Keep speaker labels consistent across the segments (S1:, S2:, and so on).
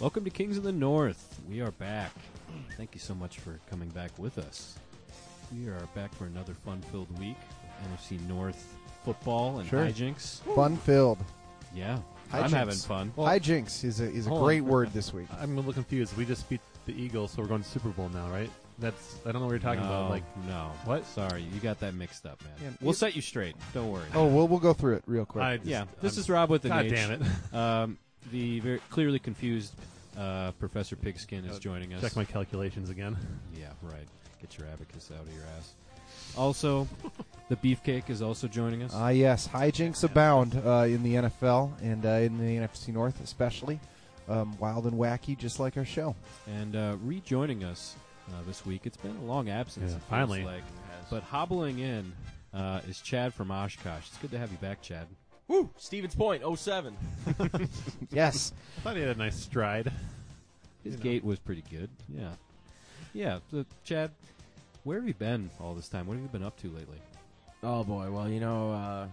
S1: Welcome to Kings of the North. We are back. Thank you so much for coming back with us. We are back for another fun-filled week of NFC North football and
S2: Sure.
S1: hijinks.
S2: Fun filled.
S1: Yeah, I'm
S2: Hijinks.
S1: having fun.
S2: Hijinks is a is a
S3: hold
S2: great
S3: on.
S2: word this week.
S3: I'm a little confused. We just beat the Eagles, so we're going to Super Bowl now, right? That's I don't know what you're talking
S1: no,
S3: about. Like
S1: no,
S3: What?
S1: Sorry, you got that mixed up, man.
S2: Yeah,
S1: we'll
S2: it-
S1: set you straight. Don't worry.
S2: Oh, we'll we'll go through it real quick.
S3: I just-
S1: yeah. This
S3: I'm-
S1: is Rob with an
S3: God
S1: H.
S3: damn it!
S1: Um, the very clearly confused uh, Professor Pigskin is joining us.
S3: Uh, Check my calculations again.
S1: Yeah, right. Get your abacus out of your ass. Also, the beefcake is also joining us.
S2: Ah, yes, hijinks abound uh, in the NFL and uh, in the NFC North, especially um, wild and wacky, just like our show.
S1: and uh, rejoining us uh, this week. It's been a long absence,
S3: Yeah,
S1: it feels
S3: finally.
S1: Like, but hobbling in uh, is Chad from Oshkosh. It's good to have you back, Chad.
S4: Woo! Stevens Point, 07.
S2: Yes,
S3: I thought he had a nice stride. Uh,
S1: His
S3: You know.
S1: gait was pretty good. Yeah, yeah. So, Chad, where have you been all this time? What have you been up to lately?
S4: Oh boy. Well, you know, uh,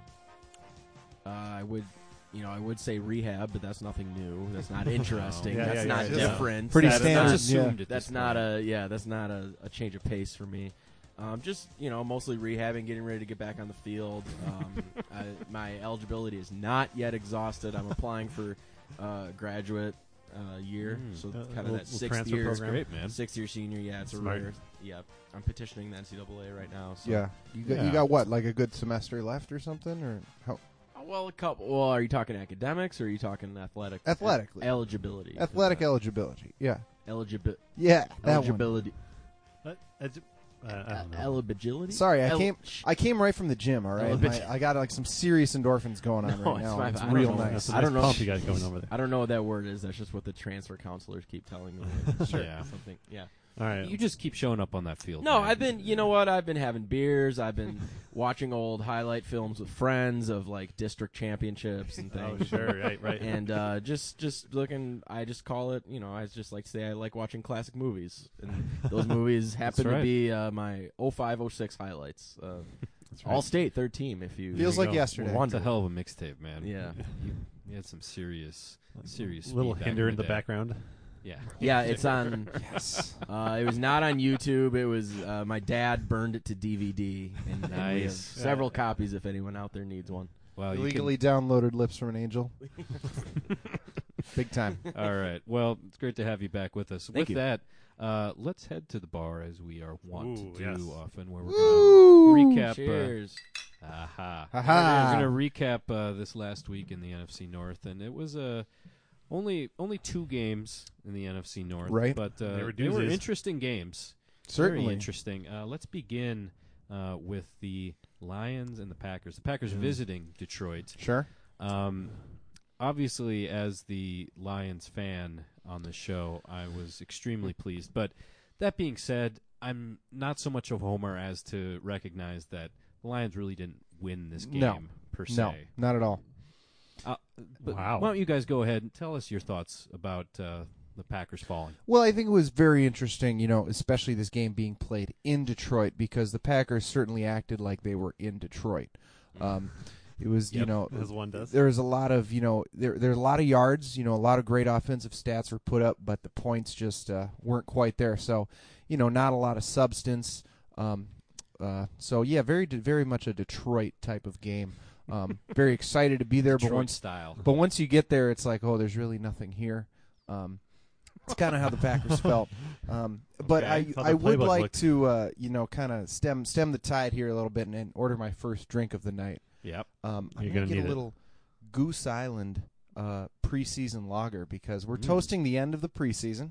S4: uh, I would, you know, I would say rehab, but that's nothing new. That's not interesting.
S3: Yeah,
S4: that's
S3: yeah,
S4: not
S3: yeah, yeah.
S4: different.
S2: Pretty
S4: that's
S2: standard.
S4: Not,
S1: That's assumed. at
S4: that's
S1: this
S4: not
S1: point.
S4: a yeah. That's not a, a change of pace for me. Um, just you know, mostly rehabbing, getting ready to get back on the field. Um, I, my eligibility is not yet exhausted. I'm applying for uh, graduate uh, year,
S1: Mm.
S4: so
S3: Uh,
S4: kind of
S3: little-
S4: that
S3: little
S4: sixth
S3: transfer
S4: year,
S3: program.
S1: great, man.
S4: sixth year senior. Yeah, it's
S3: Smart.
S4: a rare. Yep, I'm petitioning the NCAA right now. So.
S2: yeah. You got
S3: Yeah.
S2: you got what like a good semester left or something or how
S4: Uh, Well, a couple. Well, are you talking academics or are you talking athletic?
S2: Athletically.
S4: eligibility.
S2: athletic eligibility? Yeah,
S4: eligibility.
S2: yeah, that one.
S4: eligibility.
S3: Uh, I ju- uh, I don't know.
S4: Eligibility.
S2: Sorry, I
S4: El-
S2: came
S4: Sh-
S2: I came right from the gym. All right,
S4: Eligibility.
S2: I, I got like some serious endorphins going on
S4: No,
S2: right
S4: it's
S2: now.
S4: fine.
S2: It's
S4: I don't
S2: real
S4: know.
S2: nice.
S4: I don't know.
S3: Pump you got going over there.
S4: I don't know what that word is. That's just what the transfer counselors keep telling me.
S1: Sure. Yeah.
S4: Something. Yeah.
S3: All right.
S1: You just keep showing up on that field.
S4: No,
S1: man.
S4: I've been. You know what? I've been having beers. I've been watching old highlight films with friends of like district championships and
S3: oh
S4: things.
S3: sure, right, right.
S4: and uh, just just looking, I just call it. You know, I just like to say I like watching classic movies, and those movies happen
S1: right.
S4: to be uh, my 05, 06 highlights. Uh,
S3: That's right.
S4: All state third team, if
S2: Feels
S4: you
S3: There you
S2: like
S3: go.
S2: yesterday.
S1: It's
S4: wonder.
S1: a hell of a mixtape, man.
S4: Yeah,
S1: You, you had some serious, serious.
S3: little
S1: speed back
S3: hinder in the
S1: day.
S3: background.
S1: Yeah.
S4: yeah, it's on.
S2: Yes.
S4: Uh, it was not on YouTube. It was uh, my dad burned it to DVD, and, and we have
S1: Nice.
S4: several copies if anyone out there needs one.
S1: Wow. Oh, you can-
S2: Illegally downloaded Lips from an Angel. Big time.
S1: All right. Well, it's great to have you back with us. with
S4: you.
S1: that, uh, let's head to the bar as we are wont
S3: Ooh,
S1: to do
S3: yes.
S1: often, where we're going to recap. Uh,
S4: Cheers.
S1: aha.
S2: Aha.
S1: We're going to recap uh, this last week in the NFC North, and it was uh, only only two games in the NFC North,
S2: Right.
S1: But uh,
S3: They were
S1: they were
S3: doozies.
S1: interesting games. Very
S2: Certainly.
S1: interesting. Uh, let's begin uh, with the Lions and the Packers. The Packers visiting Detroit.
S2: Sure.
S1: Um, obviously, as the Lions fan on the show, I was extremely pleased. But that being said, I'm not so much of a homer as to recognize that the Lions really didn't win this game
S2: No.
S1: per se.
S2: No, not at all.
S1: Uh, but
S3: Wow.
S1: Why don't you guys go ahead and tell us your thoughts about uh, the Packers falling?
S2: Well, I think it was very interesting, you know, especially this game being played in Detroit because the Packers certainly acted like they were in Detroit. Um, it was, you
S3: Yep,
S2: know,
S3: as one does.
S2: There was a lot of, you know, there there's a lot of yards, you know, a lot of great offensive stats were put up, but the points just uh, weren't quite there. So, you know, not a lot of substance. Um, uh, so yeah, very very much a Detroit type of game. Um, very excited to be there, but
S1: Detroit
S2: once
S1: style.
S2: But once you get there, it's like, oh, there's really nothing here. Um, it's kind of how the Packers felt. Um, but
S3: Okay. How
S2: I,
S3: the
S2: I would
S3: playbook
S2: like
S3: looked.
S2: to, uh, you know, kind of stem stem the tide here a little bit and, and order my first drink of the night.
S1: Yep.
S2: Um, I'm
S3: You're
S2: gonna get
S3: gonna need
S2: a
S3: it.
S2: little Goose Island uh, preseason lager because
S3: Mm.
S2: we're toasting the end of the preseason.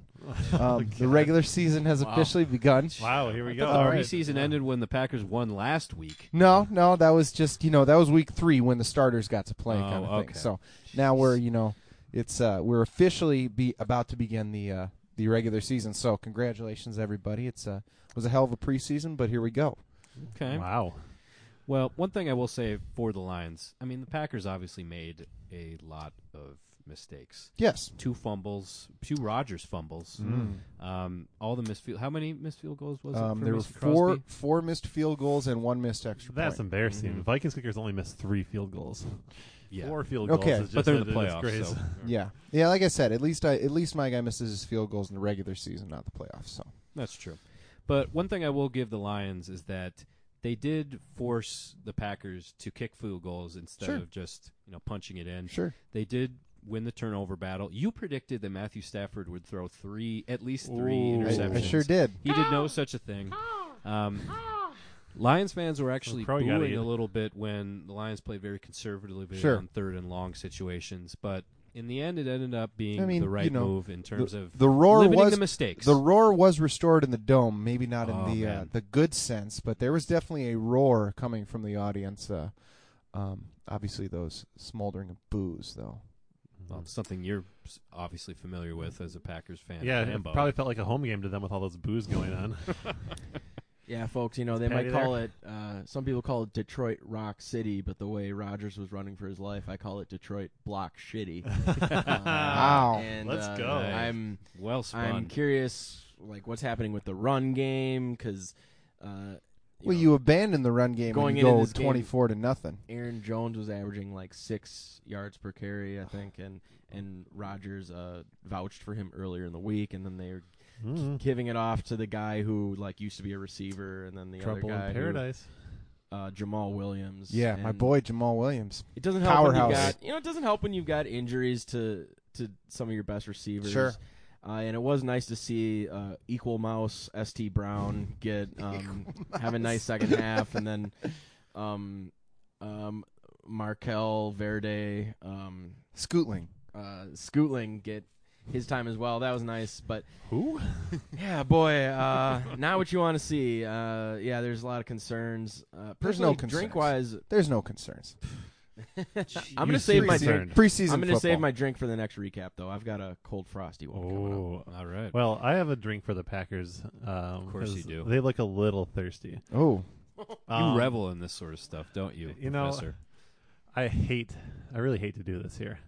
S3: Oh,
S2: Um, the regular season has
S4: Wow.
S2: officially begun.
S3: Wow, here we go.
S1: The
S3: All right.
S1: preseason ended when the Packers won last week.
S2: No, no, that was just you know that was week three when the starters got to play
S1: Oh,
S2: kind of
S1: okay.
S2: thing. So now we're you know it's uh, we're officially be about to begin the uh, the regular season. So congratulations everybody! It's uh, was a hell of a preseason, but here we go.
S1: Okay.
S3: Wow.
S1: Well, one thing I will say for the Lions, I mean, the Packers obviously made a lot of mistakes.
S2: Yes,
S1: Two fumbles, two Rogers fumbles. Um, all the missed field. How many missed field goals Mm. was it?
S2: Mm. um,
S1: for
S2: there were
S1: Mr.
S2: four
S1: Crosby?
S2: four missed field goals and one missed extra
S3: That's
S2: point.
S3: embarrassing. Vikings kickers only missed three field goals.
S1: Mm-hmm. Yeah.
S3: Four field goals.
S2: Okay.
S3: is
S2: But
S1: but
S3: just
S1: they're in
S3: a
S1: the playoffs.
S3: disgrace.
S1: So.
S2: Yeah, yeah. Like I said, at least I at least my guy misses his field goals in the regular season, not the playoffs. So
S1: That's true. But one thing I will give the Lions is that they did force the Packers to kick field goals instead
S2: Sure.
S1: of just, you know, punching it in.
S2: sure,
S1: They did win the turnover battle. You predicted that Matthew Stafford would throw three at least three
S3: Ooh.
S2: I,
S1: interceptions.
S2: I sure did.
S1: He did no such a thing. Um, Lions fans were actually
S3: Crow, you gotta
S1: booing
S3: get-
S1: a little bit when the Lions played very conservatively
S2: Sure.
S1: on third and long situations, but in the end, it ended up being
S2: I mean,
S1: the right
S2: you know,
S1: move in terms
S2: the,
S1: of
S2: the roar
S1: limiting
S2: was
S1: the mistakes.
S2: the roar was restored in the dome. Maybe not in
S1: Oh,
S2: the uh,
S1: man.
S2: the good sense, but there was definitely a roar coming from the audience. Uh, um, obviously, those smoldering boos, though.
S1: Well, it's something you're s- obviously familiar with as a Packers fan.
S3: Yeah, it
S1: Lambeau.
S3: probably felt like a home game to them with all those boos going on.
S4: Yeah, folks, you know, they
S3: Patty
S4: might call it, uh, some people call it Detroit Rock City, but the way Rogers was running for his life, I call it Detroit Block Shitty. Uh,
S3: wow.
S2: Wow.
S4: And,
S3: Let's
S4: uh,
S3: go.
S4: I'm,
S1: well spun.
S4: I'm curious, like, what's happening with the run game, because, uh, you
S2: well,
S4: know,
S2: you abandon the run game
S4: Going
S2: and you
S4: into
S2: go
S4: this game-
S2: twenty-four to nothing.
S4: Aaron Jones was averaging like six yards per carry, I think, and and Rogers uh, vouched for him earlier in the week, and then they were
S3: Hmm.
S4: giving it off to the guy who like used to be a receiver, and then the
S3: Trouble
S4: other guy,
S3: in
S4: who,
S3: paradise.
S4: uh, Jamal Williams.
S2: Yeah, my
S4: And
S2: boy Jamal Williams.
S4: It doesn't help when
S2: Powerhouse.
S4: you've got you know it doesn't help when you've got injuries to to some of your best receivers.
S2: Sure.
S4: Uh, and it was nice to see uh, Equal Mouse St Brown get um, have a nice second half, and then um, um, Markel Verde um,
S2: Scootling.
S4: uh, Scootling get his time as well. That was nice, but
S3: Who?
S4: yeah, boy, uh, not what you want to see. Uh, yeah, there's a lot of concerns. Uh,
S2: There's no
S4: personally,
S2: concerns.
S4: drink wise,
S2: There's no concerns.
S4: I'm
S3: You
S4: gonna save my
S3: concerned.
S4: drink.
S2: Preseason.
S4: I'm going to save
S2: football.
S4: my drink for the next recap, though. I've got a cold frosty one coming up.
S3: Oh.
S1: All right.
S3: Well, I have a drink for the Packers. Um, of
S1: course you do.
S3: They look a little thirsty.
S2: Oh,
S1: you
S3: Um,
S1: revel in this sort of stuff, don't you?
S3: you know,
S1: Professor?
S3: I hate. I really hate to do this here.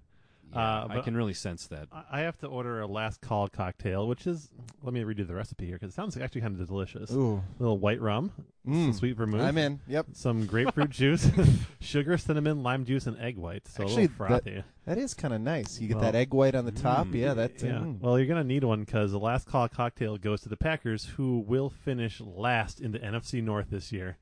S1: Yeah,
S3: uh,
S1: I
S3: but-
S1: can really sense that.
S3: I I have to order a last call cocktail, which is. Let me redo the recipe here because it sounds actually kind of delicious.
S2: ooh.
S3: little white rum, some
S2: Mm.
S3: sweet vermouth.
S2: I'm in. Yep.
S3: Some grapefruit juice, sugar, cinnamon, lime juice, and egg white. So
S2: Actually,
S3: a little
S2: that-
S3: frothy.
S2: That is kind of nice. You get
S3: Well,
S2: that egg white on the top.
S1: mm,
S2: yeah, that's
S3: yeah.
S2: mm.
S3: Well, you're gonna need one because the last call cocktail goes to the Packers, who will finish last in the NFC North this year.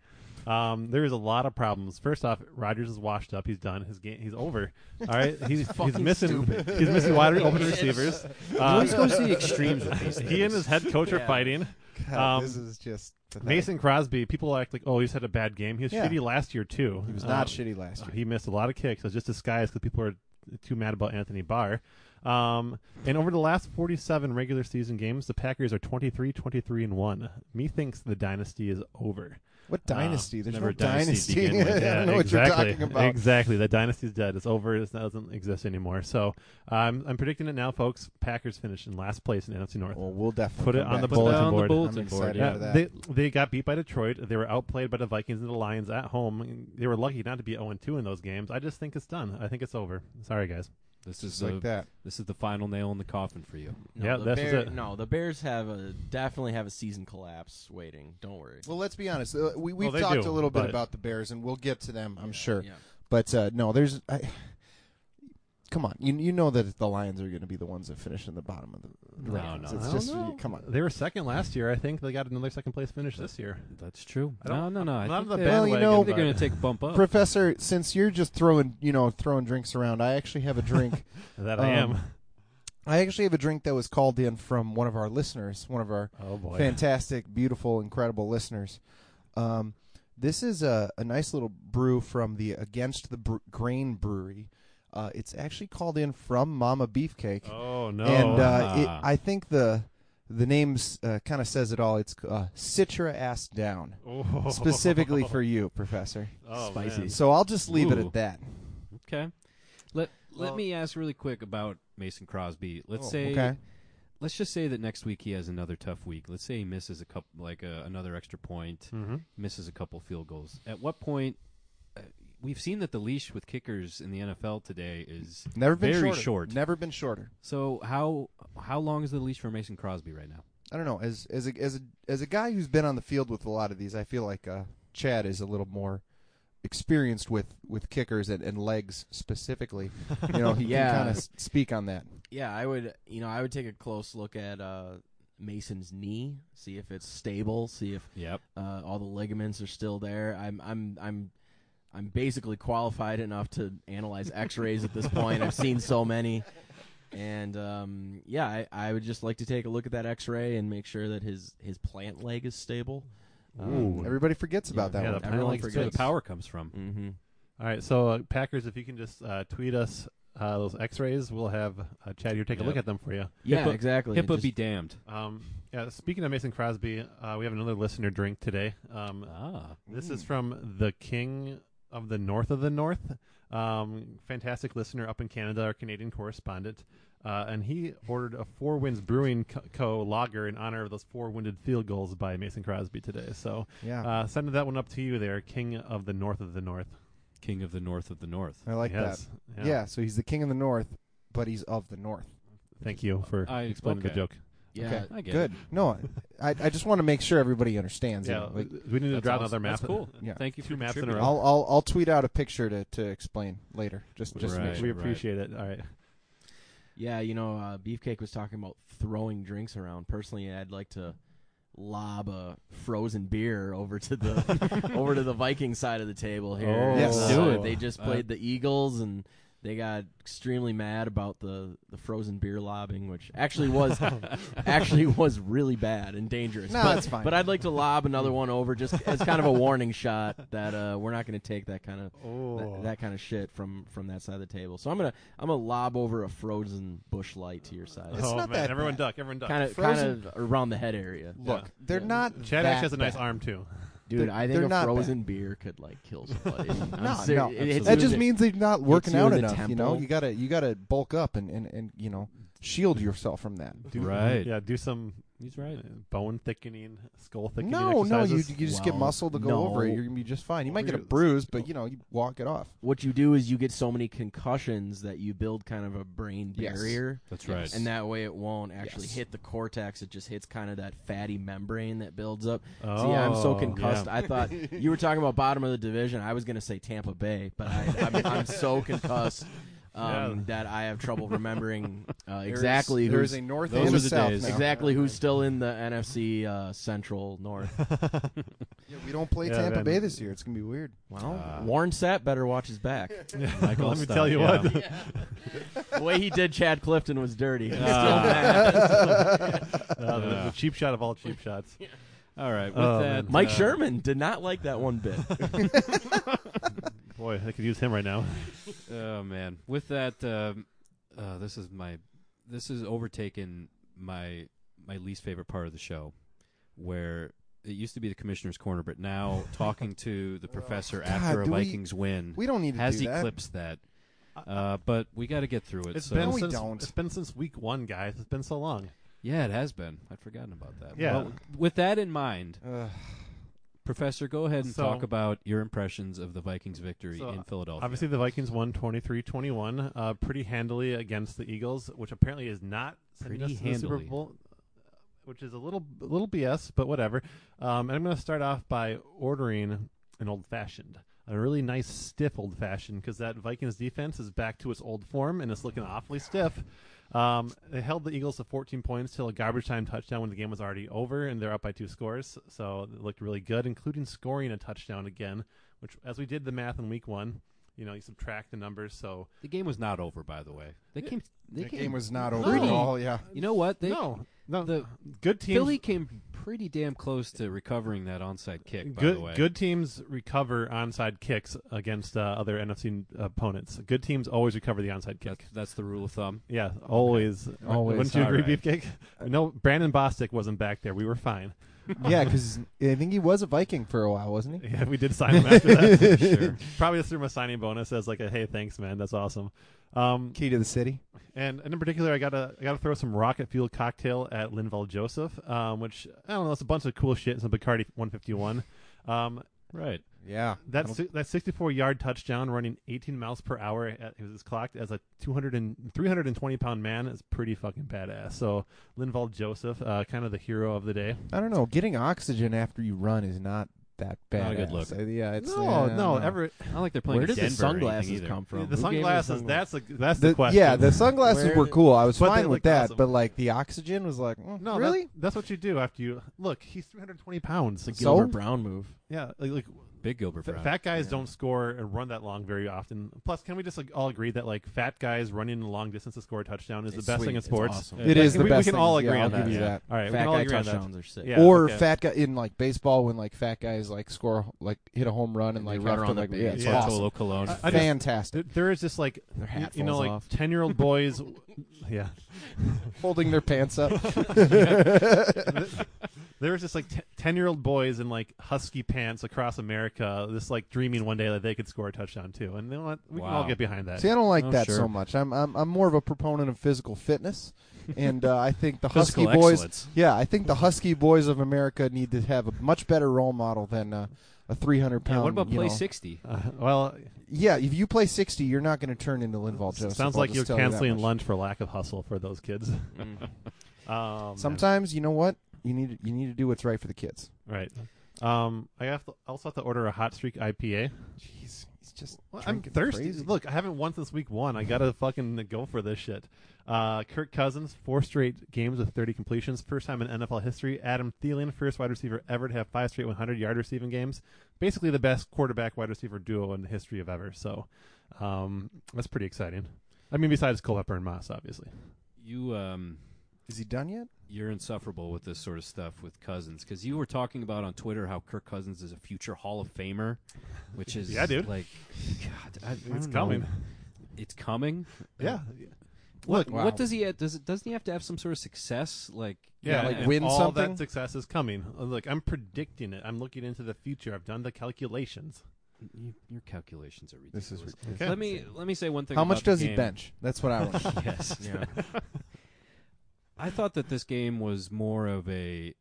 S3: Um, there is a lot of problems. First off, Rodgers is washed up. He's done. His game. He's over. All right. He's he's
S2: fucking
S3: missing.
S2: stupid.
S3: He's missing wide open receivers. Uh,
S1: Always goes to the extremes with these
S3: He and
S1: things.
S3: his head coach are fighting.
S2: God,
S3: um,
S2: this is just pathetic.
S3: Mason Crosby. People act like, oh, he's had a bad game. He was
S2: Yeah.
S3: shitty last year too.
S2: He was not
S3: Um,
S2: shitty last
S3: Uh,
S2: year.
S3: He missed a lot of kicks. It was just disguised because people are too mad about Anthony Barr. Um, and over the last 47 regular season games, the Packers are 23, 23, and 1. Methinks the dynasty is over. Um,
S2: What
S3: uh,
S2: dynasty? There's
S1: never
S2: no
S1: a dynasty to
S2: dynasty.
S1: begin
S2: I
S1: with.
S2: don't know what you're
S3: exactly.
S2: talking about.
S3: Exactly. The dynasty's dead. It's over. It doesn't exist anymore. So um, I'm predicting it now, folks. Packers finish in last place in NFC North.
S2: Well, we'll definitely
S3: Put it
S2: come
S3: on
S2: back
S3: the
S2: to
S1: Put
S2: that.
S1: that on
S3: bulletin
S1: the
S3: board.
S1: bulletin
S2: I'm
S1: board.
S2: excited.
S1: yeah.
S2: for that.
S3: They they got beat by Detroit. They were outplayed by the Vikings and the Lions at home. They were lucky not to be 0 2 in those games. I just think it's done. I think it's over. Sorry, guys.
S1: This is
S2: Just like
S1: the-
S2: that.
S1: this is the final nail in the coffin for you.
S4: No,
S3: Yeah,
S4: the
S3: this is
S4: Bear-
S3: it.
S4: No, the Bears have a definitely have a season collapse waiting. Don't worry.
S2: Well, let's be honest. Uh, we we've
S3: they
S2: talked a
S3: do,
S2: little bit
S3: but-
S2: about the Bears, and we'll get to them, I'm sure.
S4: Yeah.
S2: But uh, no, there's. I, come on, you you know that the Lions are going to be the ones that finish in the bottom of the
S1: No,
S2: rankings.
S1: no,
S2: it's
S3: I don't
S2: just
S3: know.
S2: come on.
S3: They were second last year. I think they got another second place finish this year.
S1: That's true.
S3: I
S1: No,
S3: don't-
S1: no, no. I
S3: I'm not
S1: think
S3: on the
S1: they-
S2: Well, you know-
S1: I think they're going to take a bump
S3: Oh.
S1: up.
S2: Professor, since you're just throwing you know throwing drinks around, I actually have a drink.
S3: That
S2: Um,
S3: I am.
S2: I actually have a drink that was called in from one of our listeners, one of our
S3: Oh boy.
S2: fantastic, beautiful, incredible listeners. Um, this is a, a nice little brew from the Against the Br- Grain Brewery. Uh, it's actually called in from Mama Beefcake,
S3: Oh no.
S2: and uh,
S1: Ah.
S2: it, I think the the name's uh, kind of says it all. It's uh, sit your ass down,
S3: Oh.
S2: specifically for you, Professor.
S3: oh,
S4: Spicy.
S3: man.
S2: So I'll just leave it
S1: Ooh.
S2: at that.
S1: Okay. Let let
S3: Well-
S1: me ask really quick about Mason Crosby. Let's
S2: Oh,
S1: say
S2: okay.
S1: let's just say that next week he has another tough week. Let's say he misses a couple like uh, another extra point,
S3: Mhm.
S1: misses a couple field goals. At what point uh, we've seen that the leash with kickers in the NFL today is
S2: Never been
S1: very
S2: shorter.
S1: short.
S2: Never been shorter.
S1: so how how long is the leash for Mason Crosby right now?
S2: I don't know. As as a, as a as a guy who's been on the field with a lot of these, I feel like uh, Chad is a little more experienced with with kickers and, and legs specifically. You know, he
S4: Yeah.
S2: can kind of speak on that.
S4: Yeah, I would. You know, I would take a close look at uh, Mason's knee, see if it's stable, see if
S1: Yep.
S4: uh, all the ligaments are still there. I'm, I'm, I'm, I'm basically qualified enough to analyze X-rays at this point. I've seen so many, and um, yeah, I, I would just like to take a look at that X-ray and make sure that his his plant leg is stable.
S1: Um,
S3: Ooh.
S2: Um, Everybody forgets about that
S3: yeah,
S2: one.
S3: the
S4: Everyone
S3: penalty
S1: That's where the
S4: forgets.
S1: power comes from.
S4: Mm-hmm.
S3: All right, so uh, Packers, if you can just uh, tweet us uh, those X-rays, we'll have uh, Chad here take a
S1: Yep.
S3: look at them for you.
S4: Yeah,
S1: HIPAA
S4: exactly.
S1: HIPAA
S4: Just-
S1: be damned.
S3: Um, yeah, speaking of Mason Crosby, uh, we have another listener drink today. Um,
S1: Ah.
S3: This is
S2: Mm.
S3: from the King of the North of the North. Um, fantastic listener up in Canada, our Canadian correspondent. Uh, and he ordered a Four Winds Brewing Co. Co. lager in honor of those four winded field goals by Mason Crosby today. So
S2: Yeah,
S3: uh, sending that one up to you there, King of the North of the North.
S1: King of the North of the North.
S2: I like
S3: yes.
S2: that. Yeah. so he's the king of the north, but he's of the north.
S3: Thank you for
S1: I-
S3: explaining the
S1: Uh, okay.
S3: joke.
S4: yeah.
S2: okay.
S1: I get
S2: Good.
S1: it.
S2: No, I I just want to make sure everybody understands.
S3: Yeah,
S2: it. Like,
S3: we need to
S1: That's
S3: draw
S1: awesome.
S3: another map.
S1: That's cool.
S2: Yeah.
S1: Thank you
S3: Two
S1: for
S3: maps in a
S1: contributing.
S3: row.
S2: I'll I'll I'll tweet out a picture to to explain later. Just just
S1: Right.
S2: make sure.
S3: we
S1: right.
S3: appreciate it. All right.
S4: Yeah, you know, uh, Beefcake was talking about throwing drinks around. Personally, I'd like to lob a frozen beer over to the over to the Viking side of the table here.
S3: Oh.
S2: Yes.
S4: Uh,
S1: Do it.
S4: They just
S1: Uh,
S4: played the Eagles and they got extremely mad about the, the frozen beer lobbing, which actually was actually was really bad and dangerous.
S2: No,
S4: but,
S2: that's fine.
S4: But I'd like to lob another one over just as kind of a warning shot that uh, we're not going to take that kind of
S3: Oh.
S4: that, that kind of shit from from that side of the table. So I'm gonna I'm gonna lob over a frozen bush light to your side,
S2: It's
S3: oh,
S2: not
S3: man.
S2: that
S3: everyone
S2: bad.
S3: duck. Everyone duck.
S4: kind of kind
S2: frozen-
S4: of around the head area.
S2: Look,
S3: Yeah.
S2: they're
S4: Yeah.
S2: not.
S3: Chad
S2: that
S3: actually has a nice
S2: bad.
S3: arm, too.
S4: Dude,
S2: They're-
S4: I
S2: they're
S4: think a
S2: not
S4: frozen beer could like kill somebody. I'm
S2: No,
S4: seri-
S2: no,
S4: it hits
S2: That
S4: you
S2: just
S4: in the-
S2: means they're not working
S4: you in
S2: out
S4: the
S2: enough. You know,
S4: temple.
S2: you gotta you gotta bulk up and and and you know shield yourself from that.
S1: Right.
S3: Yeah, do some
S1: He's right.
S3: uh, bone thickening, skull thickening.
S2: No, no, you,
S3: exercises.
S2: you just get
S4: Well,
S2: muscle to go
S4: no.
S2: over it. You're gonna be just fine. You might get a
S3: Well,
S2: bruise, but you know you walk it off.
S4: what you do is you get so many concussions that you build kind of a brain
S2: Yes.
S4: barrier.
S1: That's
S2: Yes.
S1: right.
S4: And that way, it won't actually
S2: Yes.
S4: hit the cortex. It just hits kind of that fatty membrane that builds up.
S3: Oh,
S4: See, I'm so
S3: yeah.
S4: concussed. I thought you were talking about bottom of the division. I was going to say Tampa Bay, but I, I'm, I'm so concussed um,
S3: Yeah.
S4: that I have trouble remembering uh, exactly
S2: there
S4: who's
S2: is a north
S1: those
S2: and
S1: are
S2: a
S1: the
S2: south.
S1: days.
S2: now.
S4: exactly who's still in the NFC uh, Central North.
S2: Yeah, we don't play
S3: Yeah,
S2: Tampa
S3: man.
S2: Bay this year. It's gonna be weird. Uh,
S4: Well,
S3: Uh,
S1: Ah.
S4: Warren Sapp better watch his back.
S1: Michael
S3: Let me
S1: Stein,
S3: tell you
S1: yeah.
S3: what.
S4: the way he did Chad Clifton was dirty. He's still
S1: Ah.
S4: mad.
S3: Uh, the-
S1: Yeah.
S3: the cheap shot of all cheap shots.
S1: All right. With
S3: Oh,
S1: that,
S3: man.
S4: Mike
S1: uh,
S4: Sherman did not like that one bit.
S3: Boy, I could use him right now.
S1: Oh man, with that, um, uh, this is my this has overtaken my my least favorite part of the show, where it used to be the commissioner's corner, but now talking to the professor after a
S2: do we-
S1: Vikings win
S2: We don't need to
S1: has
S2: do that.
S1: eclipsed that. Uh, but we got to get through it.
S3: It's
S1: so
S3: been
S2: No, we
S3: since
S2: don't.
S3: it's been since week one, guys. It's been so long.
S1: yeah, it has been. I'd forgotten about that.
S3: Yeah.
S1: Well, with that in mind,
S2: Ugh.
S1: Professor, go ahead and
S3: So-
S1: talk about your impressions of the Vikings' victory
S3: So, uh,
S1: in
S4: Oh,
S1: Philadelphia.
S3: Obviously, the Vikings won 23-21 uh, pretty handily against the Eagles, which apparently is not sending
S1: Pretty
S3: us to the Super
S1: handily.
S3: Bowl, which is a little a little BS, but whatever. Um, and I'm going to start off by ordering an old fashioned, a really nice stiff old fashioned, because that Vikings defense is back to its old form and it's looking awfully stiff. Um, they held the Eagles to 14 points till a garbage time touchdown when the game was already over, and they're up by two scores. So it looked really good, including scoring a touchdown again, which, as we did the math in week one, you know, you subtract the numbers. So
S1: the game was not over. By the way, they came. They
S2: The
S1: came.
S2: game was not over
S1: Pretty-
S2: at all. Yeah,
S1: you know what? They
S3: no, no,
S1: the
S3: good teams.
S1: Philly came pretty damn close to recovering that onside kick. By
S3: good
S1: the way,
S3: good teams recover onside kicks against uh, other NFC uh, opponents. Good teams always recover the onside kick.
S1: That's, that's the rule of thumb.
S3: yeah, always.
S2: Always.
S3: Wouldn't you agree,
S1: All right. Uh,
S3: Beefcake? No, Brandon Bostic wasn't back there. We were fine.
S2: yeah, because I think he was a Viking for a while, wasn't he?
S3: Yeah, we did sign him after that. sure. Probably just threw him a signing bonus as like a hey, thanks, man. That's awesome. Um,
S2: Key to the city.
S3: and, and in particular, I gotta I gotta throw some rocket fuel cocktail at Linval Joseph, um, which I don't know. It's a bunch of cool shit. Some Bacardi 151. Um,
S1: Right.
S2: Yeah,
S3: That
S2: I
S3: si- that 64 yard touchdown running 18 miles per hour at, it was clocked as a 200 and 320 pound man is pretty fucking badass. So Linval Joseph, uh, kind of the hero of the day.
S2: don't know. Getting oxygen after you run is not that bad.
S1: a good look.
S2: Yeah, it's
S3: no,
S2: yeah,
S3: no, ever
S1: I don't like they're playing.
S4: Where
S1: in
S4: does the
S1: Denver or anything
S4: sunglasses
S1: either.
S4: come from?
S3: the
S4: Who gave you
S3: sunglasses.
S4: sunglasses?
S3: That's the that's the,
S2: The-
S3: question.
S2: yeah, the sunglasses
S4: Where
S2: were
S4: did-
S2: cool. I was
S3: But they
S2: fine with
S3: looked
S2: that,
S3: awesome.
S2: but like the oxygen was like, mm,
S3: no, that-
S2: really?
S3: that's what you do after you look. He's 320 pounds.
S4: The
S2: So-
S4: Gilbert Brown move.
S3: yeah, like, like
S1: Big Gilbert
S3: Fa-
S1: Brown.
S3: fat guys
S4: Yeah.
S3: don't score and run that long very often. Plus, can we just like, all agree that like fat guys running a long distance to score a touchdown is
S4: It's
S3: the best
S4: sweet.
S3: thing in
S4: It's
S3: sports?
S4: awesome.
S3: Uh,
S1: It
S3: like,
S2: is the
S3: we,
S2: best
S3: We can
S2: thing.
S3: all
S2: Yeah,
S3: agree
S2: I'll
S3: on that.
S2: give you
S3: yeah.
S2: that.
S3: All right, we
S4: Fat
S3: can all
S4: guy
S3: agree on that.
S4: touchdowns are sick.
S3: Yeah,
S2: or
S3: okay.
S2: fat guy in like baseball when like fat guys like score like hit a home run and
S4: And
S2: like
S4: they run
S2: have to,
S4: around the
S2: like
S4: base.
S2: yeah, it's
S1: yeah.
S2: awesome.
S1: Tolo Cologne.
S3: I- I just- There-
S2: fantastic.
S3: There is just like
S4: Their
S3: you,
S4: hat
S3: you know
S4: falls
S3: like
S4: off.
S3: ten year old boys. yeah,
S2: Holding their pants up.
S3: there is just like ten year old boys in like husky pants across America, just like dreaming one day that they could score a touchdown too, and they want, we can all
S1: Wow.
S3: get behind that.
S2: See, I don't like
S1: Oh,
S2: that
S1: sure.
S2: so much. I'm, I'm I'm more of a proponent of physical fitness, and uh, I think the
S1: Physical
S2: Husky boys.
S1: excellence.
S2: Yeah, I think the Husky boys of America need to have a much better role model than uh, a 300 pound.
S1: Yeah, what about
S2: you
S1: play
S2: know-
S1: sixty?
S3: Uh, well,
S2: Yeah, if you play 60, you're not going to turn into Linval Joseph.
S3: sounds
S2: I'll
S3: like
S2: just
S3: you're
S2: tell you that
S3: canceling
S2: much.
S3: lunch for lack of hustle for those kids.
S4: Mm.
S3: Mm-hmm. Um,
S2: Sometimes you know what you need. You need to do what's right for the kids.
S3: Right. Um, I have to, also have to order a hot streak IPA.
S2: Jeez, he's just.
S3: Well, I'm
S2: drinking
S3: thirsty.
S2: crazy.
S3: Look, I haven't won since week one. I gotta fucking go for this shit. Uh, Kirk Cousins, four straight games with 30 completions, first time in NFL history. Adam Thielen, first wide receiver ever to have five straight 100 yard receiving games. Basically, the best quarterback wide receiver duo in the history of ever. So, um, that's pretty exciting. I mean, besides Culpepper and Moss, obviously.
S1: You um,
S2: Is he done yet?
S1: you're insufferable with this sort of stuff with Cousins because you were talking about on Twitter how Kirk Cousins is a future Hall of Famer, which is
S3: Yeah, dude.
S1: Like, God, I, I
S3: It's
S1: don't know.
S3: coming.
S1: It's coming.
S3: Yeah.
S1: What,
S2: Wow.
S1: what does he have, does it doesn't he have to have some sort of success like
S3: Yeah,
S2: Yeah, like
S3: and
S2: win
S3: all
S2: something?
S3: that success is coming. Uh, Look, I'm predicting it. I'm looking into the future. I've done the calculations.
S1: you, your calculations are ridiculous.
S2: This is.
S3: Okay.
S1: Let me let me say one thing.
S2: How much
S1: about the
S2: does he
S1: game.
S2: bench? That's what I want.
S1: yes.
S4: Yeah.
S1: I thought that this game was more of a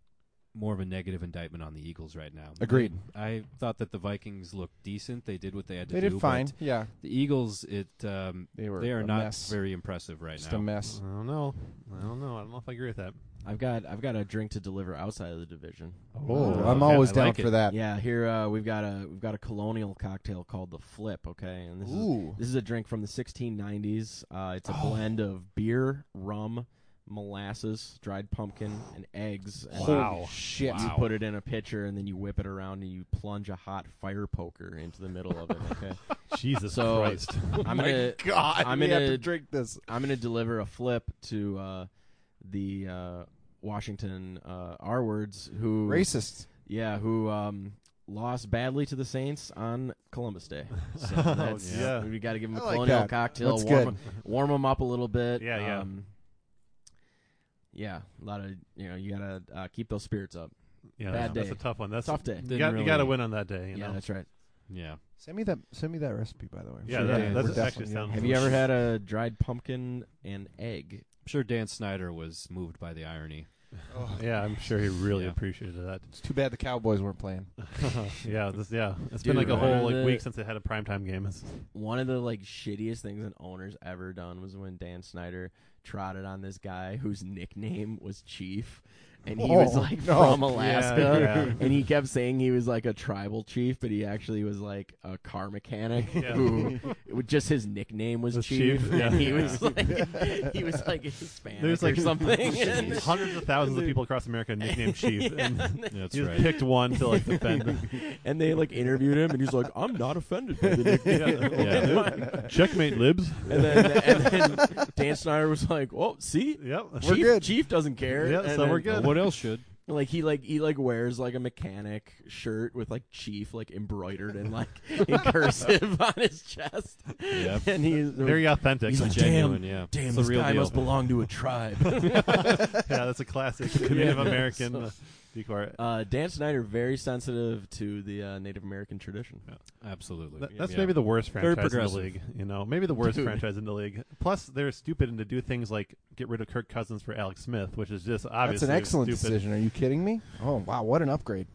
S1: more of a negative indictment on the Eagles right now.
S2: Agreed.
S1: I, I thought that the Vikings looked decent. They did what they had to
S2: they
S1: do.
S2: did fine.
S1: but
S2: Yeah,
S1: The Eagles, it um,
S2: they were.
S1: they are
S2: a
S1: not
S2: mess.
S1: very impressive right
S2: just
S1: now.
S2: a mess.
S3: I don't know. I don't know. I don't know if I agree with that.
S4: I've got I've got a drink to deliver outside of the division.
S2: Oh,
S4: Uh,
S2: I'm
S3: okay,
S2: always
S3: I
S2: down
S3: like
S2: for
S3: it.
S2: that.
S4: Yeah, here uh, we've got a we've got a colonial cocktail called the Flip. Okay, and this is
S2: Ooh,
S4: This is a drink from the 1690s. Uh, it's a
S2: Oh.
S4: blend of beer, rum, molasses, dried pumpkin, and eggs. And
S2: holy
S3: Wow.
S2: shit!
S4: You put it in a pitcher and then you whip it around and you plunge a hot fire poker into the middle of it. Okay,
S3: Jesus
S4: So-
S3: Christ.
S2: Oh
S4: I'm gonna
S2: God,
S4: I'm
S2: we have
S4: gonna-
S2: to drink this.
S4: I'm gonna deliver a flip to uh, the uh, Washington uh, R words who
S2: Racist.
S4: yeah who um, lost badly to the Saints on Columbus Day. So that's,
S3: Oh, yeah.
S4: we got to give them a
S2: I like
S4: colonial
S2: that.
S4: cocktail.
S2: That's
S4: warm
S2: good.
S4: warm them up a little bit.
S3: Yeah, yeah.
S4: Um, yeah, a lot of you know you gotta uh, keep those spirits up.
S3: Yeah,
S4: Bad
S3: that's, that's
S4: day.
S3: a tough one. That's
S4: Tough day.
S3: You
S1: Didn't
S3: got,
S1: really-
S3: you got to win on that day. You
S4: yeah,
S3: know?
S4: that's right.
S1: Yeah.
S2: Send me that. Send me that recipe, by the way. I'm
S3: Yeah,
S2: sure
S1: that-
S2: we're
S1: that's
S2: definitely
S3: actually
S2: gonna-
S3: sounds
S4: Have you ever had a dried pumpkin and egg?
S1: I'm sure Dan Snyder was moved by the irony.
S2: Oh,
S3: yeah, I'm sure he really
S1: Yeah.
S3: appreciated that.
S2: it's too bad the Cowboys weren't playing.
S3: yeah, this, yeah. It's
S4: Dude,
S3: been like a
S4: one of
S3: whole like
S4: the-
S3: week since they had a primetime game. It's-
S4: One of the like shittiest things an owner's ever done was when Dan Snyder trotted on this guy whose nickname was Chief, and he was
S2: Oh,
S4: like
S2: no.
S4: from Alaska,
S3: Yeah, yeah.
S4: and he kept saying he was like a tribal chief, but he actually was like a car mechanic
S3: Yeah.
S4: who just his nickname was
S3: Was
S4: Chief,
S3: Chief,
S4: and
S3: yeah.
S4: he was like he was like Hispanic
S3: There's like
S4: or something. And-
S3: hundreds of thousands of people across America nicknamed Chief.
S4: Yeah,
S3: And
S4: and-
S1: That's
S3: you just
S1: right.
S3: picked one to like defend. them.
S4: and they like interviewed him, and he's like, "I'm not offended by the nickname."
S3: Yeah. Checkmate libs.
S4: And then, and then Dan Snyder was like, "Oh, see,
S3: Yep.
S2: We're
S4: Chief,
S2: good.
S4: Chief doesn't care."
S3: Yeah,
S4: And
S3: so we're
S4: then,
S3: good.
S1: what else should?
S4: Like he like he like wears like a mechanic shirt with like Chief like embroidered and like in cursive on his chest,
S1: Yep.
S4: and he's
S3: Very authentic.
S4: He's like,
S1: Genuine, yeah.
S4: damn,
S1: It's
S4: this
S1: the real
S4: guy
S1: deal.
S4: must belong to a tribe.
S3: yeah, that's a classic Native American uh, decor.
S4: uh, Dan Snyder very sensitive to the uh, Native American tradition.
S1: Absolutely.
S3: Th- That's
S1: Yeah.
S3: maybe the worst
S1: Very
S3: franchise in the
S1: progressive.
S3: league. You know, maybe the worst
S4: Dude.
S3: franchise in the league. Plus, they're stupid and to do things like get rid of Kirk Cousins for Alex Smith, which is just obviously
S2: That's an excellent
S3: stupid.
S2: decision. Are you kidding me? Oh wow, what an upgrade!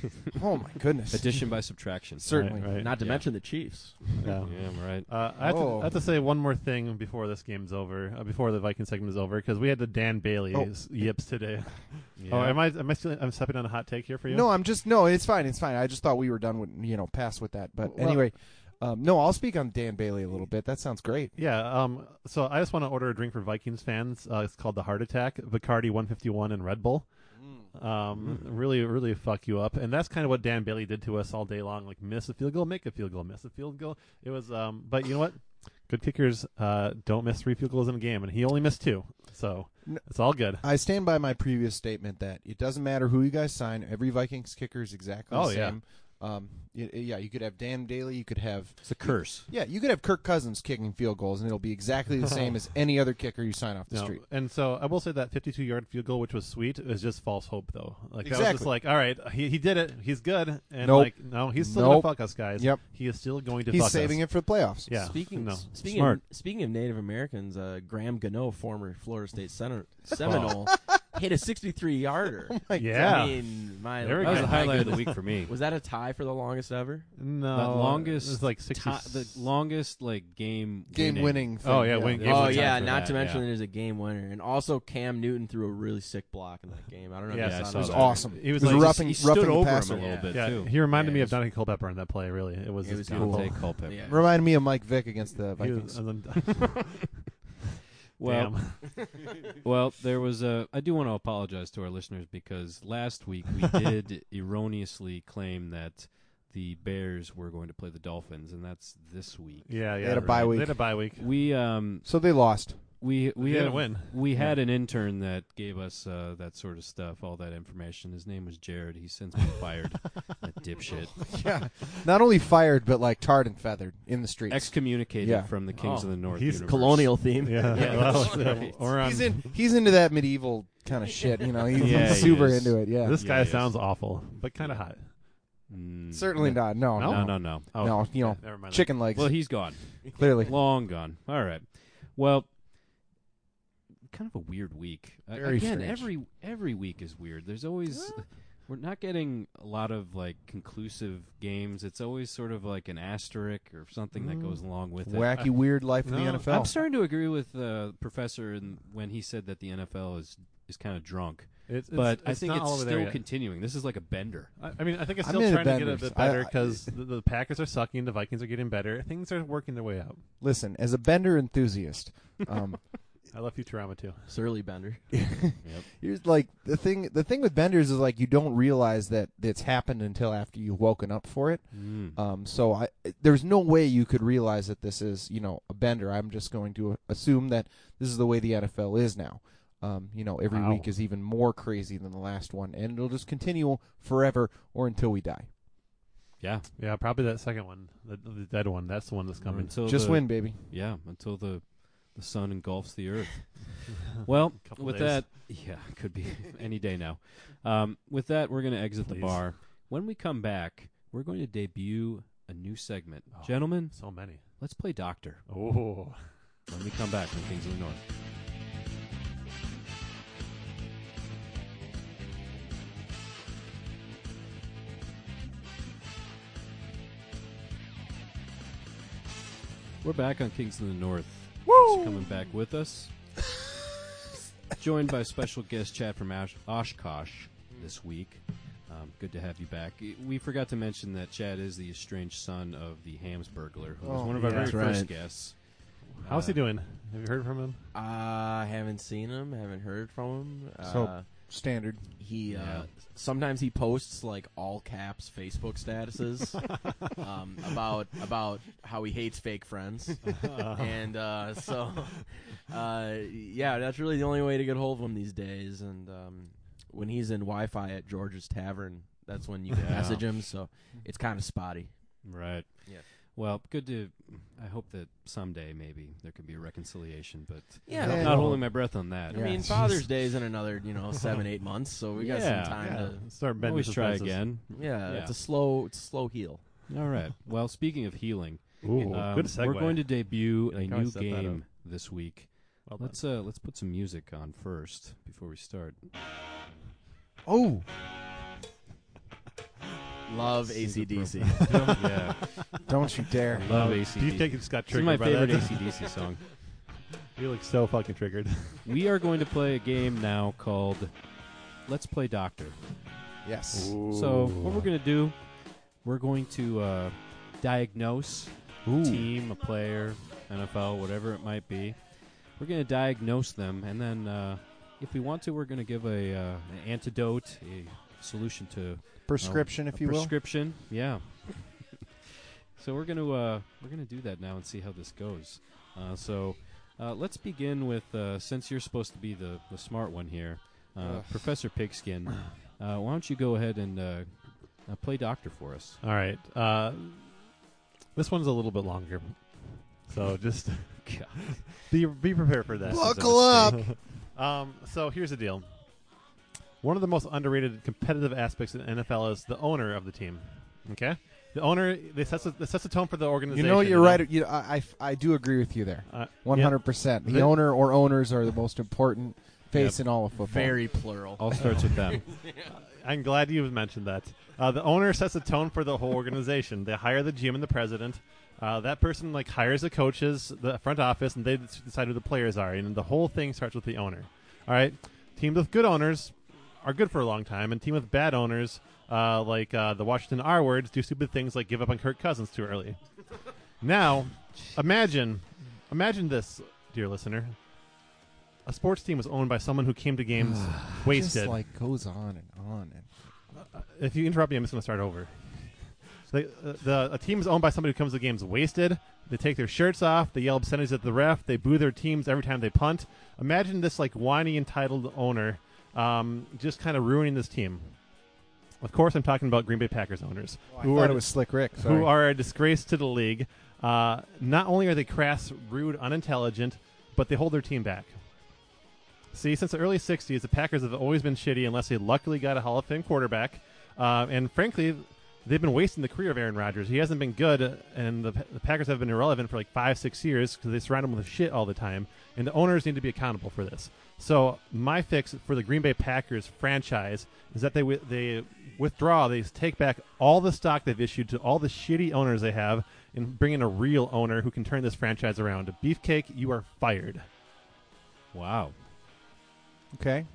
S2: Oh my goodness.
S1: Addition by subtraction.
S2: Certainly.
S3: Right, right,
S4: Not to
S1: Yeah.
S4: mention the Chiefs.
S3: yeah.
S1: Yeah, I'm right.
S3: Uh, I, have to,
S2: Oh.
S3: I have to say one more thing before this game's over, uh, before the Viking segment is over, because we had the Dan Bailey
S2: Oh.
S3: yips today.
S1: Yeah.
S3: Oh, am I am I stealing, I'm stepping on a hot take here for you?
S2: No, I'm just no. It's fine. It's fine. I just thought we were done with you know past with that. But
S3: Well-
S2: anyway, um, no, I'll speak on Dan Bailey a little bit. That sounds great.
S3: Yeah. Um. So I just want to order a drink for Vikings fans. Uh, it's called the Heart Attack, Bacardi 151, and Red Bull. Um.
S2: Mm.
S3: Really, really fuck you up, and that's kind of what Dan Bailey did to us all day long. Like miss a field goal, make a field goal, miss a field goal. It was. Um. But you know what? Good kickers uh, don't miss three field goals in a game, and he only missed two. So
S2: No.
S3: it's all good.
S2: I stand by my previous statement that it doesn't matter who you guys sign. Every Vikings kicker is exactly
S3: Oh,
S2: the
S3: yeah.
S2: same. Um, y- yeah, you could have Dan Bailey. You could have
S1: It's a curse.
S2: yeah, you could have Kirk Cousins kicking field goals, and it'll be exactly the same as any other kicker you sign off the
S3: No,
S2: street.
S3: And so I will say that 52 yard field goal, which was sweet, is just false hope though. Like that was just
S2: Exactly.
S3: like, all right, he, he did it, he's good, and
S2: Nope.
S3: like no, he's still
S2: Nope.
S3: gonna fuck us guys.
S2: Yep.
S3: he is still going to.
S2: He's
S3: fuck
S2: saving
S3: us.
S2: it for the playoffs.
S3: Yeah.
S4: Speaking
S3: no.
S4: speaking
S1: Smart.
S4: Of, speaking of Native Americans, uh, Graham Gano, former Florida State Sen- Seminole, hit a 63 yarder.
S3: yeah.
S4: I mean, my,
S3: There we
S1: That was
S3: go.
S1: the
S4: my
S1: highlight of the
S4: goodness.
S1: week for me.
S4: Was that a tie for the longest ever?
S3: no,
S1: the longest
S3: It's like 60,
S1: ti- the longest like game
S2: Game winning.
S3: Oh, yeah, win-
S1: winning.
S3: game
S4: oh
S3: winning
S4: yeah,
S3: for
S4: not to
S1: that,
S4: mention
S1: yeah.
S4: there's a game winner, and also Cam Newton threw a really sick block in that game. I don't know.
S3: Yeah,
S4: if
S1: I
S4: you
S1: saw
S4: saw
S1: that.
S2: It was
S1: Oh,
S2: awesome.
S3: He was
S2: it was
S3: like-
S2: roughing,
S1: he
S2: roughing
S1: stood
S2: the
S1: over
S2: passer.
S1: him a little
S4: Yeah.
S1: bit
S3: Yeah,
S1: too.
S3: he reminded
S4: Yeah,
S3: me
S4: it
S3: of Donnie Culpepper in that play. Really, it was
S4: It
S3: just
S4: was
S3: beautiful.
S1: Dante Culpepper.
S4: Yeah.
S2: Reminded me of Mike Vick against the
S3: He
S2: Vikings.
S3: was- and then-
S1: Well,
S3: Damn.
S1: well, there was a. I do want to apologize to our listeners because last week we did erroneously claim that the Bears were going to play the Dolphins, and that's this week.
S3: yeah, yeah,
S2: had a bye week.
S3: They had a bye week.
S1: We um
S2: So they lost.
S1: we we
S3: They
S1: had
S3: didn't win.
S1: We had an intern that gave us uh, that sort of stuff, all that information. His name was Jared. He's since been fired. a dipshit.
S2: yeah. Not only fired, but like tarred and feathered in the streets.
S1: Excommunicated
S2: Yeah.
S1: from the Kings
S4: Oh,
S1: of the North.
S3: he's
S1: universe.
S4: Colonial theme.
S3: Yeah,
S1: Yeah,
S3: well,
S1: that's
S3: yeah,
S1: right.
S3: we're on-
S2: he's in. He's into that medieval kind of shit. You know, he's,
S1: Yeah,
S2: he's
S1: he
S2: super
S1: is.
S2: into it. Yeah.
S3: This
S1: Yeah,
S3: guy
S1: he is.
S3: sounds awful, but kind of hot.
S1: Mm,
S2: Certainly not. No.
S1: No,
S2: No.
S1: no, no.
S3: Oh,
S2: No, you know,
S3: never mind. that.
S2: Chicken legs.
S1: Well, he's gone.
S2: clearly.
S1: Long gone. All right. Well, kind of a weird week. Uh,
S2: Very
S1: Again,
S2: strange.
S1: every every week is weird. There's always we're not getting a lot of like conclusive games. It's always sort of like an asterisk or something that
S3: Mm.
S1: goes along with it.
S2: Wacky, weird life
S3: No.
S2: in the
S1: I'm
S2: NFL.
S1: starting to agree with uh, Professor in, when he said that the NFL is is kind of drunk,
S3: It's, it's,
S1: but I
S3: it's
S1: think
S3: not
S1: it's
S3: all over there
S1: still
S3: yet.
S1: continuing. This is like a bender.
S3: I I mean, I think it's
S2: I'm
S3: still
S2: into
S3: trying to get a
S2: Benders.
S3: bit
S2: I-
S3: better
S2: I-
S3: because the, the Packers are sucking, the Vikings are getting better. Things are working their way out.
S2: Listen, as a Bender enthusiast, um,
S3: I love Futurama too.
S4: Surly Bender.
S2: here's like the thing. The thing with Benders is like you don't realize that it's happened until after you've woken up for it.
S3: Uh,
S1: Mm.
S2: Um, so I, there's no way you could realize that this is, you know, a bender. I'm just going to assume that this is the way the NFL is now. Um, you know, every
S3: Wow.
S2: week is even more crazy than the last one, and it'll just continue forever or until we die.
S1: yeah,
S3: Yeah, probably that second one, the, the dead one. That's the one that's coming.
S1: until
S2: just
S1: the-
S2: win, baby.
S1: Yeah, until the the sun engulfs the earth. Well,
S3: Couple
S1: with
S3: days.
S1: that, yeah, could be any day now. Um, with that, we're going to exit
S3: Please.
S1: the bar. When we come back, we're going to debut a new segment.
S3: Oh.
S1: Gentlemen,
S3: So many.
S1: let's play Doctor
S3: Oh,
S1: when we come back from Kings of the North. We're back on Kings of the North. Woo! coming back with us. Joined by special guest Chad from Ash- Oshkosh this week. Um, good to have you back. I- We forgot to mention that Chad is the estranged son of the Hamsburglar, who was
S2: Oh,
S1: one of our
S3: yeah.
S1: very
S4: That's right.
S1: first guests.
S3: how's he
S1: Uh,
S3: doing? Have you heard from him?
S4: I Uh, haven't seen him. Haven't heard from him. Uh,
S2: So- Standard.
S4: he uh,
S1: Yeah.
S4: sometimes he posts like all caps Facebook statuses um, about about how he hates fake friends, and uh, so uh, yeah, that's really the only way to get hold of him these days. And um, when he's in Wi-Fi at George's Tavern, that's when you can
S1: Yeah.
S4: message him. So it's kind of spotty.
S1: Right.
S4: Yeah.
S1: Well, good to. I hope that someday maybe there could be a reconciliation, but
S4: Yeah.
S1: I'm
S2: Yeah.
S1: not holding my breath on that.
S4: I
S2: Yeah.
S4: mean, Father's Day is in another, you know, seven eight months, so we got
S1: Yeah.
S4: some time
S3: Yeah.
S4: to.
S3: Start bending.
S1: Always
S3: some
S1: try
S3: fences.
S1: again.
S4: Yeah,
S1: Yeah.
S4: it's a slow, it's a slow heal.
S1: All right. Well, speaking of healing,
S3: Ooh,
S1: um,
S3: good segue.
S1: we're going to debut
S3: Like
S1: a
S3: how I
S1: new
S3: set that
S1: game this week.
S3: Well done.
S1: Let's uh, let's put some music on first before we start.
S2: Oh,
S4: Love
S1: Yes.
S4: ACDC.
S1: yeah,
S2: Don't you dare.
S1: I love ACDC.
S3: Beefcake just got
S1: This is
S3: triggered
S1: my
S3: by
S1: favorite
S3: that.
S1: ACDC song.
S3: You look so fucking triggered.
S1: We are going to play a game now called Let's Play Doctor.
S2: Yes.
S1: So what we're going to do, we're going to uh, diagnose a team, a player, NFL, whatever it might be. We're going to diagnose them, and then uh, if we want to, we're going to give a uh, an antidote, a solution to
S2: Prescription, if
S1: a
S2: you will.
S1: prescription. Yeah. so we're gonna uh, we're gonna do that now and see how this goes. Uh, so uh, let's begin with uh, since you're supposed to be the, the smart one here, uh,
S2: Ugh.
S1: Professor Pigskin. Uh, why don't you go ahead and uh, uh, play doctor for us?
S3: All right. Uh, this one's a little bit longer. So just
S1: God.
S3: be, be prepared for that.
S1: This is a
S2: Buckle up.
S1: mistake.
S3: Um, so here's the deal. One of the most underrated competitive aspects of the NFL is the owner of the team. Okay, the owner they sets the, they sets the tone for the
S2: You
S3: organization.
S2: know, you're right. You, I, I, I do agree with you there.
S3: Uh,
S2: 100%. The
S3: The-
S2: owner or owners are the most important face in all of football.
S4: Very plural.
S1: All starts with them.
S3: I'm glad you mentioned that. Uh, the owner sets the tone for the whole organization. they hire the GM and the president. Uh, that person like hires the coaches, the front office, and they s- decide who the players are. And the whole thing starts with the owner. All right, teams with good owners are good for a long time, and team with bad owners, uh, like uh, the Washington R words, do stupid things like give up on Kirk Cousins too early. now, imagine, imagine this, dear listener. A sports team was owned by someone who came to games wasted
S2: Just like goes on and on. And
S3: if you interrupt me, I'm just going to start over. So they, uh, the a team is owned by somebody who comes to the games wasted. They take their shirts off. They yell obscenities at the ref. They boo their teams every time they punt. Imagine this like whiny, entitled owner um, just kind of ruining this team. Of course, I'm talking about Green Bay Packers owners
S2: who are, Oh, it was Slick Rick.
S3: who are a disgrace to the league. Uh, not only are they crass, rude, unintelligent, but they hold their team back. See, since the early 60s, the Packers have always been shitty unless they luckily got a Hall of Fame quarterback. Uh, and frankly, they've been wasting the career of Aaron Rodgers. He hasn't been good, uh, and the, the Packers have been irrelevant for like five, six years because they surround him with shit all the time. And the owners need to be accountable for this. So my fix for the Green Bay Packers franchise is that they wi- they withdraw, they take back all the stock they've issued to all the shitty owners they have, and bring in a real owner who can turn this franchise around. Beefcake, you are fired.
S1: Wow,
S2: Okay.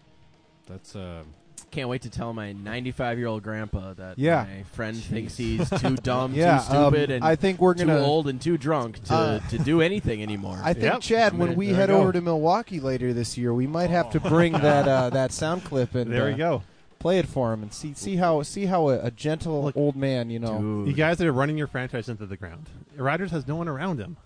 S1: that's uh,
S4: Can't wait to tell my 95 year old grandpa that
S2: Yeah.
S4: my friend
S1: Jeez.
S4: thinks he's too dumb,
S2: yeah.
S4: too stupid,
S2: um,
S4: and
S2: I think we're
S4: too
S2: going to.
S4: old and too drunk to,
S2: Uh,
S4: to do anything anymore.
S2: I think
S3: Yep.
S2: Chad,
S4: I'm
S2: when
S4: gonna-
S2: we
S3: there we
S2: head
S3: go. Oh.
S2: over to Milwaukee later this year, we might have to bring that uh, that sound clip and
S3: there
S2: uh,
S3: we go.
S2: play it for him and see see how see how a, a gentle
S3: Look-
S2: old man, you know.
S3: You guys are running your franchise into the ground. Rodgers has no one around him.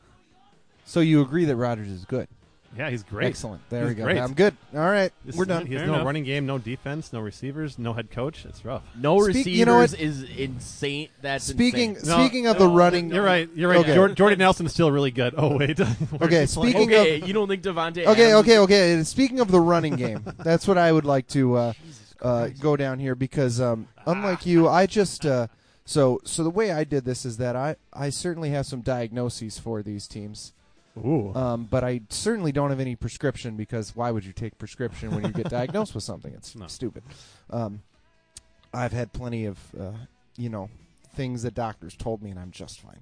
S2: So you agree that Rodgers is good?
S3: Yeah, he's great.
S2: Excellent. There
S3: He's
S2: we go.
S3: great.
S2: I'm good. All right,
S3: This-
S2: we're done.
S3: He has
S1: Fair
S3: no
S1: enough.
S3: running game, no defense, no receivers, no head coach. It's rough.
S4: no
S2: Speak-
S4: receivers
S2: you know
S4: is insane. That's
S2: Speaking
S4: insane.
S3: No,
S2: speaking of the
S4: no,
S2: running,
S3: You're right. You're right.
S2: Okay.
S3: Jor- Jordan Nelson's still really good. Oh wait. Where
S2: Okay,
S3: is he playing?
S2: speaking
S4: Okay, you don't think Devontae?
S2: Okay,
S4: Adams
S2: okay, okay. And Speaking of the running game, that's what I would like to uh, uh, go down here because, um, unlike you, I just uh, so so the way I did this is that I I certainly have some diagnoses for these teams,
S3: Ooh.
S2: um, but I certainly don't have any prescription because why would you take prescription when you get diagnosed with something? It's
S1: No.
S2: stupid. Um, I've had plenty of uh, you know things that doctors told me, and I'm just fine.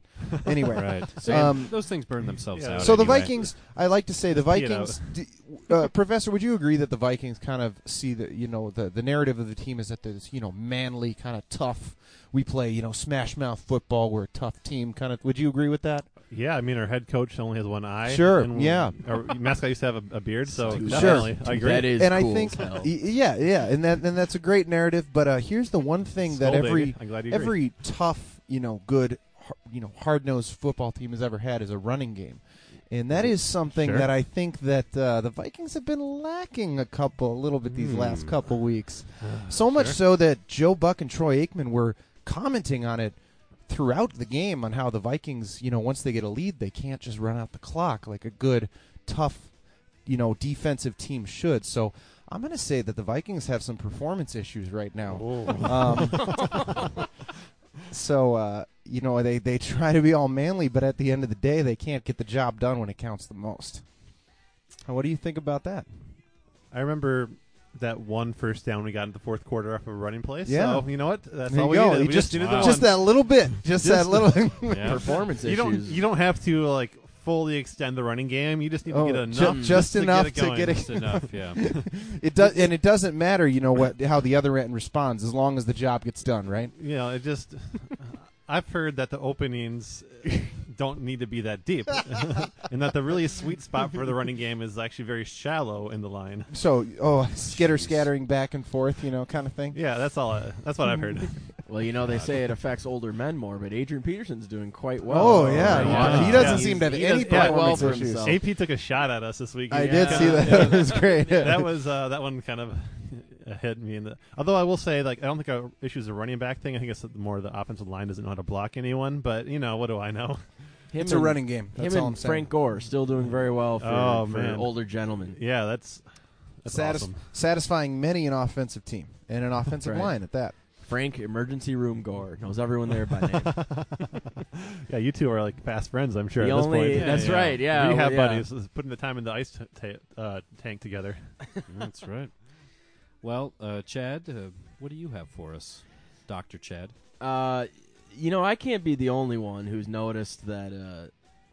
S2: Anyway,
S1: right. So
S2: Um,
S1: those things burn themselves
S3: Yeah.
S1: out.
S2: so the
S1: anyway.
S2: Vikings, I like to say the
S3: Just pee it
S2: Vikings. D- uh, Professor, would you agree that the Vikings kind of see the you know the the narrative of the team is that there's you know manly kind of tough. We play you know smash mouth football. We're a tough team. Kind of. Would you agree with that?
S3: Yeah, I mean, our head coach only has one eye.
S2: Sure,
S3: and
S2: yeah.
S3: Our mascot used to have a, a beard, so
S1: Sure.
S3: definitely, I agree.
S4: That is
S2: and
S4: cool
S2: I think
S4: as hell.
S2: y- yeah, yeah, and that and that's a great narrative. But uh, here's the one thing that
S3: Skull, baby.
S2: every
S3: I'm glad you agree.
S2: every tough, you know, good, har- you know, hard-nosed football team has ever had is a running game, and that is something
S3: Mm-hmm. Sure.
S2: that I think that uh, the Vikings have been lacking a couple, a little bit these
S1: Hmm.
S3: Mm.
S2: last couple weeks. So much so that Joe Buck and Troy Aikman were commenting on it throughout the game on how the Vikings, you know, once they get a lead, they can't just run out the clock like a good, tough, you know, defensive team should. So. I'm going to say that the Vikings have some performance issues right now. Um, so uh, you know they they try to be all manly, but at the end of the day, they can't get the job done when it counts the most. And What do you think about that?
S3: I remember that one first down we got in the fourth quarter off of a running play.
S2: Yeah.
S3: So you know what? That's
S2: There
S3: all
S2: you
S3: we
S2: go.
S3: needed.
S2: You
S3: We just,
S2: just-
S3: needed the
S1: wow.
S3: one.
S2: Just that little bit. Just,
S3: Just
S2: that little.
S1: Yeah.
S4: Performance
S3: you don't
S4: issues.
S3: you don't have to like fully extend the running game. You just need
S2: Oh,
S3: to get
S2: ju-
S3: enough,
S2: just
S3: to
S2: enough
S3: get
S2: to
S3: it going.
S2: get it-
S1: Just enough, yeah.
S2: it does, and it doesn't matter. You know what? How the other end responds, as long as the job gets done, right?
S3: You know, it just. I've heard that the openings don't need to be that deep, and that the really sweet spot for the running game is actually very shallow in the line.
S2: So, oh, skitter
S1: Jeez.
S2: scattering back and forth, you know, kind of thing.
S3: Yeah, that's all. I, that's what I've heard.
S4: Well, you know they say it affects older men more, but Adrian Peterson's doing quite well.
S2: Oh, yeah.
S1: Yeah.
S2: He doesn't
S4: He's-
S2: seem to have
S4: he
S2: any
S4: does quite
S2: performance
S4: well for
S2: issues.
S4: himself.
S3: AP took a shot at us this week.
S2: I
S3: Yeah.
S2: did see that.
S3: Yeah.
S2: It was great.
S3: that was uh, that one kind of hit me in the. Although I will say, like, I don't think our issue is a running back thing. I think it's more the offensive line doesn't know how to block anyone. But you know, what do I know?
S4: Him
S2: it's a
S4: and-
S2: running game. That's
S4: him
S2: all
S4: and
S2: I'm saying.
S4: Frank Gore still doing very well for,
S3: Oh,
S4: for
S3: man.
S4: older gentlemen.
S3: Yeah, that's that's
S2: Satis-
S3: awesome.
S2: Satisfying many an offensive team and an offensive
S4: Right.
S2: line at that.
S4: Frank Emergency Room Gore knows everyone there by name.
S3: Yeah, you two are like fast friends. I'm sure.
S4: The
S3: at this
S4: only-
S3: point.
S4: that's right, yeah,
S3: we have
S4: well, yeah.
S3: buddies is putting the time in the ice t- ta- uh, tank together.
S1: That's right. Well, uh, Chad, uh, what do you have for us, Doctor Chad?
S4: Uh, you know, I can't be the only one who's noticed that uh,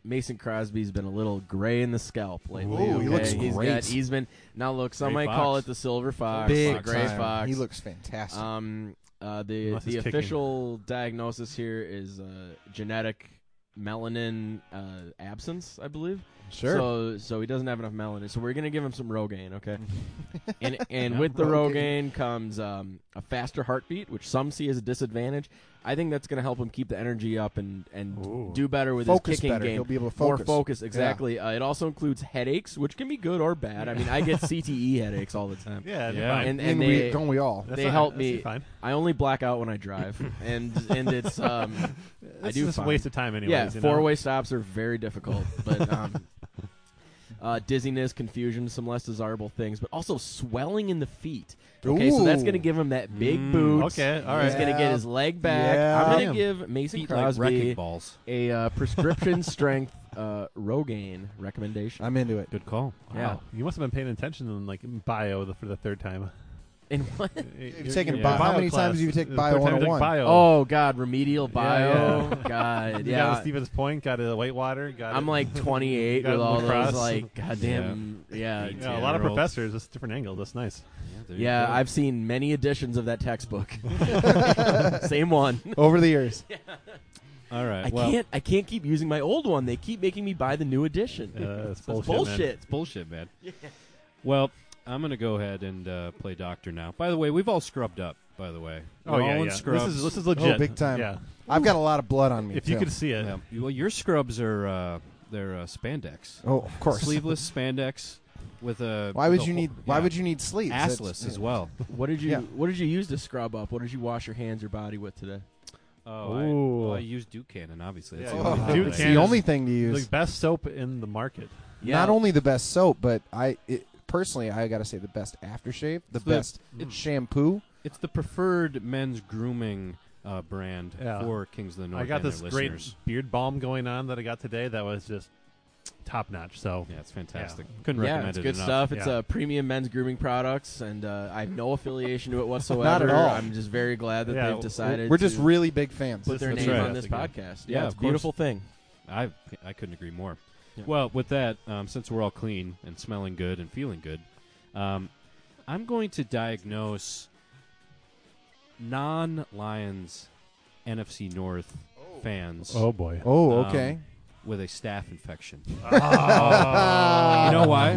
S4: Mason Crosby's been a little gray in the scalp lately.
S2: Ooh, he
S4: okay?
S2: looks
S4: He's
S2: great.
S4: got- he's been now. Look, some
S1: Gray
S4: might call
S1: fox.
S4: it the silver fox,
S2: Big
S4: the gray
S2: time.
S4: fox.
S2: He looks fantastic.
S4: Um, uh, the
S3: Unless
S4: the
S3: it's kicking.
S4: official diagnosis here is uh, genetic melanin uh, absence, I believe.
S2: sure.
S4: So so he doesn't have enough melanin. So we're gonna give him some Rogaine, okay? and and
S1: Yeah.
S4: with the
S2: Rogaine.
S4: Rogaine comes um, a faster heartbeat, which some see as a disadvantage. I think that's gonna help him keep the energy up and and
S3: Ooh.
S4: do better with
S2: focus
S4: his kicking
S2: better.
S4: game.
S2: He'll be able to
S4: More
S2: focus.
S4: focus, exactly. Uh, it also includes headaches, which can be good or bad. I mean, I get CTE headaches all the time.
S3: Yeah,
S1: Yeah.
S3: fine.
S4: And
S2: I mean,
S4: and
S2: we,
S4: they,
S2: don't we all?
S3: That's
S4: they
S3: fine.
S4: help
S3: That's
S4: me-
S3: Fine.
S4: I only black out when I drive, and and it's um,
S3: It's
S4: do
S3: just a
S4: fine.
S3: waste of time, anyways.
S4: yeah,
S3: you know?
S4: four way stops are very difficult, but um, uh, dizziness, confusion, some less desirable things, but also swelling in the feet. Okay, so that's
S2: Ooh.
S4: going to give him that big
S1: Mm,
S4: boot.
S3: Okay, all right.
S4: He's
S2: Yeah.
S4: going to get his leg back.
S2: Yeah.
S4: I'm
S1: Damn.
S4: going to give Mason
S1: Feet like wrecking
S4: Crosby
S1: balls.
S4: a uh, prescription strength uh, Rogaine recommendation.
S2: I'm into it.
S1: Good call.
S4: Yeah.
S3: Wow. you must have been paying attention in like bio the, for the third time.
S4: And what?
S3: You've
S2: taken bio- how many times have you taken bio 101?
S3: Bio.
S4: Oh God, remedial bio.
S3: yeah.
S4: God,
S3: You got
S4: yeah.
S3: to Stevens Point, got to Whitewater, got
S4: I'm
S3: to-
S4: like 28
S3: Got
S4: with all
S3: lacrosse.
S4: those like goddamn yeah.
S1: Yeah.
S3: Yeah, a lot of
S1: 10-year-olds.
S3: professors. It's different angles. That's nice.
S1: Yeah, there you
S4: Yeah,
S1: go.
S4: I've seen many editions of that textbook. Same one.
S2: Over the years.
S1: All right.
S4: I
S1: well,
S4: can't. I can't keep using my old one. They keep making me buy the new edition.
S3: Uh, it's
S4: That's
S3: bullshit. man.
S4: bullshit.
S1: It's bullshit, man. Well, I'm gonna go ahead and uh, play doctor now. By the way, we've all scrubbed up. By the way,
S3: Oh
S1: We're
S3: yeah,
S1: all in
S3: yeah.
S1: scrubs.
S3: This is this is legit.
S2: Oh, big time.
S3: Yeah.
S2: I've got a lot of blood on me.
S3: If you
S2: too.
S3: could see it,
S1: Yeah. Well, your scrubs are uh, they're uh, spandex,
S2: Oh, of course.
S1: sleeveless spandex with a.
S2: Why
S1: with a
S2: would you
S1: whole-
S2: need? Why
S1: yeah.
S2: would you need sleeves? That's-
S1: assless as
S2: yeah.
S1: well?
S4: What did you
S2: Yeah.
S4: What did you use to scrub up? What did you wash your hands or body with today?
S1: Oh, I,
S3: Ooh.
S1: well, I use Duke Cannon, obviously. That's
S3: Yeah,
S1: the only
S2: Oh,
S1: thing
S3: Duke
S1: that I
S2: it's
S1: use.
S2: the only thing to
S3: the
S2: use.
S3: best soap in the market.
S2: Not only the best soap, but I it, personally, I got to say the best aftershave, the
S1: It's the-
S2: best shampoo.
S1: It's the preferred men's grooming uh, brand
S3: Yeah.
S1: for Kings of the North.
S3: I got
S1: and their
S3: this great
S1: listeners.
S3: beard balm going on that I got today. That was just top notch. So
S1: Yeah, it's fantastic. Couldn't
S4: yeah,
S1: recommend
S4: it's
S1: it
S4: good
S1: enough.
S4: stuff. It's
S3: Yeah.
S4: uh, premium men's grooming products, and uh, I have no affiliation to it whatsoever.
S2: Not at all.
S4: I'm just very glad that
S3: Yeah,
S4: they've
S3: we're-
S4: decided.
S2: We're just
S4: to
S2: really big fans.
S4: put their
S1: That's
S4: name
S1: right.
S4: on this podcast.
S1: Yeah, of
S4: it's a
S1: course.
S4: beautiful thing.
S1: I I couldn't agree more.
S4: Yeah.
S1: Well, with that, um, since we're all clean and smelling good and feeling good, um, I'm going to diagnose non-Lions NFC North fans
S3: Oh boy.
S2: Oh,
S1: Um,
S2: okay.
S1: with a staph infection.
S3: Oh.
S1: You know why?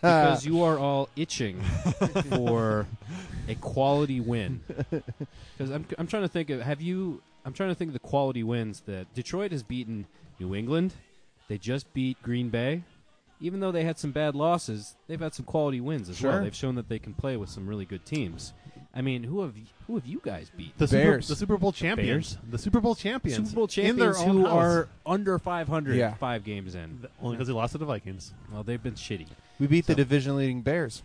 S1: because you are all itching for a quality win. Because I'm, I'm trying to think of have you? I'm trying to think of the quality wins that Detroit has beaten New England. They just beat Green Bay. Even though they had some bad losses, they've had some quality wins as
S2: Sure.
S1: well. They've shown that they can play with some really good teams. I mean, who have who have you guys beat?
S3: the
S2: Bears.
S3: Super, the Super Bowl champions. The Super Bowl champions.
S1: Super Bowl
S3: in their
S1: champions
S3: own
S1: who
S3: house.
S1: are under 500
S2: Yeah.
S1: five games in.
S3: only because they lost to the Vikings.
S1: Well, they've been shitty.
S2: we beat the
S1: so-
S2: division leading Bears.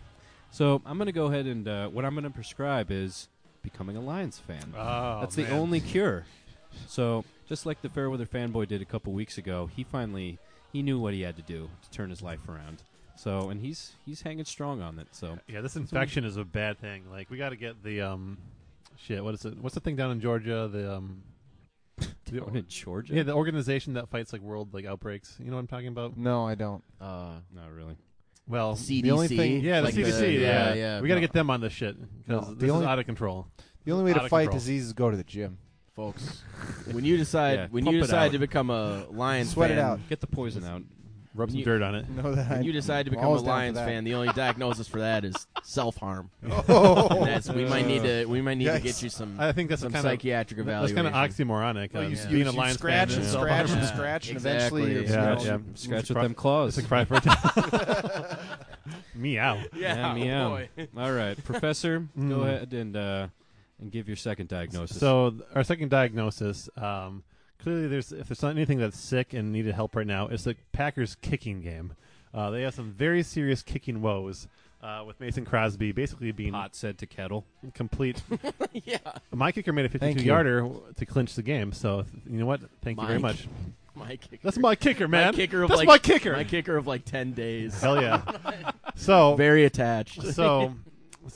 S1: So I'm going to go ahead and uh, what I'm going to prescribe is becoming a Lions fan.
S3: Oh,
S1: That's the only cure. So just like the Fairweather fanboy did a couple weeks ago, he finally he knew what he had to do to turn his life around. So and he's he's hanging strong on it. So
S3: Yeah, this infection is a bad thing. Like we got to get the um, shit. What is it? What's the thing down in Georgia? The um, the-
S1: Down in Georgia,
S3: yeah, the organization that fights like world like outbreaks. You know what I'm talking about?
S2: No, I don't.
S4: Uh,
S1: not really.
S3: Well,
S4: CDC.
S2: the only thing-
S3: yeah, the
S4: like
S3: CDC.
S4: the-
S3: yeah,
S4: yeah, yeah.
S3: We got to
S4: No.
S3: get them on this shit
S2: No,
S3: because
S2: the
S3: this
S2: only-
S3: is out of control.
S2: The only way
S3: Out
S2: to
S3: of
S2: fight
S3: control.
S2: disease is go to the gym.
S4: folks. when you decide
S1: Yeah,
S4: when
S1: pump
S4: you
S1: it
S4: decide
S1: out.
S4: to become a Lions
S2: Sweat it
S4: fan,
S2: out.
S1: Get the poison out.
S3: Rub some
S4: You-
S3: dirt on it.
S2: No, that
S4: When you decide to
S2: I'm
S4: become a
S2: always down for
S4: Lions
S2: that.
S4: fan, the only diagnosis for that is self harm.
S2: Oh.
S4: And that's we might need to we might need to get
S2: Yikes.
S4: you some
S3: I think that's
S4: some
S3: kind of
S4: psychiatric
S3: that's
S4: evaluation.
S3: kind of oxymoronic.
S2: Well,
S3: um,
S2: you-
S4: yeah.
S3: being
S2: you-
S3: a
S2: you
S3: Lions
S2: scratch
S3: fan
S2: and
S3: is
S2: scratch
S3: self-harm.
S2: and scratch, and eventually
S4: Exactly.
S2: it's, you
S3: Yeah,
S2: know,
S3: yeah.
S1: Scratch with
S3: Cry-
S1: them claws.
S3: It's a cry for Meow.
S1: Yeah, meow.
S4: boy.
S1: All right, Professor, go
S3: Mm.
S1: ahead and uh, and give your second diagnosis.
S3: So th- our second diagnosis, um, clearly, there's if there's not anything that's sick and needed help right now, it's the Packers kicking game. Uh, they have some very serious kicking woes. Uh, with Mason Crosby basically being
S1: Pot said to kettle.
S3: complete,
S4: yeah.
S3: my kicker made a
S2: Thank
S3: 52
S2: you.
S3: yarder to clinch the game. So th- you know what? Thank you very
S4: Mike.
S3: much.
S4: My kicker.
S3: That's my kicker, man.
S4: kicker of
S3: that's
S4: like-
S3: my kicker.
S4: My kicker of like ten days.
S3: Hell yeah. so
S4: Very attached.
S3: so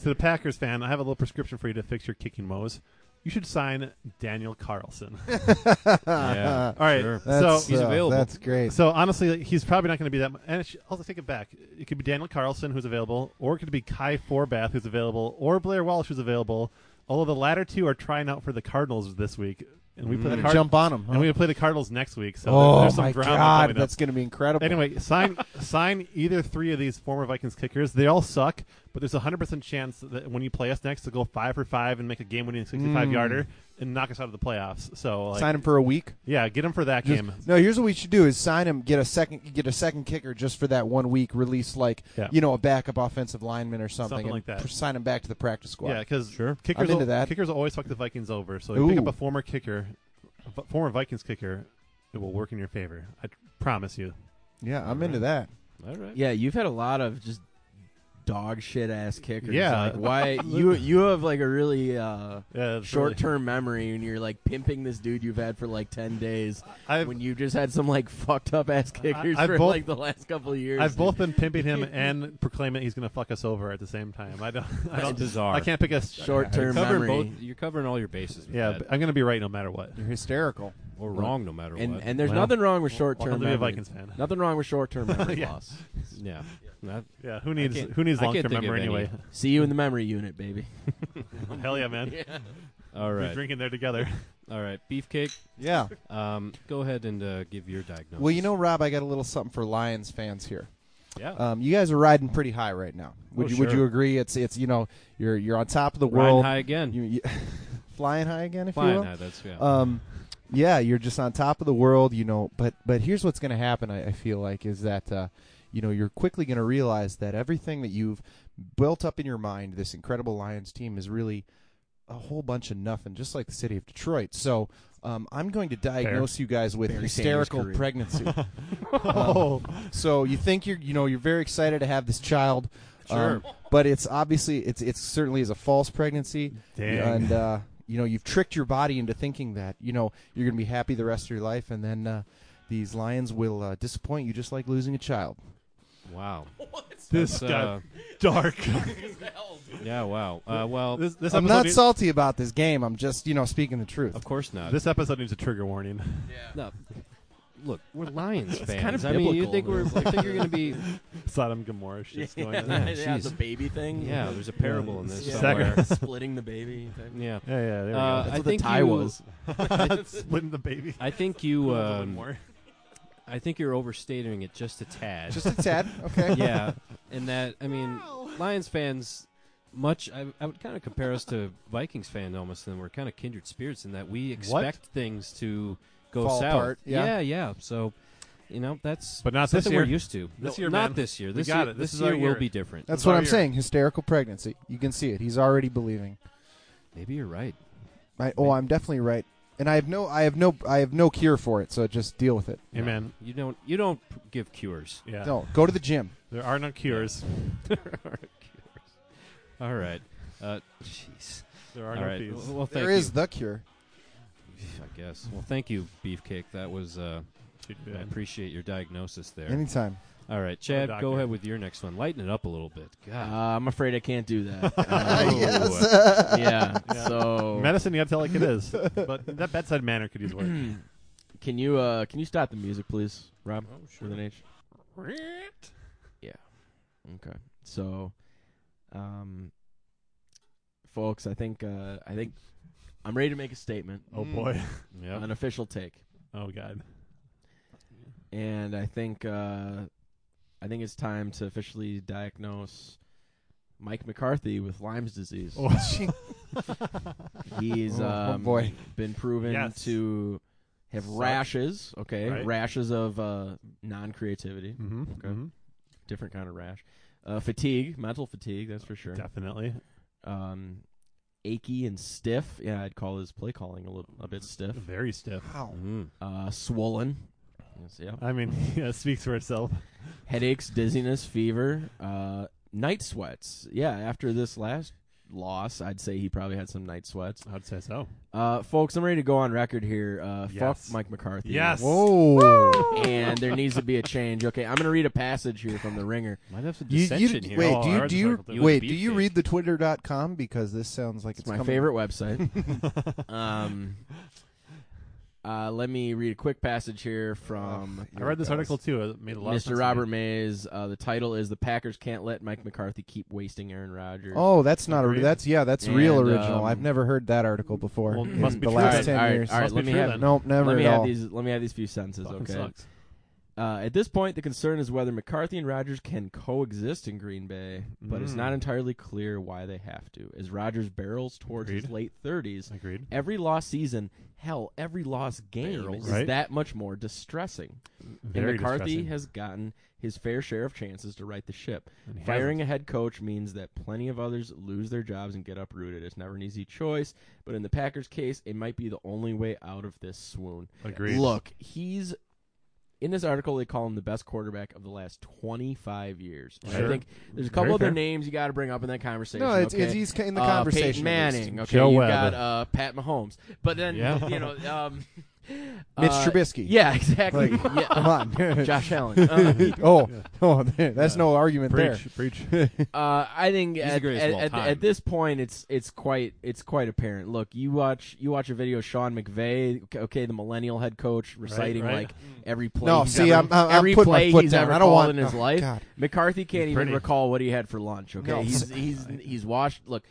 S3: to the Packers fan, I have a little prescription for you to fix your kicking woes. You should sign Daniel Carlson.
S1: yeah.
S3: All right.
S1: Sure.
S2: That's,
S3: so
S1: he's
S2: uh,
S1: available.
S2: That's great.
S3: so honestly, like, he's probably not going to be that. mu- And it should- I'll take it back. It could be Daniel Carlson who's available, or it could be Kai Forbath who's available, or Blair Walsh who's available. Although the latter two are trying out for the Cardinals this week, and we play the Card-
S2: Mm. Jump on him.
S3: and we play the Cardinals next week. So there-
S2: oh
S3: there's some
S2: my
S3: drama
S2: God,
S3: coming up.
S2: that's going to be incredible.
S3: Anyway, sign sign either three of these former Vikings kickers. They all suck, but there's a hundred percent chance that when you play us next, to go five for five and make a game-winning sixty-five
S2: Mm.
S3: yarder and knock us out of the playoffs. So, like,
S2: sign him for a week.
S3: yeah, get him for that
S2: Just-
S3: game.
S2: No, here's what we should do: is sign him, get a second, get a second kicker just for that one week. Release like
S3: Yeah.
S2: you know a backup offensive lineman or something,
S3: Something
S2: and
S3: like that.
S2: pr- Sign him back to the practice squad.
S3: Yeah, because
S1: Sure.
S3: kickers
S2: I'm into
S3: al-
S2: that.
S3: kickers always fuck the Vikings over. So if you pick
S2: Ooh.
S3: up a former kicker, a v- former Vikings kicker, it will work in your favor. I tr- promise you.
S2: Yeah, I'm into that.
S1: All right.
S4: Yeah, you've had a lot of just dog shit ass kickers.
S3: Yeah.
S4: Like, why you you have like a really uh,
S3: Yeah, it's
S4: short term memory and you're like pimping this dude you've had for like ten days
S3: really- I've
S4: when you just had some like fucked up ass kickers
S3: I've
S4: for
S3: both-
S4: like the last couple of years.
S3: I've both been pimping him and proclaiming he's going to fuck us over at the same time. I don't. I
S1: That's
S3: don't.
S1: bizarre.
S3: I can't pick a
S4: short term
S1: Covering
S4: memory.
S1: both, you're covering all your bases. With
S3: Yeah,
S1: that.
S3: but I'm going to be right no matter what.
S2: You're hysterical.
S1: or wrong, no matter
S4: and
S1: what.
S4: and there's
S3: Well,
S4: nothing wrong with short
S3: I'll have
S4: term
S3: to be a
S4: memory.
S3: Vikings fan.
S4: Nothing wrong with short term memory
S3: Yeah.
S4: loss.
S1: yeah, That-
S3: Yeah, who needs
S1: can't-
S3: who needs
S1: I
S3: long
S1: can't
S3: term
S1: think of
S3: memory
S1: any.
S3: anyway?
S4: See you in the memory unit, baby.
S3: Hell yeah, man.
S1: all
S3: We're
S1: right,
S3: drinking there together.
S1: all right. Beefcake,
S2: Yeah.
S1: um, go ahead and uh, give your diagnosis.
S2: Well, you know, Rob, I got a little something for Lions fans here.
S1: yeah,
S2: Um, you guys are riding pretty high right now. Would
S3: Oh,
S2: you Would
S3: sure.
S2: you agree? It's it's you know you're you're on top of the
S1: Ryan
S2: world.
S1: high again.
S2: You, you flying high again, if you
S1: Flying
S2: will.
S1: high. That's yeah.
S2: um, yeah, you're just on top of the world, you know. But but here's what's going to happen. I, I feel like is that uh, you know you're quickly going to realize that everything that you've built up in your mind, this incredible Lions team, is really a whole bunch of nothing, just like the city of Detroit. So um, I'm going to diagnose you guys with
S4: Barry Sanders
S2: hysterical
S4: career.
S2: pregnancy. Um,
S1: Oh.
S2: So you think you're you know you're very excited to have this child. um,
S1: Sure.
S2: but it's obviously it's it's certainly is a false pregnancy.
S3: Dang.
S2: And uh, you know you've tricked your body into thinking that you know you're going to be happy the rest of your life, and then uh, these lions will uh, disappoint you, just like losing a child.
S1: wow.
S3: this
S1: So,
S3: got dark.
S1: yeah. Wow. Uh, well,
S3: this, this
S2: I'm
S3: episode
S2: not
S3: needs-
S2: salty about this game. I'm just you know speaking the truth.
S1: of course not.
S3: This episode needs a trigger warning.
S1: no. Look, we're Lions fans.
S4: kind of
S1: I mean, you
S4: biblical.
S1: think we're I think you're going to be
S3: Sodom Gomorrah shit's going on.
S1: Yeah,
S3: Yeah,
S4: the
S1: jeez.
S4: baby thing.
S1: yeah. There's a parable in this
S4: Yeah.
S1: somewhere.
S4: Splitting the baby. Type.
S1: Yeah.
S3: yeah, there we
S1: Uh,
S4: That's
S1: I
S4: what the
S1: think
S4: tie
S1: you-
S4: was.
S3: go. Splitting the baby.
S1: I think you.
S3: A little bit
S1: Um,
S3: more.
S1: I think you're overstating it just a tad.
S2: just a tad, okay?
S1: yeah, and that I mean, Lions fans, much I, I would kind of compare us to Vikings fans almost, and we're kind of kindred spirits in that we expect things to go
S2: Fall
S1: south.
S2: apart, yeah.
S1: yeah, So, you know, that's
S3: But not this
S1: something
S3: year.
S1: we're used to.
S3: This
S1: No,
S3: year,
S1: not
S3: man.
S1: this year.
S3: We
S1: This
S3: got
S1: year,
S3: it. This is our
S1: year will
S3: year.
S1: be different.
S2: That's
S3: It's
S2: what
S3: our
S2: I'm
S3: year.
S2: saying. Hysterical pregnancy. You can see it. He's already believing.
S1: Maybe you're right.
S2: I, oh, I'm definitely right. And I have no, I have no, I have no cure for it. So just deal with it.
S3: Hey, man.
S1: You don't. You don't p- give cures.
S3: Yeah.
S2: No, go to the gym.
S3: There are no cures.
S1: There are cures. All right. Uh, Jeez.
S3: There are
S1: All
S3: no
S1: right.
S3: fees.
S1: Well, thank
S2: There is
S1: you.
S2: the cure.
S1: I guess. Well, thank you, Beefcake. That was. Uh,
S3: Should be
S1: I
S3: bad.
S1: appreciate your diagnosis there.
S2: Anytime.
S1: All right, Chad,
S3: doctor.
S1: go ahead with your next one. Lighten it up a little bit.
S4: Uh,
S1: God.
S4: I'm afraid I can't do that.
S1: Oh,
S4: Uh, yeah.
S3: Yeah.
S4: So
S3: Medicine, you gotta tell like it is. But that bedside manner could use work.
S4: can you uh, can you stop the music, please, Rob? With an H. Okay. So, um, folks, I think uh, I think I'm ready to make a statement,
S3: Oh
S2: Mm.
S3: boy.
S1: Yep.
S4: an official take,
S3: Oh god.
S4: and I think uh, I think it's time to officially diagnose Mike McCarthy with Lyme's disease.
S3: Oh.
S4: He's
S2: Oh, oh,
S4: um,
S2: boy.
S4: been proven
S3: Yes.
S4: to have
S3: Suck.
S4: rashes. Okay,
S3: Right.
S4: rashes of uh, non-creativity,
S3: Mm-hmm.
S4: Okay. different kind of rash, uh, fatigue, mental fatigue. That's for sure.
S3: Definitely.
S4: um, achy and stiff. Yeah, I'd call his play calling a little a bit stiff.
S3: Very stiff.
S2: Wow.
S1: Mm.
S4: Uh, swollen. Yes, yeah.
S3: I mean, yeah, it speaks for itself.
S4: Headaches, dizziness, fever, uh, night sweats. Yeah, after this last loss, I'd say he probably had some night sweats.
S3: I'd say so.
S4: Uh, folks, I'm ready to go on record here. Uh,
S3: Yes.
S4: Fuck Mike McCarthy.
S3: Yes.
S2: Whoa.
S4: And there needs to be a change. Okay, I'm gonna read a passage here from the Ringer.
S1: Might have some
S2: You, you,
S1: dissension here.
S2: wait,
S3: Oh,
S2: do
S3: I
S2: you, do
S3: read this
S2: you,
S3: article, too.
S2: wait,
S1: Beefcake.
S2: do you read the twitter.com? Because this sounds like it's,
S4: It's my
S2: coming-
S4: favorite website. um, uh, let me read a quick passage here from
S3: I read this
S2: Here it goes.
S3: article too. It made a lot of sense
S4: Mr.
S3: to
S4: Robert
S3: me.
S4: Mays. Uh, the title is "The Packers Can't Let Mike McCarthy Keep Wasting Aaron Rodgers."
S2: Oh, that's not a,
S3: Agreed.
S2: that's yeah, that's real
S4: And,
S2: original.
S4: um,
S2: I've never heard that article before.
S3: Well,
S2: in
S3: must be
S2: the
S3: true
S2: last
S3: then.
S2: ten
S4: all right,
S2: years.
S4: all right,
S3: Must
S4: let
S3: be
S4: me
S3: true
S4: have
S3: then.
S2: Nope, never
S4: let me
S2: at
S4: have
S2: all.
S4: these. Let me have these few sentences.
S3: Fucking
S4: okay.
S3: sucks.
S4: Uh, at this point, the concern is whether McCarthy and Rodgers can coexist in Green Bay, but it's
S3: Mm.
S4: not entirely clear why they have to. As Rodgers barrels towards his
S3: Agreed.
S4: late thirties,
S3: Agreed.
S4: every lost season, hell, every lost game
S3: Barrels.
S4: is
S3: Right.
S4: that much more distressing.
S3: Very
S4: and McCarthy
S3: distressing.
S4: has gotten his fair share of chances to right the ship.
S3: And he
S4: Firing a head coach means that plenty of others lose their jobs and get uprooted. It's never an easy choice, but in the Packers' case, it might be the only way out of this swoon.
S3: hasn't. Agreed.
S4: Look, he's in this article they call him the best quarterback of the last 25 years. And I
S3: Sure.
S4: think there's a couple
S3: Very
S4: other
S3: fair.
S4: names you got to bring up in that conversation.
S2: No, it's,
S4: okay?
S2: it's he's in the
S4: Uh,
S2: conversation.
S4: Peyton Manning, okay,
S3: Joe
S4: you
S3: Webb.
S4: got uh, Pat Mahomes, but then
S3: Yeah.
S4: you know, um,
S2: Mitch
S4: uh,
S2: Trubisky.
S4: Yeah, exactly.
S2: Like,
S4: yeah,
S2: Come on.
S4: Josh Allen. Uh,
S2: oh, oh, there- that's no argument there.
S3: Preach, preach.
S4: Uh, I think
S1: the
S4: at,
S1: greatest of
S4: at,
S1: all
S4: at,
S1: time.
S4: at this point, it's it's quite it's quite apparent. Look, you watch you watch a video of Sean McVay, okay, okay, the millennial head coach, reciting
S3: right.
S4: like every play.
S2: No,
S4: he's
S2: see,
S4: ever,
S2: I'm, I'm,
S4: every
S2: I'm putting
S4: play
S2: my foot
S4: he's
S2: down.
S4: ever
S2: I don't
S4: called
S2: want
S4: in his
S2: oh,
S4: life.
S2: God.
S4: McCarthy can't even
S3: pretty.
S4: recall what he had for lunch. Okay,
S2: No.
S4: he's he's he's washed. Look,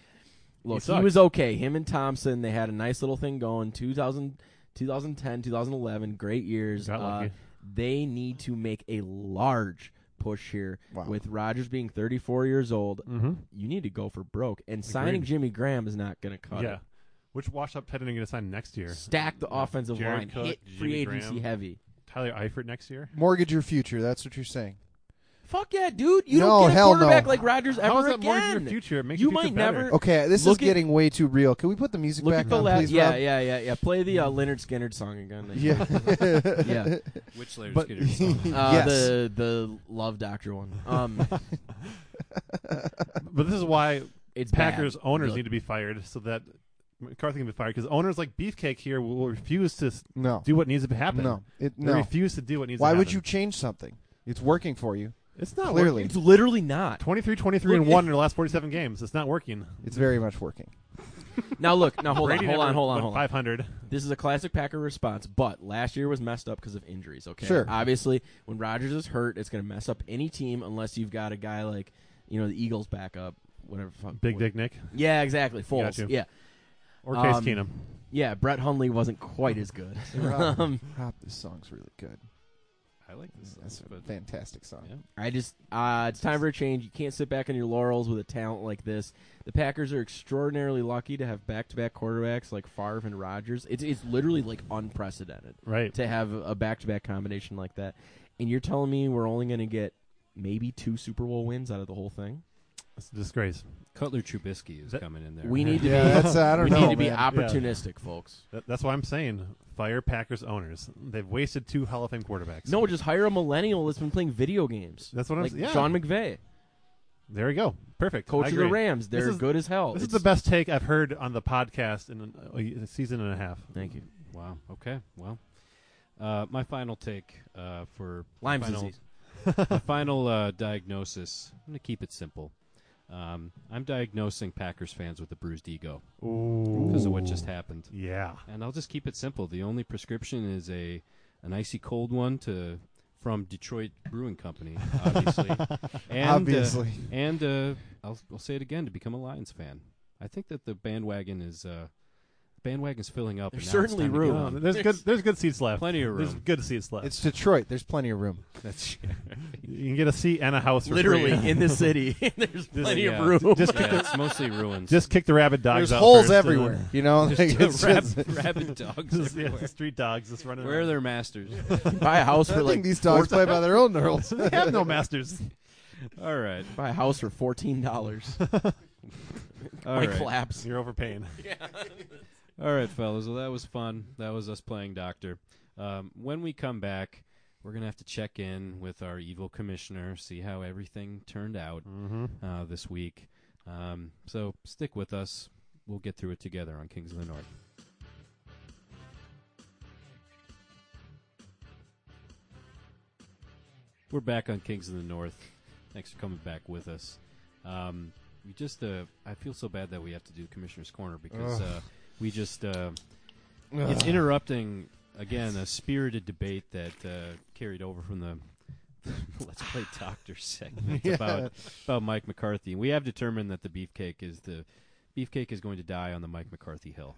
S4: look, he,
S3: sucked.
S4: was okay. Him and Thompson, they had a nice little thing going. 2000, 2010, 2011, great years.
S3: Got
S4: Uh,
S3: lucky.
S4: they need to make a large push here
S2: Wow.
S4: with Rodgers being 34 years old
S3: mm-hmm.
S4: you need to go for broke. And signing Jimmy Graham is not going to cut
S3: Yeah.
S4: it.
S3: Which washed up pet are you going to sign next year?
S4: Stack the offensive
S3: Jared
S4: line.
S3: Cook,
S4: Hit
S3: Jimmy
S4: free agency
S3: Graham.
S4: heavy.
S3: Tyler Eifert next year?
S2: Mortgage your future. That's what you're saying.
S4: Fuck yeah, dude. You
S2: No,
S4: don't get a
S2: hell no.
S4: quarterback like Rodgers ever
S3: How is that more
S4: again.
S3: your future? It makes
S4: You
S3: your future
S4: might
S3: better.
S4: never-
S2: Okay, uh, this
S4: Look
S2: is
S4: at-
S2: getting way too real. Can we put the music
S4: Look
S2: back
S4: at the
S2: on,
S4: last.
S2: please,
S4: yeah,
S2: Rob?
S4: yeah, yeah, yeah. Play the uh, Leonard Skinner song again. that you-
S2: Yeah.
S4: yeah.
S1: Which later
S2: But
S4: Uh,
S2: yes.
S4: The the Love Doctor one. Um,
S3: But this is why
S4: it's
S3: Packers
S4: bad.
S3: owners
S4: Look,
S3: need to be fired so that McCarthy can be fired because owners like Beefcake here will will refuse to s-
S2: no.
S3: do what needs to happen.
S2: No. It,
S3: They
S2: no.
S3: refuse to do what needs
S2: Why
S3: to happen.
S2: would you change something? It's working for you.
S3: It's not
S2: Clearly.
S3: working.
S4: It's literally not.
S3: 23, 23, and
S4: Look,
S3: 1 in their last 47 games. It's not working.
S2: It's very much working.
S4: Now look. Now hold on.
S3: Brady
S4: Hold on.
S3: never
S4: Hold on.
S3: went
S4: Hold on.
S3: 500.
S4: This is a classic Packer response, but last year was messed up because of injuries. Okay,
S2: Sure.
S4: Obviously, when Rodgers is hurt, it's going to mess up any team unless you've got a guy like, you know, the Eagles backup, whatever. the Fuck,
S3: Big
S4: what-
S3: Dick Nick.
S4: Yeah, exactly. Foles.
S3: Gotcha.
S4: Yeah,
S3: Or Case
S4: Um,
S3: Keenum.
S4: yeah. Brett Hundley wasn't quite as good.
S2: Rob,
S4: um,
S2: Rob, this song's really good.
S1: I like this.
S2: That's a
S1: but-
S2: fantastic song.
S1: Yeah.
S4: I just, uh, it's time for a change. You can't sit back on your laurels with a talent like this. The Packers are extraordinarily lucky to have back-to-back quarterbacks like Favre and Rodgers. It's it's literally like unprecedented.
S3: Right.
S4: to have a back to back combination like that. And you're telling me we're only going to get maybe two Super Bowl wins out of the whole thing?
S3: It's a disgrace.
S1: Cutler Trubisky is
S3: That-
S1: coming in there.
S4: We need to
S2: Yeah,
S4: be
S2: that's uh, I don't
S4: we
S2: know.
S4: need to be
S2: man.
S4: opportunistic, folks.
S3: That, that's why I'm saying fire Packers owners. They've wasted two Hall of Fame quarterbacks.
S4: No, just hire a millennial that's been playing video games.
S3: That's what I'm
S4: like
S3: saying. Yeah.
S4: Sean McVay,
S3: There we go. Perfect. I
S4: coach of the
S3: agree.
S4: Rams. They're
S3: is-
S4: good as hell.
S3: This is the
S4: It's-
S3: best take I've heard on the podcast in a, a season and a half.
S4: Thank you.
S1: Wow. Okay. Well, uh, my final take uh, for
S4: Lyme
S1: final,
S4: disease.
S1: My final uh, diagnosis. I'm going to keep it simple. Um, I'm diagnosing Packers fans with a bruised ego because of what just happened.
S3: Yeah.
S1: And I'll just keep it simple. The only prescription is a an icy cold one to from Detroit Brewing Company, obviously. and, uh,
S2: Obviously.
S1: and uh, I'll, I'll say it again to become a Lions fan. I think that the bandwagon is uh, bandwagon's filling up.
S4: There's
S1: and now it's
S4: certainly
S1: time to
S4: room.
S1: get
S3: No,
S1: on.
S3: there's good. There's good seats left.
S1: Plenty of
S3: There's
S1: room.
S3: good seats left.
S2: It's Detroit. There's plenty of room.
S1: That's
S3: you can get a seat and a house for
S4: Literally
S3: free.
S4: in the city, there's plenty
S1: yeah,
S4: of room.
S3: Just kick
S1: yeah, it's mostly ruins.
S3: Just kick the rabid dogs
S2: There's
S3: out
S2: holes
S3: first and then-
S2: everywhere. You know,
S1: There's
S2: Like,
S1: two
S2: it's
S1: rab-
S2: just-
S1: rabid dogs
S3: Just, yeah,
S1: everywhere.
S3: just street dogs just running.
S1: Where are
S3: around.
S1: their masters?
S4: buy a house
S2: I
S4: for
S2: think
S4: like
S2: these dogs play by their own rules.
S3: they have no masters.
S1: All right,
S4: buy a house for fourteen dollars.
S1: all
S4: White
S1: right.
S4: collapse.
S3: You're overpaying.
S1: All right, fellas. Well, that was fun. That was us playing Doctor. Um, when we come back, we're going to have to check in with our evil commissioner, see how everything turned out
S3: Mm-hmm.
S1: uh, this week. Um, so stick with us. We'll get through it together on Kings of the North. We're back on Kings of the North. Thanks for coming back with us. Um, we just, uh, I feel so bad that we have to do Commissioner's Corner because uh, we just, uh, it's interrupting again a spirited debate that uh, carried over from the Let's Play Doctor segment about about Mike McCarthy. We have determined that the beefcake is the beefcake is going to die on the Mike McCarthy hill.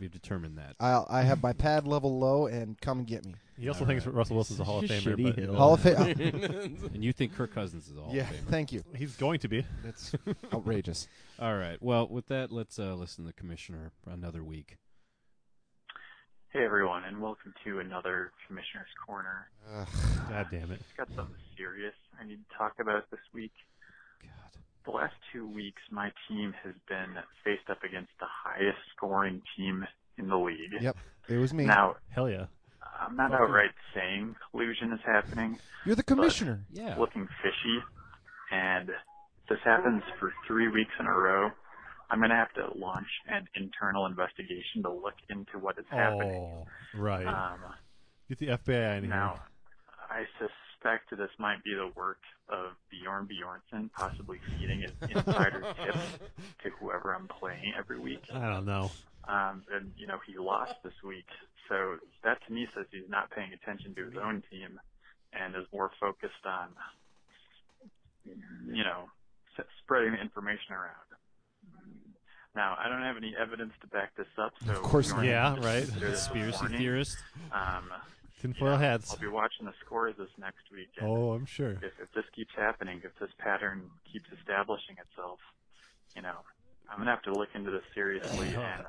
S1: We've determined that.
S2: I'll, I have my pad level low and come and get me.
S3: He also
S1: All
S3: thinks
S1: right.
S3: Russell Wilson's a Hall of
S4: Just
S3: Famer.
S4: shitty
S3: but-
S4: hill.
S2: Hall of Fame.
S1: And you think Kirk Cousins is all
S2: yeah, thank you.
S3: He's going to be.
S2: That's outrageous.
S1: All right. Well, with that, let's uh, listen to the commissioner for another week.
S5: Hey everyone, and welcome to another Commissioner's Corner.
S3: God damn it.
S5: I've got something serious I need to talk about this week.
S1: God.
S5: The last two weeks, my team has been faced up against the highest scoring team in the league.
S2: Yep, it was me.
S5: Now,
S3: Hell yeah.
S5: I'm not outright saying collusion is happening,
S2: You're the commissioner.
S1: Yeah.
S5: looking fishy, and if this happens for three weeks in a row, I'm going to have to launch an internal investigation to look into what is happening.
S3: Oh, right.
S5: Um,
S3: Get the FBI in here.
S5: Now, I suspect this might be the work of Bjorn Bjornsson, possibly feeding his insider tips to whoever I'm playing every week.
S3: I don't know.
S5: Um, and, you know, he lost this week. So that to me says he's not paying attention to his own team and is more focused on, you know, s- spreading the information around. Now, I don't have any evidence to back this up, so.
S2: Of course
S5: Bjorn,
S2: not.
S3: Yeah,
S5: just
S3: right.
S5: consider this a
S1: Conspiracy
S5: warning.
S1: theorist.
S5: Um,
S3: Tinfoil
S5: yeah,
S3: hats.
S5: I'll be watching the scores this next week. and
S3: Oh, I'm sure.
S5: if, if this keeps happening, if this pattern keeps establishing itself, you know, I'm gonna have to look into this seriously,
S2: Uh-huh.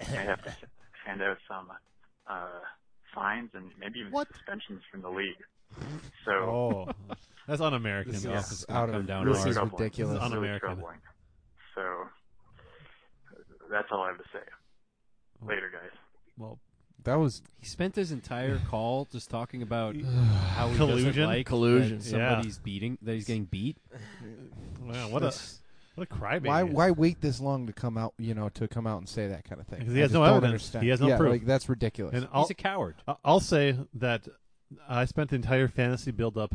S5: and I have to hand out some uh, fines and maybe even
S2: What?
S5: suspensions from the league. So
S3: Oh, that's un-American.
S2: This
S1: Yeah.
S2: is out
S1: Come
S2: of
S1: down
S2: this
S1: hard.
S2: is
S5: troubling.
S2: ridiculous.
S3: This is
S5: Really
S3: un-American.
S5: troubling. So that's all I have to say.
S2: Oh.
S5: Later, guys.
S3: Well,
S2: That was
S1: He spent his entire call just talking about how he doesn't
S3: Collusion?
S1: like
S4: Collusion.
S1: that somebody's beating that he's getting beat.
S3: wow, what a what a crybaby.
S2: why why wait this long to come out? You know, to come out and say that kind of thing.
S3: 'Cause he
S2: I
S3: has
S2: just
S3: no
S2: don't
S3: evidence.
S2: understand.
S3: He has no
S2: yeah,
S3: proof.
S2: Like, that's ridiculous.
S3: And I'll,
S1: he's a coward.
S3: I- I'll say that I spent the entire fantasy build-up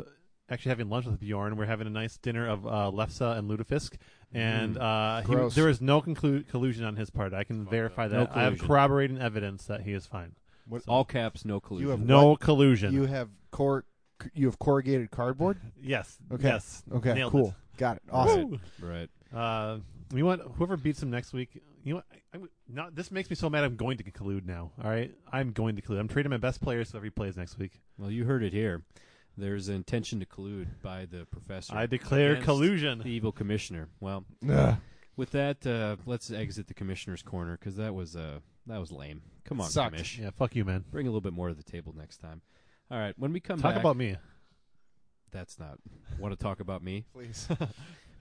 S3: actually having lunch with Bjorn. We're having a nice dinner of uh, Lefsa and Ludafisk, and uh,
S2: Mm.
S3: he,
S2: Gross.
S3: there is no conclu- collusion on his part. I can
S1: No
S3: verify that. I have
S1: collusion.
S3: corroborating evidence that he is fine.
S2: What-
S1: All caps, no collusion.
S2: have
S3: No
S2: What?
S3: collusion.
S2: you have cor- you have corrugated cardboard.
S3: yes.
S2: Okay.
S3: Yes.
S2: Okay,
S3: Nailed
S2: cool.
S3: it.
S2: Got it. Awesome.
S3: Woo!
S1: Right.
S3: Uh, you want whoever beats him next week. You know, I, I'm not. This makes me so mad. I'm going to collude now. All right, I'm going to collude. I'm trading my best player so he plays next week.
S1: Well, you heard it here. There's an intention to collude by the professor.
S3: I declare
S1: against
S3: collusion.
S1: The evil commissioner. Well,
S2: Ugh.
S1: with that, uh, let's exit the commissioner's corner because that was uh, that was lame. Come on,
S2: Sucked.
S1: commish.
S3: Yeah, fuck you, man.
S1: Bring a little bit more to the table next time. All right. When we come
S3: Talk
S1: back,
S3: about me.
S1: that's not want to talk about me.
S2: Please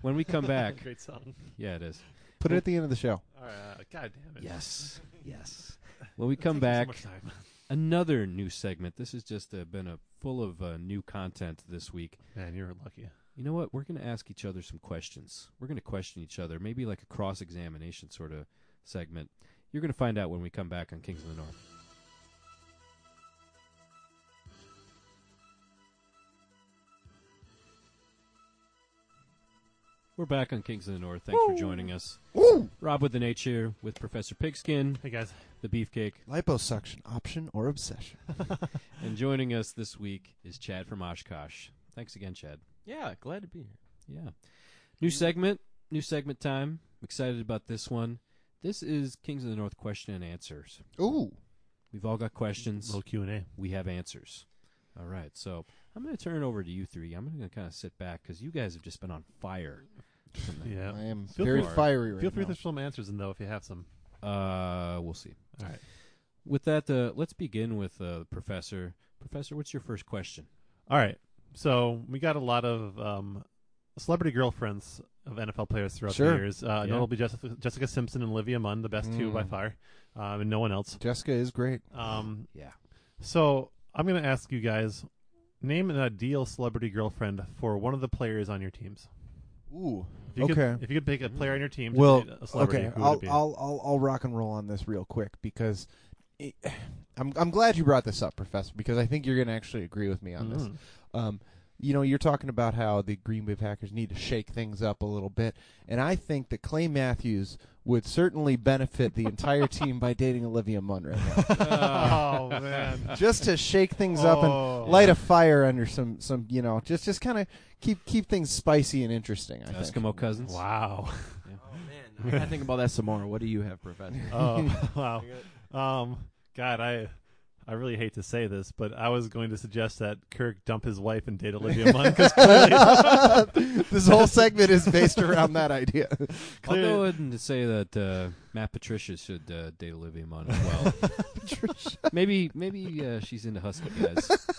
S1: When we come back,
S3: Great song.
S1: yeah, it is.
S2: put it at the end of the show.
S3: All right, uh, God damn it.
S1: Yes, yes. When we come back, another new segment. This has just uh, been a full of uh, new content this week.
S3: Man, you're lucky.
S1: You know what? We're going to ask each other some questions. We're going to question each other, maybe like a cross examination sort of segment. You're going to find out when we come back on Kings of the North. We're back on Kings of the North. Thanks for joining us. Rob with the H here with Professor Pigskin,
S3: Hey guys,
S1: the Beefcake,
S2: Liposuction, option or obsession?
S1: and joining us this week is Chad from Oshkosh. Thanks again, Chad.
S4: Yeah, glad to be here.
S1: Yeah. New segment, new segment time. I'm excited about this one. This is Kings of the North question and answers.
S2: Ooh.
S1: We've all got questions.
S3: little Q and A.
S1: We have answers. All right. So I'm going to turn it over to you three. I'm going to kind of sit back because you guys have just been on fire. tonight.
S3: Yeah,
S2: I am
S3: Feel
S2: very
S3: free-
S2: fiery right
S3: feel free
S2: now.
S3: to throw some answers in though if you have some.
S1: Uh, we'll see.
S3: All right.
S1: With that, uh, let's begin with uh, Professor. Professor, what's your first question?
S3: All right. So we got a lot of um, celebrity girlfriends of NFL players throughout
S2: Sure.
S3: the years. Uh,
S1: Yeah.
S3: Notably Jessica, Jessica Simpson and Olivia Munn, the best two by
S2: Mm.
S3: far, um, and no one else.
S2: Jessica is great.
S3: Um,
S1: Yeah.
S3: So I'm going to ask you guys name an ideal celebrity girlfriend for one of the players on your teams.
S2: Ooh.
S3: If you
S2: Okay.
S3: Could, if you could pick a player on your team, to
S2: Well,
S3: be a celebrity,
S2: okay,
S3: who would
S2: I'll,
S3: it be?
S2: I'll I'll I'll rock and roll on this real quick because it, I'm I'm glad you brought this up, Professor, because I think you're going to actually agree with me on this.
S3: Mhm.
S2: Um, you know, you're talking about how the Green Bay Packers need to shake things up a little bit, and I think that Clay Matthews would certainly benefit the entire team by dating Olivia Munn right now,
S3: oh man.
S2: just to shake things up and
S3: Oh.
S2: light a fire under some some you know just just kind of keep keep things spicy and interesting. I think.
S1: Eskimo cousins.
S3: Wow.
S4: Oh man, I gotta think about that some more. What do you have, Professor?
S3: Oh wow. Um, God, I I really hate to say this, but I was going to suggest that Kirk dump his wife and date Olivia Munn because
S2: this whole segment is based around that idea.
S1: I'll go ahead and say that uh, Matt Patricia should uh, date Olivia Munn as well. maybe maybe uh, she's into husky guys.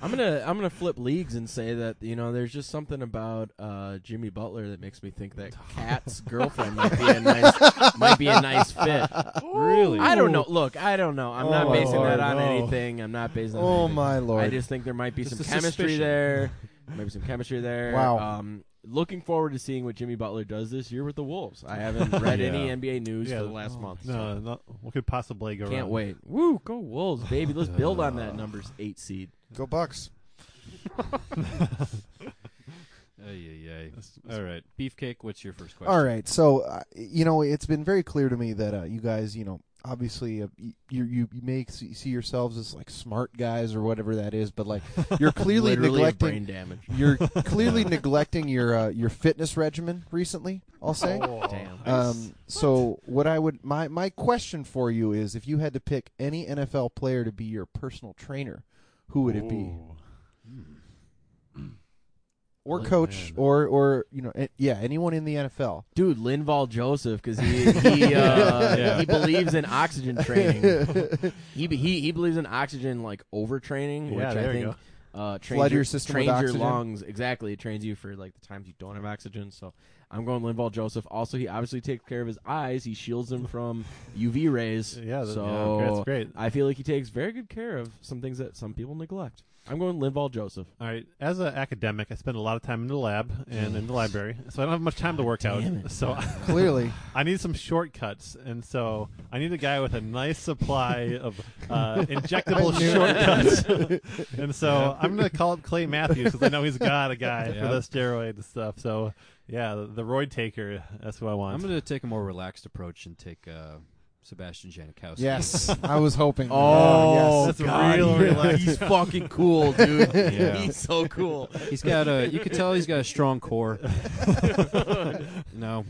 S4: I'm gonna I'm gonna flip leagues and say that you know there's just something about uh, Jimmy Butler that makes me think that Cat's girlfriend might be a nice might be a nice fit.
S1: really?
S4: I don't know. Look, I don't know. I'm
S2: Oh,
S4: not
S2: my
S4: basing
S2: Lord,
S4: that on
S3: no.
S4: anything. I'm not basing.
S2: Oh,
S4: on anything.
S2: my Lord.
S4: I just think there might be
S1: Just a
S4: some chemistry
S1: suspicion.
S4: there. Maybe some chemistry there.
S2: Wow.
S4: Um, looking forward to seeing what Jimmy Butler does this year with the Wolves. I haven't read any
S3: Yeah.
S4: NBA news
S3: Yeah.
S4: for the last month.
S3: No,
S4: so
S3: no, what could possibly go
S4: Can't
S3: wrong?
S4: wait. Woo, go Wolves, baby. Let's build on that numbers eight seed.
S2: Go Bucks.
S1: Ay, ay, ay. All right, Beefcake. What's your first question?
S2: All right, so uh, you know it's been very clear to me that uh, you guys, you know, obviously uh, y- you you you may see see yourselves as like smart guys or whatever that is, but like you're clearly
S4: Literally a
S2: neglecting
S4: brain damage.
S2: you're clearly neglecting your uh, your fitness regimen recently. I'll say.
S3: Oh.
S4: Damn.
S2: Um, so what I would my my question for you is if you had to pick any NFL player to be your personal trainer, who would it be?
S3: Ooh.
S2: Or
S3: Like,
S2: coach
S3: man.
S2: or or you know, eh, yeah, anyone in the NFL.
S4: Dude, Linval Joseph, because he he, uh,
S1: Yeah.
S4: he believes in oxygen training. He, be- he he believes in oxygen like overtraining,
S3: Yeah,
S4: which
S3: there
S4: I
S3: you
S4: think
S3: go.
S4: uh, trains
S2: Flood your system with
S4: trains your
S2: oxygen.
S4: lungs exactly. It trains you for like the times you don't have oxygen. So I'm going Linval Joseph. Also, he obviously takes care of his eyes. He shields them from UV rays.
S3: Yeah, that-
S4: so
S3: yeah, that's great.
S4: I feel like he takes very good care of some things that some people neglect. I'm going Linval Joseph.
S3: All right. As an academic, I spend a lot of time in the lab and in the library, so I don't have much time to work out. So
S2: Clearly.
S3: I need some shortcuts, and so I need a guy with a nice supply of uh, injectable shortcuts. and so I'm going to call up Clay Matthews because I know he's got a guy
S1: Yeah.
S3: for the steroid stuff. So yeah, the, the roid taker. That's who I want.
S1: I'm going to take a more relaxed approach and take uh, Sebastian Janikowski.
S2: Yes. I was hoping. uh,
S4: Oh,
S2: yes.
S3: That's God, real he- relaxed.
S4: he's fucking cool, dude.
S1: Yeah.
S4: He's so cool.
S1: he's got a. You can tell he's got a strong core. no,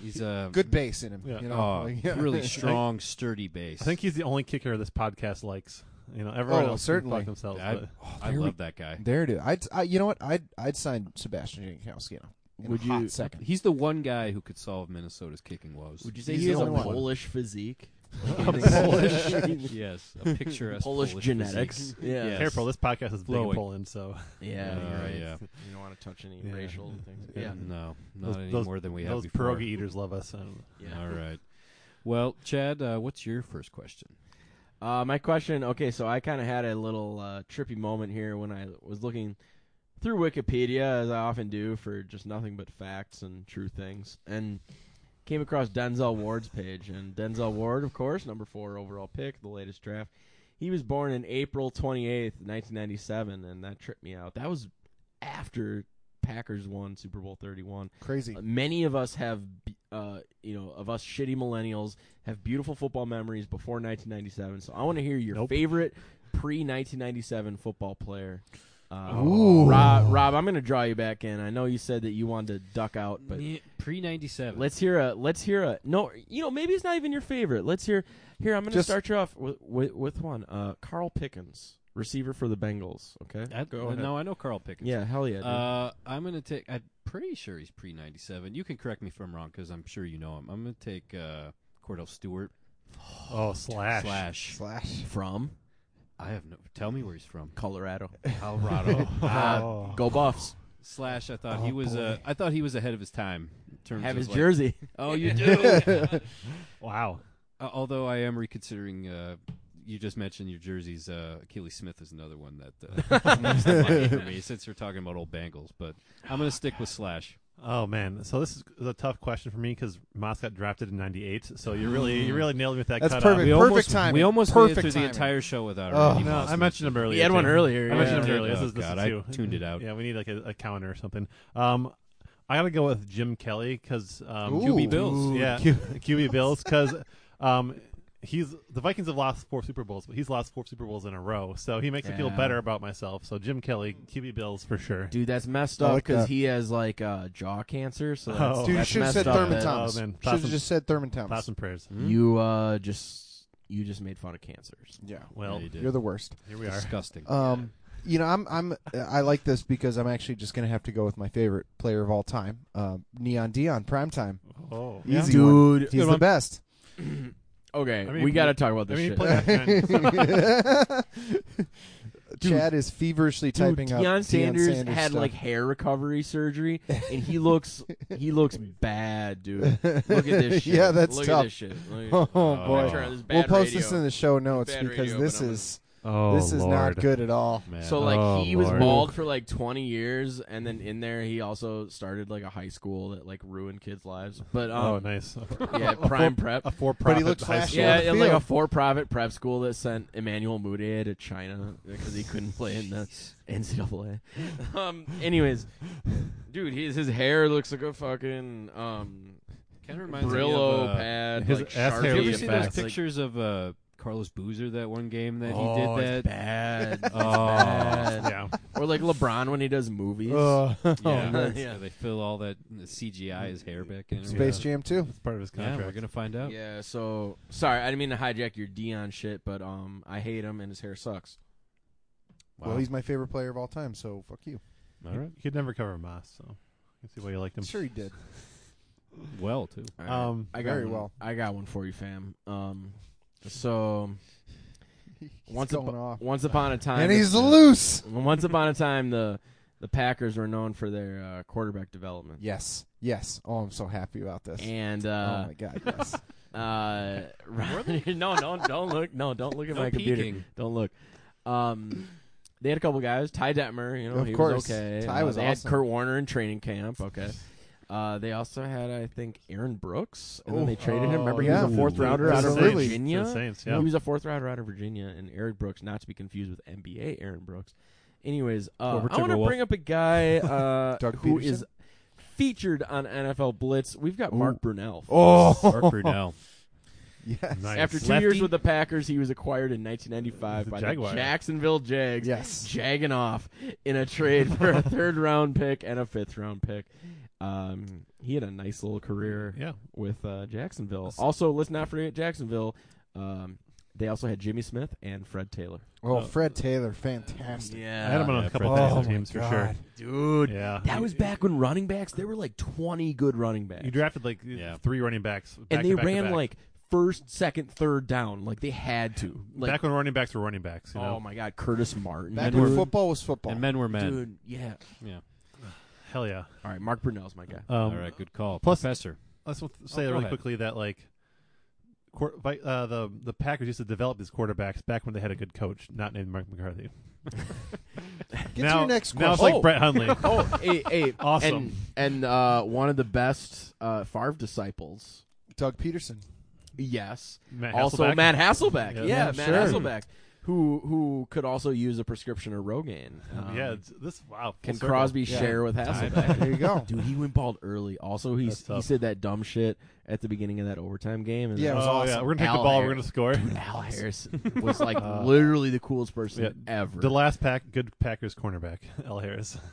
S1: he's a
S2: good bass in him.
S3: Yeah.
S2: You know,
S1: oh,
S2: like, yeah.
S1: really strong, sturdy bass.
S3: I think he's the only kicker this podcast likes. You know, everyone
S2: Oh,
S3: else can
S2: certainly.
S3: fuck themselves.
S1: I, oh,
S3: but-
S1: I
S2: there we-
S1: love that guy.
S2: There it is. I'd, I, you know what? I'd I'd sign Sebastian Janikowski. in a- In a
S4: Would
S2: hot
S4: you-
S2: second?
S1: He's the one guy who could solve Minnesota's kicking woes.
S4: Would you say
S2: He's
S4: he has
S2: the
S4: a
S2: only one.
S4: Polish physique?
S3: A Polish-
S1: yes, a picturesque
S4: Polish genetics.
S1: physique.
S4: Yeah.
S1: Yes.
S3: Careful, this podcast is big in
S1: Flowing.
S3: Poland, so
S4: Yeah,
S1: Uh,
S4: you're right.
S1: yeah.
S4: You don't want to touch any
S3: Yeah.
S4: racial things.
S3: Yeah.
S4: Yeah.
S1: No, not
S3: Those-
S1: any
S3: those-
S1: more than we have
S3: those
S1: before.
S3: pierogi eaters love us. I don't know.
S4: Yeah.
S1: All right. Well, Chad, uh, what's your first question?
S4: Uh, my question. Okay, so I kind of had a little uh, trippy moment here when I was looking through Wikipedia, as I often do, for just nothing but facts and true things, and came across Denzel Ward's page. And Denzel Ward, of course, number four overall pick, the latest draft. He was born in April twenty eighth, nineteen ninety seven, and that tripped me out. That was after Packers won Super Bowl 31.
S2: Crazy.
S4: Uh, Many of us have, b- uh, you know, of us shitty millennials have beautiful football memories before 1997. So I want to hear your
S3: Nope.
S4: favorite pre 1997 football player. Uh,
S2: Ooh.
S4: Rob, Rob, I'm going to draw you back in. I know you said that you wanted to duck out, but
S1: Pre ninety seven.
S4: let's hear a let's hear a no. You know, maybe it's not even your favorite. Let's hear here. I'm going to
S2: Just-
S4: start you off with, with, with one. Uh, Carl Pickens, receiver for the Bengals. Okay, go ahead.
S1: No, I know Carl Pickens.
S4: Yeah, hell yeah. dude.
S1: Uh, I'm gonna take. I'm pretty sure he's pre ninety seven. You can correct me if I'm wrong because I'm sure you know him. I'm gonna take uh, Cordell Stewart
S3: Oh, slash.
S1: slash.
S2: Slash.
S4: From
S1: I have no. Tell me where he's from.
S4: Colorado.
S1: Colorado.
S3: Oh.
S4: Go Buffs.
S1: slash. I thought
S2: Oh,
S1: he was. Uh,
S2: boy.
S1: I thought he was ahead of his time. In terms
S4: Have
S1: of
S4: his
S1: like-
S4: jersey.
S1: Oh, you do.
S3: Wow.
S1: Uh, although I am reconsidering. Uh, you just mentioned your jerseys. Uh, Achilles Smith is another one that uh, comes to mind for me since we're talking about old Bengals. But I'm gonna stick with Slash.
S3: Oh man, so this is a tough question for me because Moss got drafted in '98. So you
S1: Mm.
S3: really, you really nailed me with that.
S2: That's
S3: cutoff.
S2: perfect.
S1: We
S2: Perfect
S1: almost,
S2: timing.
S1: We almost
S2: Perfect
S1: made it through
S2: timing.
S1: the entire show without.
S2: Oh.
S1: Randy
S3: No,
S1: Moss
S3: I mentioned him earlier.
S4: He had one
S3: too.
S4: earlier,
S3: I
S4: yeah.
S3: mentioned
S1: Yeah.
S3: him earlier. This
S1: Oh,
S3: is, this
S1: God,
S3: is
S1: I
S3: two.
S1: tuned it out.
S3: Yeah, we need like a, a counter or something. Um, I gotta go with Jim Kelly because um,
S2: Ooh.
S1: QB Bills.
S2: Dude.
S3: yeah, Q- QB Bills because um, he's the Vikings have lost four Super Bowls, but he's lost four Super Bowls in a row. So he makes me feel
S4: Yeah.
S3: better about myself. So Jim Kelly, QB Bills for sure.
S4: Dude, that's messed
S2: I
S4: up
S2: like
S4: because
S2: that.
S4: he has like uh, jaw cancer. So that's,
S3: Oh.
S2: Dude, you
S4: that's
S2: should have
S4: messed
S2: said
S4: up,
S2: Thurman
S4: man.
S2: Thomas.
S3: Oh, man.
S2: Should have
S3: Thousand-
S2: just said Thurman Thomas.
S3: Thoughts and prayers.
S4: You uh, just you just made fun of cancers.
S2: Yeah.
S3: Well,
S1: Yeah, you did.
S2: You're the worst.
S3: here we are.
S1: Disgusting.
S2: Um, you know, I'm I'm I like this because I'm actually just gonna have to go with my favorite player of all time, uh, Neon Dion, primetime,
S3: Oh,
S2: yeah. easy one.
S4: Dude.
S2: He's
S3: Good
S2: the
S3: one.
S2: best.
S4: Okay,
S3: I mean,
S4: we got to talk about
S3: I
S4: this
S3: mean,
S4: shit.
S3: play that man.
S2: Chad is feverishly typing
S4: Dude,
S2: up
S4: Deion
S2: Deion
S4: Sanders,
S2: Sanders
S4: had
S2: stuff.
S4: like hair recovery surgery, and he looks he looks bad, dude. Look at this shit.
S2: Yeah, that's
S4: Look
S2: tough.
S4: At this shit. Look
S2: Oh,
S4: at-
S1: boy.
S4: I'm sure this is
S2: we'll
S4: bad
S2: post
S4: radio.
S2: this in the show notes
S4: Bad
S2: because
S4: radio,
S2: this
S4: but I'm
S2: is
S3: oh,
S2: this is
S3: Lord.
S2: not good at all.
S1: Man.
S4: So like
S3: Oh,
S4: he was
S3: Lord.
S4: bald for like 20 years, and then in there he also started like a high school that like ruined kids' lives. But um,
S3: Oh, nice.
S4: yeah, prime prep.
S3: A four-profit
S2: But he looks
S3: high
S2: flashy.
S3: school.
S4: Yeah,
S2: on the
S4: it- like a
S2: field.
S4: for-profit prep school that sent Emmanuel Mudia to China because he couldn't play in the NCAA. Um, anyways, dude, his his hair looks like a fucking um
S1: kind of reminds
S4: Brillo
S1: me of, uh,
S4: pad.
S3: his
S4: like
S3: ass
S4: Sharpie
S3: hair
S1: Have you ever
S3: looks
S1: seen
S3: fast.
S1: those pictures of uh, Carlos Boozer that one game that
S4: oh,
S1: he did
S4: It's
S1: that?
S4: bad. It's
S1: Oh.
S4: bad.
S3: yeah.
S4: Or like LeBron when he does movies.
S3: Oh,
S2: Oh,
S1: Yeah.
S4: nice.
S1: Yeah, They fill all that CGI his hair back in. or
S2: Space
S1: whatever.
S2: Jam too.
S3: It's part of his
S1: Yeah,
S3: contract.
S1: we're gonna find out.
S4: Yeah, so sorry, I didn't mean to hijack your Dion shit, but um, I hate him and his hair sucks.
S1: Wow.
S2: Well, he's my favorite player of all time, so fuck you.
S1: all right.
S3: You could never cover Moss, so you can see why you liked him.
S2: Sure, he did.
S1: Well, too.
S4: All right,
S3: Um,
S4: I got
S2: very
S4: one-
S2: well.
S4: I got one for you, fam. Um, so
S2: He's
S4: once
S2: going
S4: upo-
S2: off,
S4: once upon a time,
S2: and he's loose.
S4: once upon a time the the Packers were known for their uh, quarterback development,
S2: Yes, yes. Oh, I'm so happy about this.
S4: and
S2: oh
S4: uh,
S2: my god, yes.
S4: uh, no, don't don't look, no, don't look at
S1: No
S4: my computer,
S1: peeking.
S4: don't look. Um, they had a couple guys, Ty Detmer, you know,
S2: Of
S4: he
S2: course.
S4: was okay.
S2: Ty
S4: Uh,
S2: was
S4: they
S2: awesome.
S4: had Kurt Warner in training camp, okay. Uh, they also had, I think, Aaron Brooks, and
S2: Oh.
S4: then they traded
S3: Oh,
S4: him. Remember, he
S2: yeah.
S4: was a fourth
S2: Ooh.
S4: rounder out of
S2: Absolutely.
S4: Virginia.
S3: To the Saints, yeah.
S4: He was a fourth rounder out of Virginia, and Eric Brooks, not to be confused with NBA Aaron Brooks. Anyways, uh,
S1: Over
S4: I want to
S1: Timberwolf.
S4: bring up a guy uh,
S2: Doug
S4: who
S2: Peterson?
S4: is featured on NFL Blitz. We've got Mark Brunell.
S1: Mark
S2: Oh,
S1: Brunell.
S2: yes,
S3: Nice.
S4: After two
S3: Lefty?
S4: years with the Packers, he was acquired in 1995
S3: The
S4: by
S3: Jaguar.
S4: the Jacksonville Jags,
S2: yes.
S4: jagging off in a trade for a third round pick and a fifth round pick. Um, he had a nice little career
S3: yeah,
S4: with uh, Jacksonville. Also, let's not forget Jacksonville. Um, they also had Jimmy Smith and Fred Taylor.
S2: Oh, Fred Taylor, fantastic.
S3: I had him on
S4: Uh,
S1: Yeah,
S3: a
S1: Fred
S3: couple
S1: Taylor.
S3: of
S2: Oh
S3: thousand teams
S2: my
S3: for
S2: god.
S3: sure.
S4: Dude,
S3: Yeah,
S4: that was back when running backs, there were like 20 good running backs.
S3: You drafted like
S1: Yeah.
S3: three running backs, back
S4: and they
S3: to back to
S4: ran
S3: back.
S4: like first, second, third down. Like they had to. Like,
S3: back when running backs were running backs. You know,
S4: oh my God, Curtis Martin.
S2: Back
S1: Men
S2: when
S1: were-
S2: football was football.
S1: And men were men.
S4: Dude, yeah.
S3: hell yeah.
S4: All right, Mark Brunell's my guy.
S3: Um,
S1: all right. Good call,
S3: plus-
S1: Professor.
S3: I just want to say
S1: Oh, go
S3: really
S1: ahead.
S3: quickly that like. quar- vi- Uh, the the Packers used to develop these quarterbacks back when they had a good coach, not named Mark McCarthy.
S2: Get
S3: now,
S2: to your next
S3: now it's
S2: question.
S3: like
S4: Oh.
S3: Brett Hundley.
S4: oh, hey, hey,
S3: Awesome.
S4: And, and uh, one of the best uh, Favre disciples.
S2: Oh, Doug Peterson.
S4: Yes.
S3: Matt
S4: also,
S3: Hasselbeck.
S4: Matt Hasselbeck.
S3: Yeah.
S4: Yeah,
S3: Yeah,
S4: Matt
S2: sure.
S4: Hasselbeck, who who could also use a prescription of Rogaine. Um,
S3: yeah, it's, this wow. full
S4: Can
S3: circle.
S4: Crosby
S2: Yeah.
S4: share with Hasselbeck?
S2: There you go.
S4: Dude, he went bald early. Also, he
S3: That's
S4: he
S3: tough.
S4: said that dumb shit at the beginning of that overtime game. And
S2: Yeah,
S3: Oh
S2: it was
S3: yeah,
S2: awesome.
S3: we're gonna take the
S4: Al
S3: ball.
S4: Harris.
S3: We're gonna score.
S4: Al Harris was like
S3: Uh,
S4: literally the coolest person
S3: yeah,
S4: ever.
S3: The last pack, good Packers cornerback, L. Harris.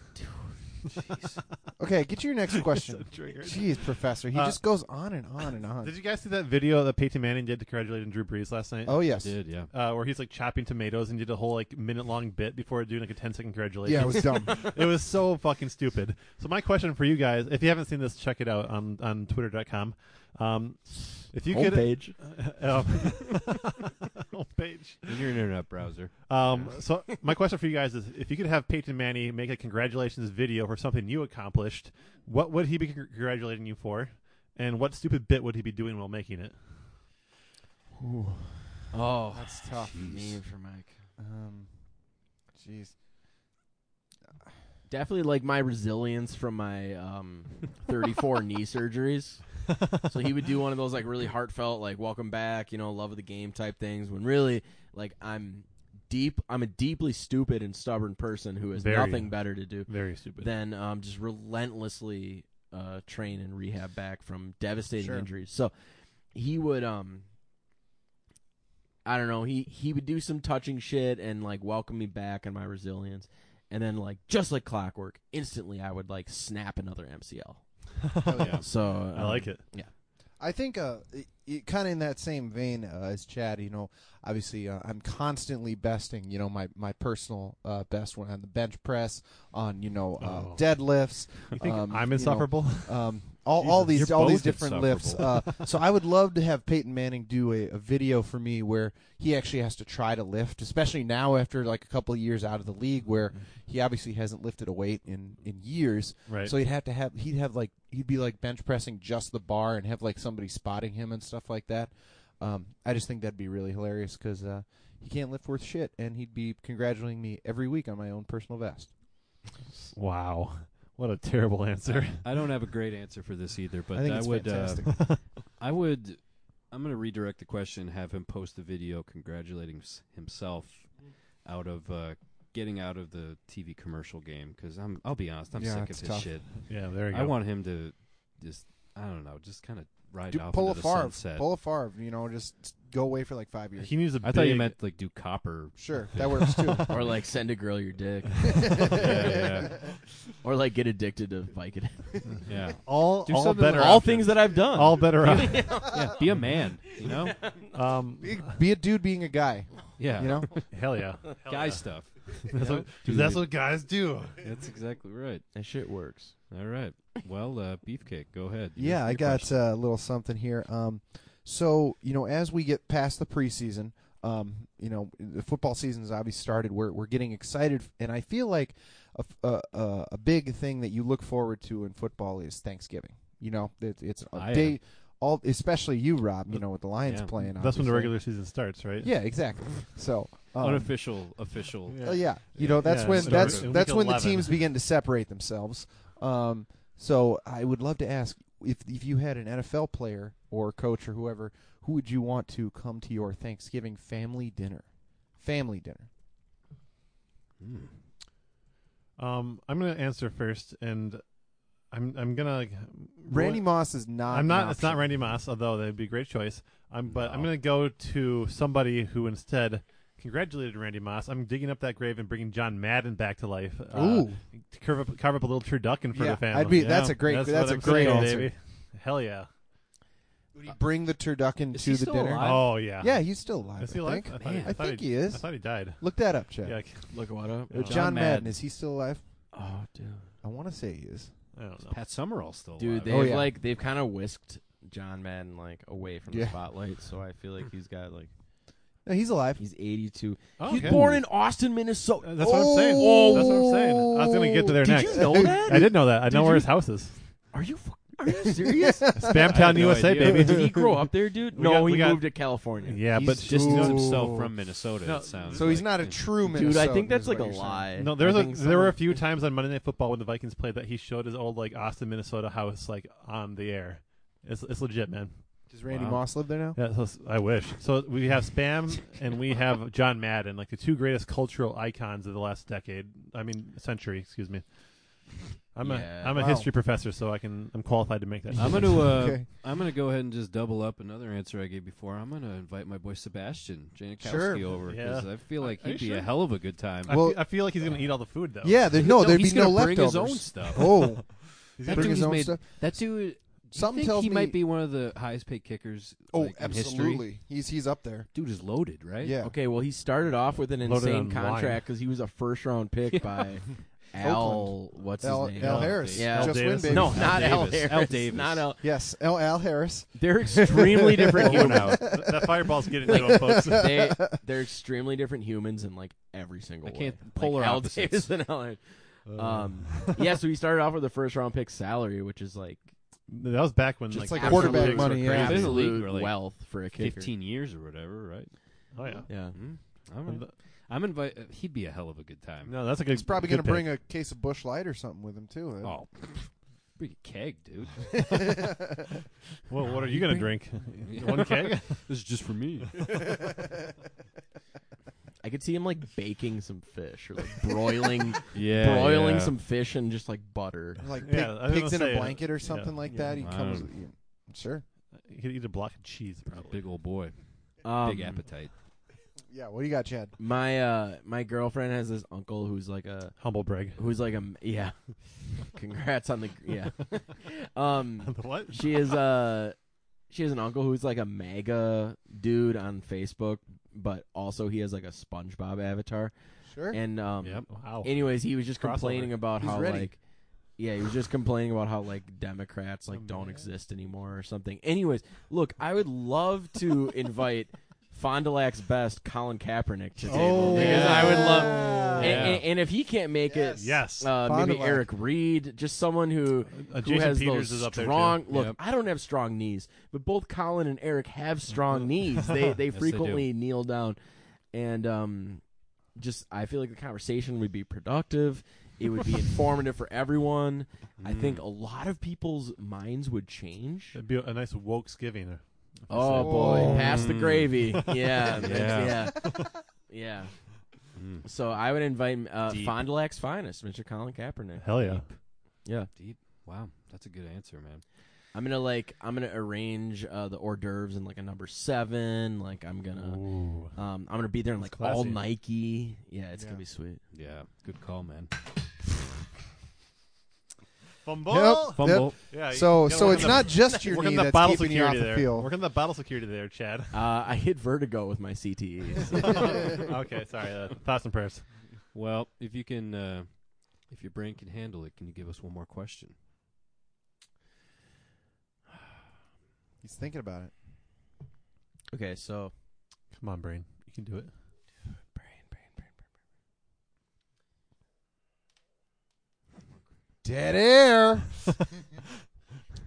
S2: Okay, get to your next
S3: So
S2: question.
S3: triggered.
S2: Jeez, Professor, he
S3: Uh,
S2: just goes on and on and on.
S3: Did you guys see that video that Peyton Manning did to congratulate Drew Brees last night?
S2: Oh yes,
S1: Did yeah.
S3: Uh, where he's like chopping tomatoes and did a whole like minute long bit before doing like a 10 second congratulations.
S2: yeah, it was dumb.
S3: it was so fucking stupid. So my question for you guys, if you haven't seen this, check it out on on twitter.com. Um, if you could
S4: Homepage.
S3: uh, homepage.
S1: In your internet browser.
S3: Um, so my question for you guys is: If you could have Peyton Manny make a congratulations video for something you accomplished, what would he be con- congratulating you for, and what stupid bit would he be doing while making it?
S2: Ooh,
S4: Oh,
S2: that's tough.
S4: me for Mike.
S2: Um, jeez.
S4: Definitely like my resilience from my um, 34 knee surgeries. So he would do one of those like really heartfelt, like welcome back, you know, love of the game type things. When really, like I'm deep, I'm a deeply stupid and stubborn person who has
S3: Very.
S4: nothing better to do
S3: Very stupid.
S4: than um, just relentlessly uh, train and rehab back from devastating
S2: Sure.
S4: injuries. So he would, um, I don't know, he he would do some touching shit and like welcome me back and my resilience, and then like just like clockwork, instantly I would like snap another MCL.
S1: yeah.
S4: So um,
S3: I like it.
S2: I think uh, it, it, kind of in that same vein uh, as Chad. You know, obviously uh, I'm constantly besting. You know, my my personal uh, best when on the bench press, on you know uh,
S3: Oh.
S2: deadlifts.
S3: You think
S2: um, you
S3: I'm
S2: know,
S3: insufferable?
S2: um, all, all
S1: Jesus,
S2: these
S1: you're
S2: all these
S1: both
S2: different lifts. Uh, so I would love to have Peyton Manning do a, a video for me where he actually has to try to lift, especially now after like a couple of years out of the league, where
S1: Mm-hmm.
S2: he obviously hasn't lifted a weight in in years.
S3: Right.
S2: So he'd have to have he'd have like he'd be like bench pressing just the bar and have like somebody spotting him and stuff like that. Um, I just think that'd be really hilarious because uh, he can't lift worth shit, and he'd be congratulating me every week on my own personal best.
S3: wow, what a terrible answer.
S1: I don't have a great answer for this either, but
S2: I think it's
S1: would uh,
S2: fantastic.
S1: I would I'm going to redirect the question and have him post a video congratulating s- himself out of uh, getting out of the TV commercial game cuz I'm I'll be honest, I'm
S2: Yeah,
S1: sick of
S2: it's
S1: this
S2: tough.
S1: shit.
S3: Yeah, there you go.
S1: I want him to just I don't know, just kind of ride
S2: Do,
S1: off
S2: pull a
S1: into the
S2: Favre.
S1: sunset.
S2: Pull a Favre. You know, just go away for like five years.
S3: he needs a
S1: I thought you
S3: big-
S1: meant like do copper.
S2: Sure, that works too.
S4: Or like send a girl your dick,
S1: yeah,
S4: or like get addicted to Vicodin.
S1: yeah. yeah.
S3: all
S1: Do
S3: all
S1: something
S3: better
S1: like-
S4: All
S3: options.
S4: things that I've done.
S3: all better off.
S1: Yeah, be a man, you know?
S3: Um,
S2: be, be a dude being a guy.
S1: Yeah.
S2: You know,
S3: hell yeah,
S1: guy stuff.
S3: that's,
S1: Yeah.
S3: what, that's what guys do.
S1: That's exactly right.
S4: that shit works.
S1: All right. Well, uh, Beefcake, go ahead. You-
S2: Yeah, I
S1: your
S2: got
S1: question.
S2: uh, a little something here. Um, so you know, as we get past the preseason, um, you know, the football season's obviously started. We're we're getting excited, and I feel like a, f- a- a- a big thing that you look forward to in football is Thanksgiving. You know, it, it's a
S1: Ah, yeah.
S2: day. All especially you, Rob. You know, with the Lions
S1: Yeah.
S2: playing.
S3: That's when
S2: obviously.
S3: the regular season starts, right?
S2: Yeah, exactly. So um,
S1: unofficial, official.
S2: Uh, yeah, you know that's
S3: Yeah,
S2: when
S3: start
S2: that's
S3: in week
S2: that's when the
S3: 11.
S2: teams begin to separate themselves. Um, so I would love to ask if if you had an NFL player or coach or whoever, who would you want to come to your Thanksgiving family dinner? Family dinner.
S1: Hmm.
S3: Um, I'm gonna answer first, and I'm I'm gonna
S2: Randy Moss is not.
S3: I'm not.
S2: An
S3: It's not
S2: option.
S3: Randy Moss, although that'd be a great choice. I'm, but I'm
S1: No.
S3: gonna go to somebody who instead congratulated Randy Moss. I'm digging up that grave and bringing John Madden back to life. Uh,
S2: Ooh,
S3: to carve up, carve up a little turducken for
S2: Yeah,
S3: the family.
S2: I'd be-
S3: you
S2: that's
S3: know?
S2: a great-
S3: That's,
S2: that's
S3: what
S2: a
S3: I'm
S2: great
S3: saying,
S2: answer.
S3: baby. Hell yeah.
S2: Would he bring the turducken
S1: Is
S2: to
S1: he
S2: the
S1: still
S2: dinner.
S1: alive?
S3: Oh yeah.
S2: Uh, Yeah, he's still alive.
S3: Is he
S2: I
S3: alive?
S2: think.
S3: I thought, he-
S1: Man.
S3: I
S2: I
S3: thought
S2: think
S3: he,
S2: he
S3: I
S2: is.
S3: thought he died.
S2: Look that up, Chad.
S3: Yeah. like,
S4: Look what up.
S2: Uh, John, Madden.
S3: John
S1: Madden.
S2: is he still alive?
S4: Oh, dude.
S2: I want to say he is.
S3: I don't know.
S1: Pat Summerall still
S4: Dude,
S1: alive.
S4: they've
S2: Oh, yeah.
S4: like they've kind of whisked John Madden like away from the
S2: Yeah.
S4: spotlight, so I feel like he's got like
S2: No, he's alive.
S4: he's 82.
S3: Oh,
S4: he's
S3: okay. Uh,
S4: born in Austin, Minnesota.
S3: That's what I'm saying.
S2: Oh.
S3: That's what I'm saying. I was gonna get to there
S4: Did
S3: next.
S4: you know that?
S3: I did know that. I know
S4: Did
S3: where
S4: you-
S3: his house is.
S4: Are you fu- are you serious?
S1: I
S3: Spamtown,
S1: had no
S3: USA,
S1: idea.
S3: baby.
S4: Did he grow up there, dude?
S3: We
S4: no,
S3: got-
S4: he
S3: we got-
S4: moved to California.
S3: Yeah,
S1: He's
S3: but
S1: distanced
S2: Ooh.
S1: himself from Minnesota.
S3: No,
S1: it sounds
S2: So he's
S1: like.
S2: not a
S1: Yeah.
S2: true Minnesota.
S4: Dude, I think that's
S2: is
S4: like a
S2: what you're saying.
S4: lie.
S3: No, there's
S4: I
S3: a,
S4: think
S3: there were a
S4: someone-
S3: few times on Monday Night Football when the Vikings played that he showed his old like Austin, Minnesota house like on the air. It's it's legit, man.
S2: Does Randy
S1: Wow.
S2: Moss live there now?
S3: Yeah, so s- I wish. So we have Spam and we have John Madden, like the two greatest cultural icons of the last decade. I mean, century. Excuse me. I'm
S4: Yeah.
S3: a I'm a
S2: Wow.
S3: history professor, so I can I'm qualified to make that.
S1: I'm gonna uh,
S2: Okay.
S1: I'm gonna go ahead and just double up another answer I gave before. I'm gonna invite my boy Sebastian Janikowski
S2: Sure.
S1: over
S3: Yeah.
S1: because I feel like
S3: Are you
S1: he'd be
S3: sure?
S1: a hell of a good time.
S3: I,
S2: well-
S3: feel, I feel like he's gonna eat all the food though.
S2: Yeah, there, no, there'd
S1: he's
S2: be no
S1: gonna bring
S2: leftovers.
S1: his own stuff.
S2: Oh,
S3: He's
S1: that
S2: bring
S1: dude
S2: his
S1: has
S2: own
S1: made
S2: stuff?
S1: that dude. Something
S2: Something
S1: think
S2: tells
S1: he
S2: me-
S1: might be one of the highest paid kickers.
S2: oh,
S1: like, in history.
S2: absolutely. He's he's up there.
S1: Dude is loaded, right?
S2: Yeah.
S4: Okay, well, he started off with an
S3: Loaded
S4: insane
S3: on
S4: contract because he was a first round pick by Al. What's
S2: Al,
S4: his name?
S2: Al Harris.
S4: Yeah. Al
S2: just win,
S3: Davis.
S2: baby.
S4: No, not
S1: Al
S4: Al
S1: Davis.
S4: Harris.
S1: Al Davis.
S4: Not Al.
S2: Yes, L. Al Harris.
S4: They're extremely different
S3: Over
S4: humans.
S3: now. Th- that fireball's getting to him, folks.
S4: they they're extremely different humans in like every single
S1: I can't-
S4: way.
S1: polar
S4: like Al
S1: opposites.
S4: Davis and Al Harris. Um, yeah, so he started off with a first round pick salary, which is like
S3: that was back when
S2: Just like
S3: like, absolute
S2: quarterback
S3: picks were
S2: money, yeah.
S3: crazy.
S1: There's a league where,
S4: absolute
S1: like,
S4: wealth for a kicker.
S1: Fifteen years or whatever, right?
S3: Oh yeah.
S4: Yeah.
S1: Mm, all right. I'm invite. He'd be a hell of a good time.
S3: No, that's a good.
S2: He's probably
S3: going
S2: going to bring a case of Bush Light or something with him too.
S1: Oh, big keg, dude.
S3: Well, what
S1: No,
S3: are you
S1: you
S3: going to drink? One keg.
S1: This is just for me.
S4: I could see him like baking some fish or like broiling
S1: Yeah,
S4: broiling
S1: yeah.
S4: some fish in just like butter.
S2: like pig,
S3: Yeah, I was
S2: pigs in
S3: gonna
S2: a
S3: say, uh,
S2: blanket or
S3: yeah,
S2: something like
S3: yeah.
S2: that. He
S1: Wow.
S2: comes. you- Sure.
S3: He could eat a block of cheese.
S1: A
S3: Probably.
S1: big old boy,
S4: Um,
S1: big appetite.
S2: Yeah. What do you got, Chad?
S4: My uh my girlfriend has this uncle who's like a
S3: Humble brag.
S4: who's like a yeah. Congrats on the yeah. um
S3: what?
S4: she is uh she has an uncle who's like a mega dude on Facebook, but also he has like a SpongeBob avatar.
S2: Sure.
S4: And um
S1: Yep.
S3: Wow.
S4: anyways, he was just
S3: Crossover.
S4: complaining about
S2: He's
S4: how
S2: ready.
S4: like yeah, he was just complaining about how like Democrats
S2: Oh,
S4: like don't exist anymore or something. Anyways, look, I would love to invite Fond du Lac's best Colin Kaepernick to the table
S2: Oh,
S4: because I would love
S2: yeah.
S4: and, and, and if he can't make it,
S3: Yes.
S4: uh,
S2: Fond
S4: maybe
S2: du Lac.
S4: Eric Reed, just someone who
S3: Uh,
S4: who
S3: Jason
S4: has
S3: Peters
S4: those
S3: is up there, too.
S4: strong. Look,
S1: Yep.
S4: I don't have strong knees, but both Colin and Eric have strong knees. They they
S1: do.
S4: frequently kneel down, and um, just I feel like the conversation would be productive. It would be informative for everyone. I think a lot of people's minds would change.
S3: It'd be a nice woke giving.
S4: Oh boy,
S2: Oh.
S4: pass the
S1: Mm.
S4: gravy. Yeah, yeah,
S1: Yeah.
S4: yeah.
S1: Mm.
S4: So I would invite uh,
S1: Deep.
S4: Fond du Lac's finest, Mr. Colin Kaepernick.
S3: Hell yeah.
S4: Yeah.
S1: Wow, that's a good answer, man.
S4: I'm gonna like I'm gonna arrange uh, the hors d'oeuvres in like a number seven. Like I'm
S3: Uh,
S4: gonna
S3: Ooh.
S4: um, I'm gonna be there in like
S3: That's
S4: all
S3: classy.
S4: Nike. Yeah, it's gonna
S2: Yeah.
S4: be sweet.
S1: Yeah, good call, man.
S3: Fumble.
S2: Yep.
S1: Fumble.
S3: Yeah.
S2: so
S3: you gotta
S2: so
S3: work
S2: it's
S3: on the-
S2: not just your
S3: work on
S2: knee
S3: the
S2: that's
S3: bottle
S2: keeping you off
S3: security
S2: the
S3: there.
S2: field.
S3: Work on the bottle security there, Chad.
S4: Uh, I hit vertigo with my CTE. so-
S3: okay, sorry. Uh, thoughts and prayers.
S1: Well, if you can, uh, if your brain can handle it, can you give us one more question?
S2: He's thinking about it.
S4: okay, so
S3: Come on, brain. You can do it.
S4: brain, brain, brain,
S2: Dead air.
S4: brain.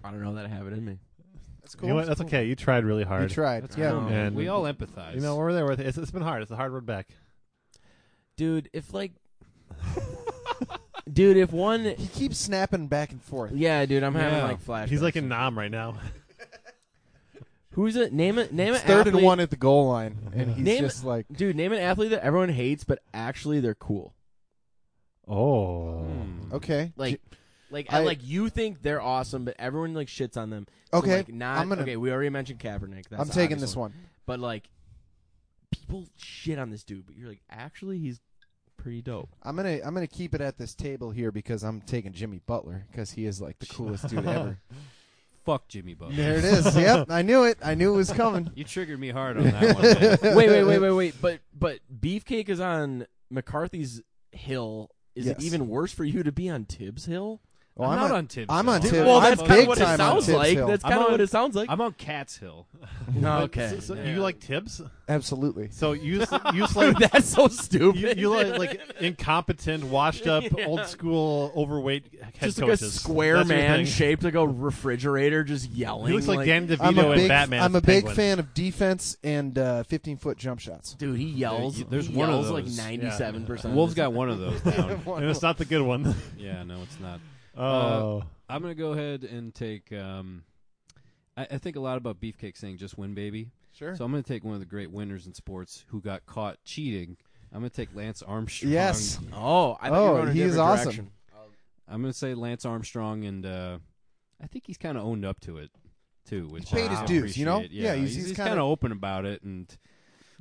S4: I don't know that I have it in me.
S2: That's cool.
S3: You know what? That's okay. You tried really hard.
S2: You tried.
S1: That's
S2: yeah.
S1: cool, man.
S3: And-
S1: we all empathize.
S3: You know, we're there with it. It's, it's been hard. It's a hard road back.
S4: Dude, if like, dude, if one,
S2: He keeps snapping back and forth.
S4: yeah, dude, I'm having
S1: Yeah.
S4: like flashbacks.
S3: He's like in Nam right now.
S4: who's it? Name it. Name
S2: It's
S4: it.
S2: third and one at the goal line, and he's
S4: Name-
S2: just like,
S4: Dude, name an athlete that everyone hates, but actually they're cool.
S3: Oh.
S1: Hmm.
S2: okay,
S4: like like
S2: I-
S4: I, like you think they're awesome, but everyone like shits on them. So,
S2: Okay,
S4: like, not
S2: I'm gonna-
S4: okay. We already mentioned Kaepernick. That's
S2: I'm taking
S4: obvious
S2: this one.
S4: but like people shit on this dude. But you're like, actually, he's pretty dope.
S2: I'm gonna I'm gonna keep it at this table here because I'm taking Jimmy Butler because he is like the coolest dude ever.
S1: fuck Jimmy Butler.
S2: There it is. Yep, I knew it. I knew it was coming.
S1: You triggered me hard on that one. man.
S4: wait, wait, wait, wait, wait. But but Beefcake is on McCarthy's hill. Is
S2: Yes.
S4: it even worse for you to be on Tibbs Hill?
S2: Oh,
S1: I'm,
S2: I'm
S1: not
S2: on-
S1: on Tibbs.
S2: I'm
S1: Hill.
S2: on Tibbs-
S4: well,
S2: I'm
S4: that's kind
S2: big
S4: of what it
S2: time on
S4: sounds
S2: Tibbs
S4: like.
S2: Hill.
S4: That's
S1: I'm
S4: kind of
S1: on-
S4: what it sounds like.
S1: I'm on Cat's Hill.
S4: okay.
S3: So, so you like Tibbs?
S2: absolutely.
S3: So you s- you s-
S4: Dude,
S3: like
S4: that's so stupid.
S3: you, you like like incompetent, washed up, old school, overweight head
S4: just like
S3: coaches.
S4: a square
S3: That's your
S4: man
S3: thing.
S4: shaped like a refrigerator, just yelling.
S3: He looks like, Dan DeVito
S2: I'm a
S3: in
S2: big
S3: Batman.
S2: I'm
S3: as
S2: a big
S3: Penguin.
S2: fan of defense and uh, 15 foot jump shots.
S4: Dude, he yells.
S1: There- there's
S4: he
S1: one of
S4: yells like
S1: those. Yeah.
S4: ninety-seven percent.
S1: Wolves got one of those down.
S3: And it's not the good one.
S1: yeah, no, it's not.
S3: Oh,
S1: I'm gonna go ahead and take. Um, I, I think a lot about Beefcake saying just win, baby.
S2: Sure.
S1: So I'm going to take one of the great winners in sports who got caught cheating. I'm going to take Lance Armstrong.
S2: yes.
S4: Oh, I thought you
S2: Oh,
S4: were going in a
S2: he's
S4: different
S2: awesome.
S4: direction.
S1: I'm going to say Lance Armstrong, and uh, I think he's kind of owned up to it too. Which
S2: paid
S1: I
S2: his dues, you know?
S1: appreciate.
S2: Yeah, he's- he's
S1: he's
S2: kinda-
S1: kind of open about it, and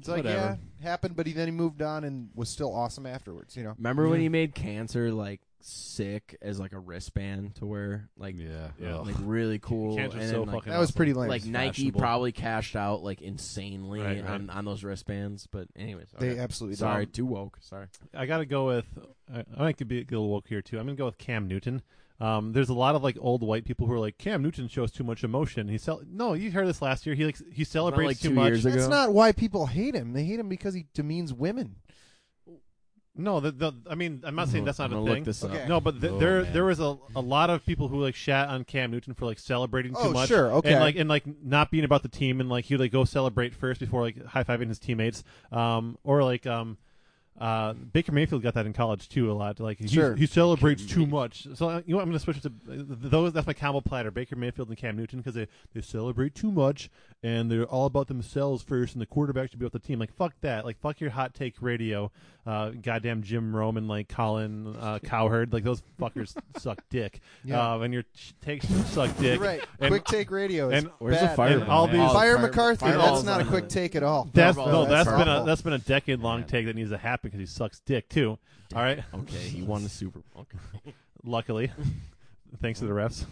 S2: It's like
S1: Whatever.
S2: yeah, happened, but he then he moved on and was still awesome afterwards. You know.
S4: Remember when he made cancer like sick as like a wristband to wear, like
S1: yeah,
S3: Yeah.
S1: Ugh.
S4: like really cool.
S3: Cancer's so
S4: and then, like,
S3: fucking
S2: That was
S3: awesome.
S2: pretty lame.
S4: like Nike
S1: fashionable.
S4: probably cashed out like insanely
S3: Right, right.
S4: on on those wristbands. But anyways,
S2: they
S4: okay.
S2: absolutely
S4: sorry,
S2: don't.
S4: too woke. Sorry.
S3: I gotta go with. I, I might be a little woke here too. I'm gonna go with Cam Newton. Um, there's a lot of like old white people who are like Cam Newton shows too much emotion. He cel- no, you heard this last year. He like he celebrates
S4: like,
S3: too
S4: two
S3: much.
S4: years ago.
S2: That's not why people hate him. They hate him because he demeans women.
S3: No, the, the, I mean I'm not saying that's not
S4: I'm
S3: a
S4: gonna
S3: thing.
S4: Mm-hmm. Look this up.
S2: Okay.
S3: No, but th-
S1: Oh,
S3: there
S1: man.
S3: there was a, a lot of people who like shat on Cam Newton for like celebrating too
S2: Oh,
S3: much.
S2: sure, okay.
S3: And like and like not being about the team and like he would like go celebrate first before like high fiving his teammates. Um or like um uh Baker Mayfield got that in college too a lot. Like he,
S2: Sure.
S3: he celebrates too much. So uh, you know what, I'm going to switch it to those that's my combo platter Baker Mayfield and Cam Newton cuz they they celebrate too much and they're all about themselves first and the quarterback should be about the team. Like fuck that. Like fuck your hot take radio. Uh goddamn Jim Rome and like Colin uh, Cowherd. Like those fuckers suck dick.
S2: Yeah.
S3: Uh, and your ch- takes suck dick.
S2: You're right.
S3: And
S2: quick take radio is
S3: and-
S4: Where's the
S2: bad.
S4: fire?
S3: And all
S4: Oh,
S3: these-
S4: the
S2: Fire McCarthy.
S4: fireball's
S2: that's not a
S4: on
S2: quick
S4: it.
S2: take at all.
S3: That's
S4: Fireball.
S3: no,
S4: Oh,
S3: that's
S4: that's
S3: been a,
S2: awful.
S3: that's been a decade long take that needs to happen because he sucks dick too. All right,
S4: Okay, he won the Super Bowl. Okay.
S3: luckily, thanks to the refs.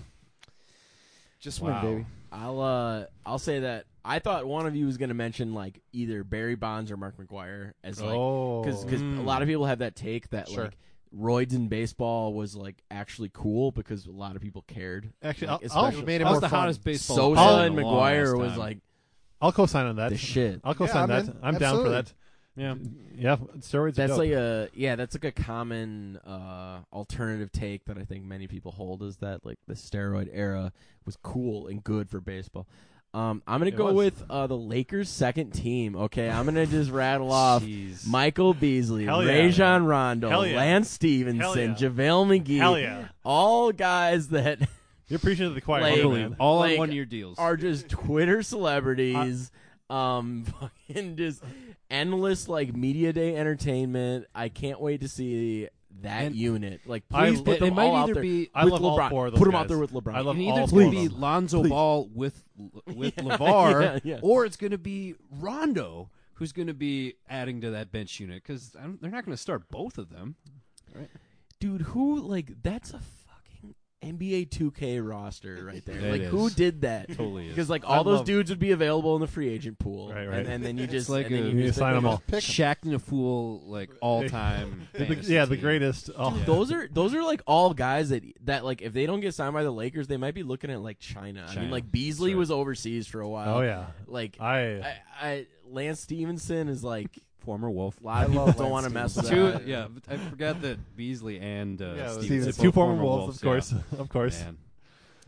S2: Just
S1: Wow.
S2: win, baby.
S4: I'll uh I'll say that I thought one of you was gonna mention like either Barry Bonds or Mark McGuire as like
S3: oh,
S4: because a lot of people have that take that
S2: Sure.
S4: like roids in baseball was like actually cool because a lot of people cared.
S3: actually,
S4: like,
S3: I'll, I'll,
S4: especially-
S2: made it
S1: That was
S2: more
S1: the
S2: fun.
S1: hottest baseball.
S4: Sosa
S1: player in
S4: and
S1: a long ass
S4: McGuire was
S1: time.
S4: like
S3: I'll co-sign on that.
S4: the shit.
S3: I'll co-sign
S2: Yeah, I'm
S3: that.
S2: in.
S3: I'm down for
S2: Absolutely.
S3: that.
S1: yeah,
S3: Yeah, steroids. are
S4: That's
S3: dope.
S4: like a yeah, that's like a common uh alternative take that I think many people hold is that like the steroid era was cool and good for baseball. Um, I'm gonna
S3: It
S4: go
S3: was.
S4: with uh, the Lakers' second team. Okay, I'm gonna just rattle off
S1: Jeez.
S4: Michael Beasley,
S3: Hell yeah.
S4: Rajon Rondo,
S3: Hell yeah.
S4: Lance
S3: Hell yeah.
S4: Stevenson, JaVale McGee,
S3: hell yeah.
S4: all guys that
S3: You're preaching to the choir,
S4: Like-
S3: here,
S1: Unbelievable.
S3: man.
S1: all on
S4: Like,
S1: one year deals.
S4: are just Twitter celebrities. um, fucking just endless like media day entertainment. I can't wait to see that
S1: And-
S4: unit. Like,
S3: I-
S4: please put
S1: they
S4: them
S1: might
S4: all
S1: either
S4: out there.
S1: be-
S3: I
S4: with
S3: love all
S4: LeBron.
S3: four of those
S4: Put them
S3: guys.
S4: out there with LeBron.
S3: I love
S1: And
S3: all
S1: either it's
S3: four
S1: going
S3: of
S1: to be
S3: them.
S1: Lonzo
S4: Please.
S1: Ball with with Lavar,
S4: yeah, yeah.
S1: or it's going to be Rondo, who's going to be adding to that bench unit because they're not going to start both of them.
S4: dude, who like that's a fucking NBA 2K roster right there.
S1: It
S4: like, who
S1: is.
S4: did that?
S1: Totally,
S4: Because like
S3: I
S4: all those
S3: love-
S4: dudes would be available in the free agent pool,
S3: Right,
S4: and-
S3: right.
S4: And, then you just
S1: like
S4: and then
S1: a-
S4: you
S1: You
S4: just
S3: sign
S4: pick
S3: 'em
S4: up-
S3: all.
S2: Pick 'em.
S1: Shaq and a fool, like all time.
S3: The- yeah, the greatest. Oh,
S4: Dude, Those are those are like all guys that that like if they don't get signed by the Lakers, they might be looking at like China. I mean,
S1: China.
S4: like Beasley
S1: That's right.
S4: was overseas for a while.
S3: oh yeah.
S4: like I,
S3: I
S4: I, Lance Stevenson is like
S1: former Wolf.
S4: a lot of
S2: I
S4: people
S2: love
S4: don't
S2: Lance
S4: want to mess with
S1: Two,
S4: that.
S1: yeah, but I forgot that Beasley and uh,
S3: yeah,
S1: Stevens
S2: Stevens.
S1: are both
S3: two former wolves, of
S1: yeah.
S3: course, of course.
S1: Man.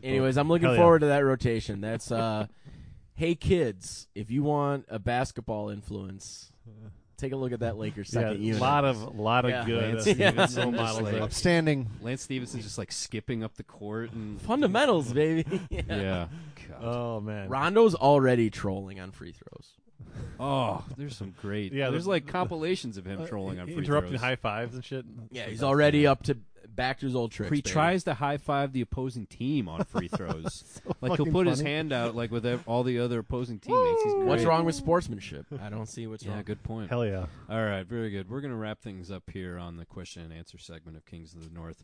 S4: Anyways, I'm looking
S3: Hell yeah.
S4: forward to that rotation. That's uh, hey kids, if you want a basketball influence, take a look at that Lakers
S3: Yeah,
S4: second
S3: a
S4: unit.
S3: lot of lot of
S4: Yeah.
S3: good
S1: Lance
S3: uh,
S1: Stevens
S3: role
S1: and just
S3: models
S1: like-
S3: there.
S2: Upstanding.
S1: Lance Stevenson just like skipping up the court and
S4: fundamentals, baby.
S1: yeah. God.
S3: Oh man.
S4: Rondo's already trolling on free throws.
S1: Oh, there's some great.
S3: Yeah,
S1: Yeah,
S3: the-
S1: there's like compilations of him
S3: Uh,
S1: trolling on free
S3: interrupting
S1: throws.
S3: high fives and shit.
S4: Yeah, he's already up to back to his old tricks.
S1: He
S4: baby.
S1: tries to high five the opposing team on free throws. like he'll
S3: fucking
S1: put his
S3: funny.
S1: hand out like with ev- all the other opposing teammates. He's
S4: What's
S1: great.
S4: wrong with sportsmanship? I don't see what's
S1: Yeah,
S4: wrong.
S1: good point.
S3: Hell yeah.
S1: All right, very good. We're going to wrap things up here on the question and answer segment of Kings of the North.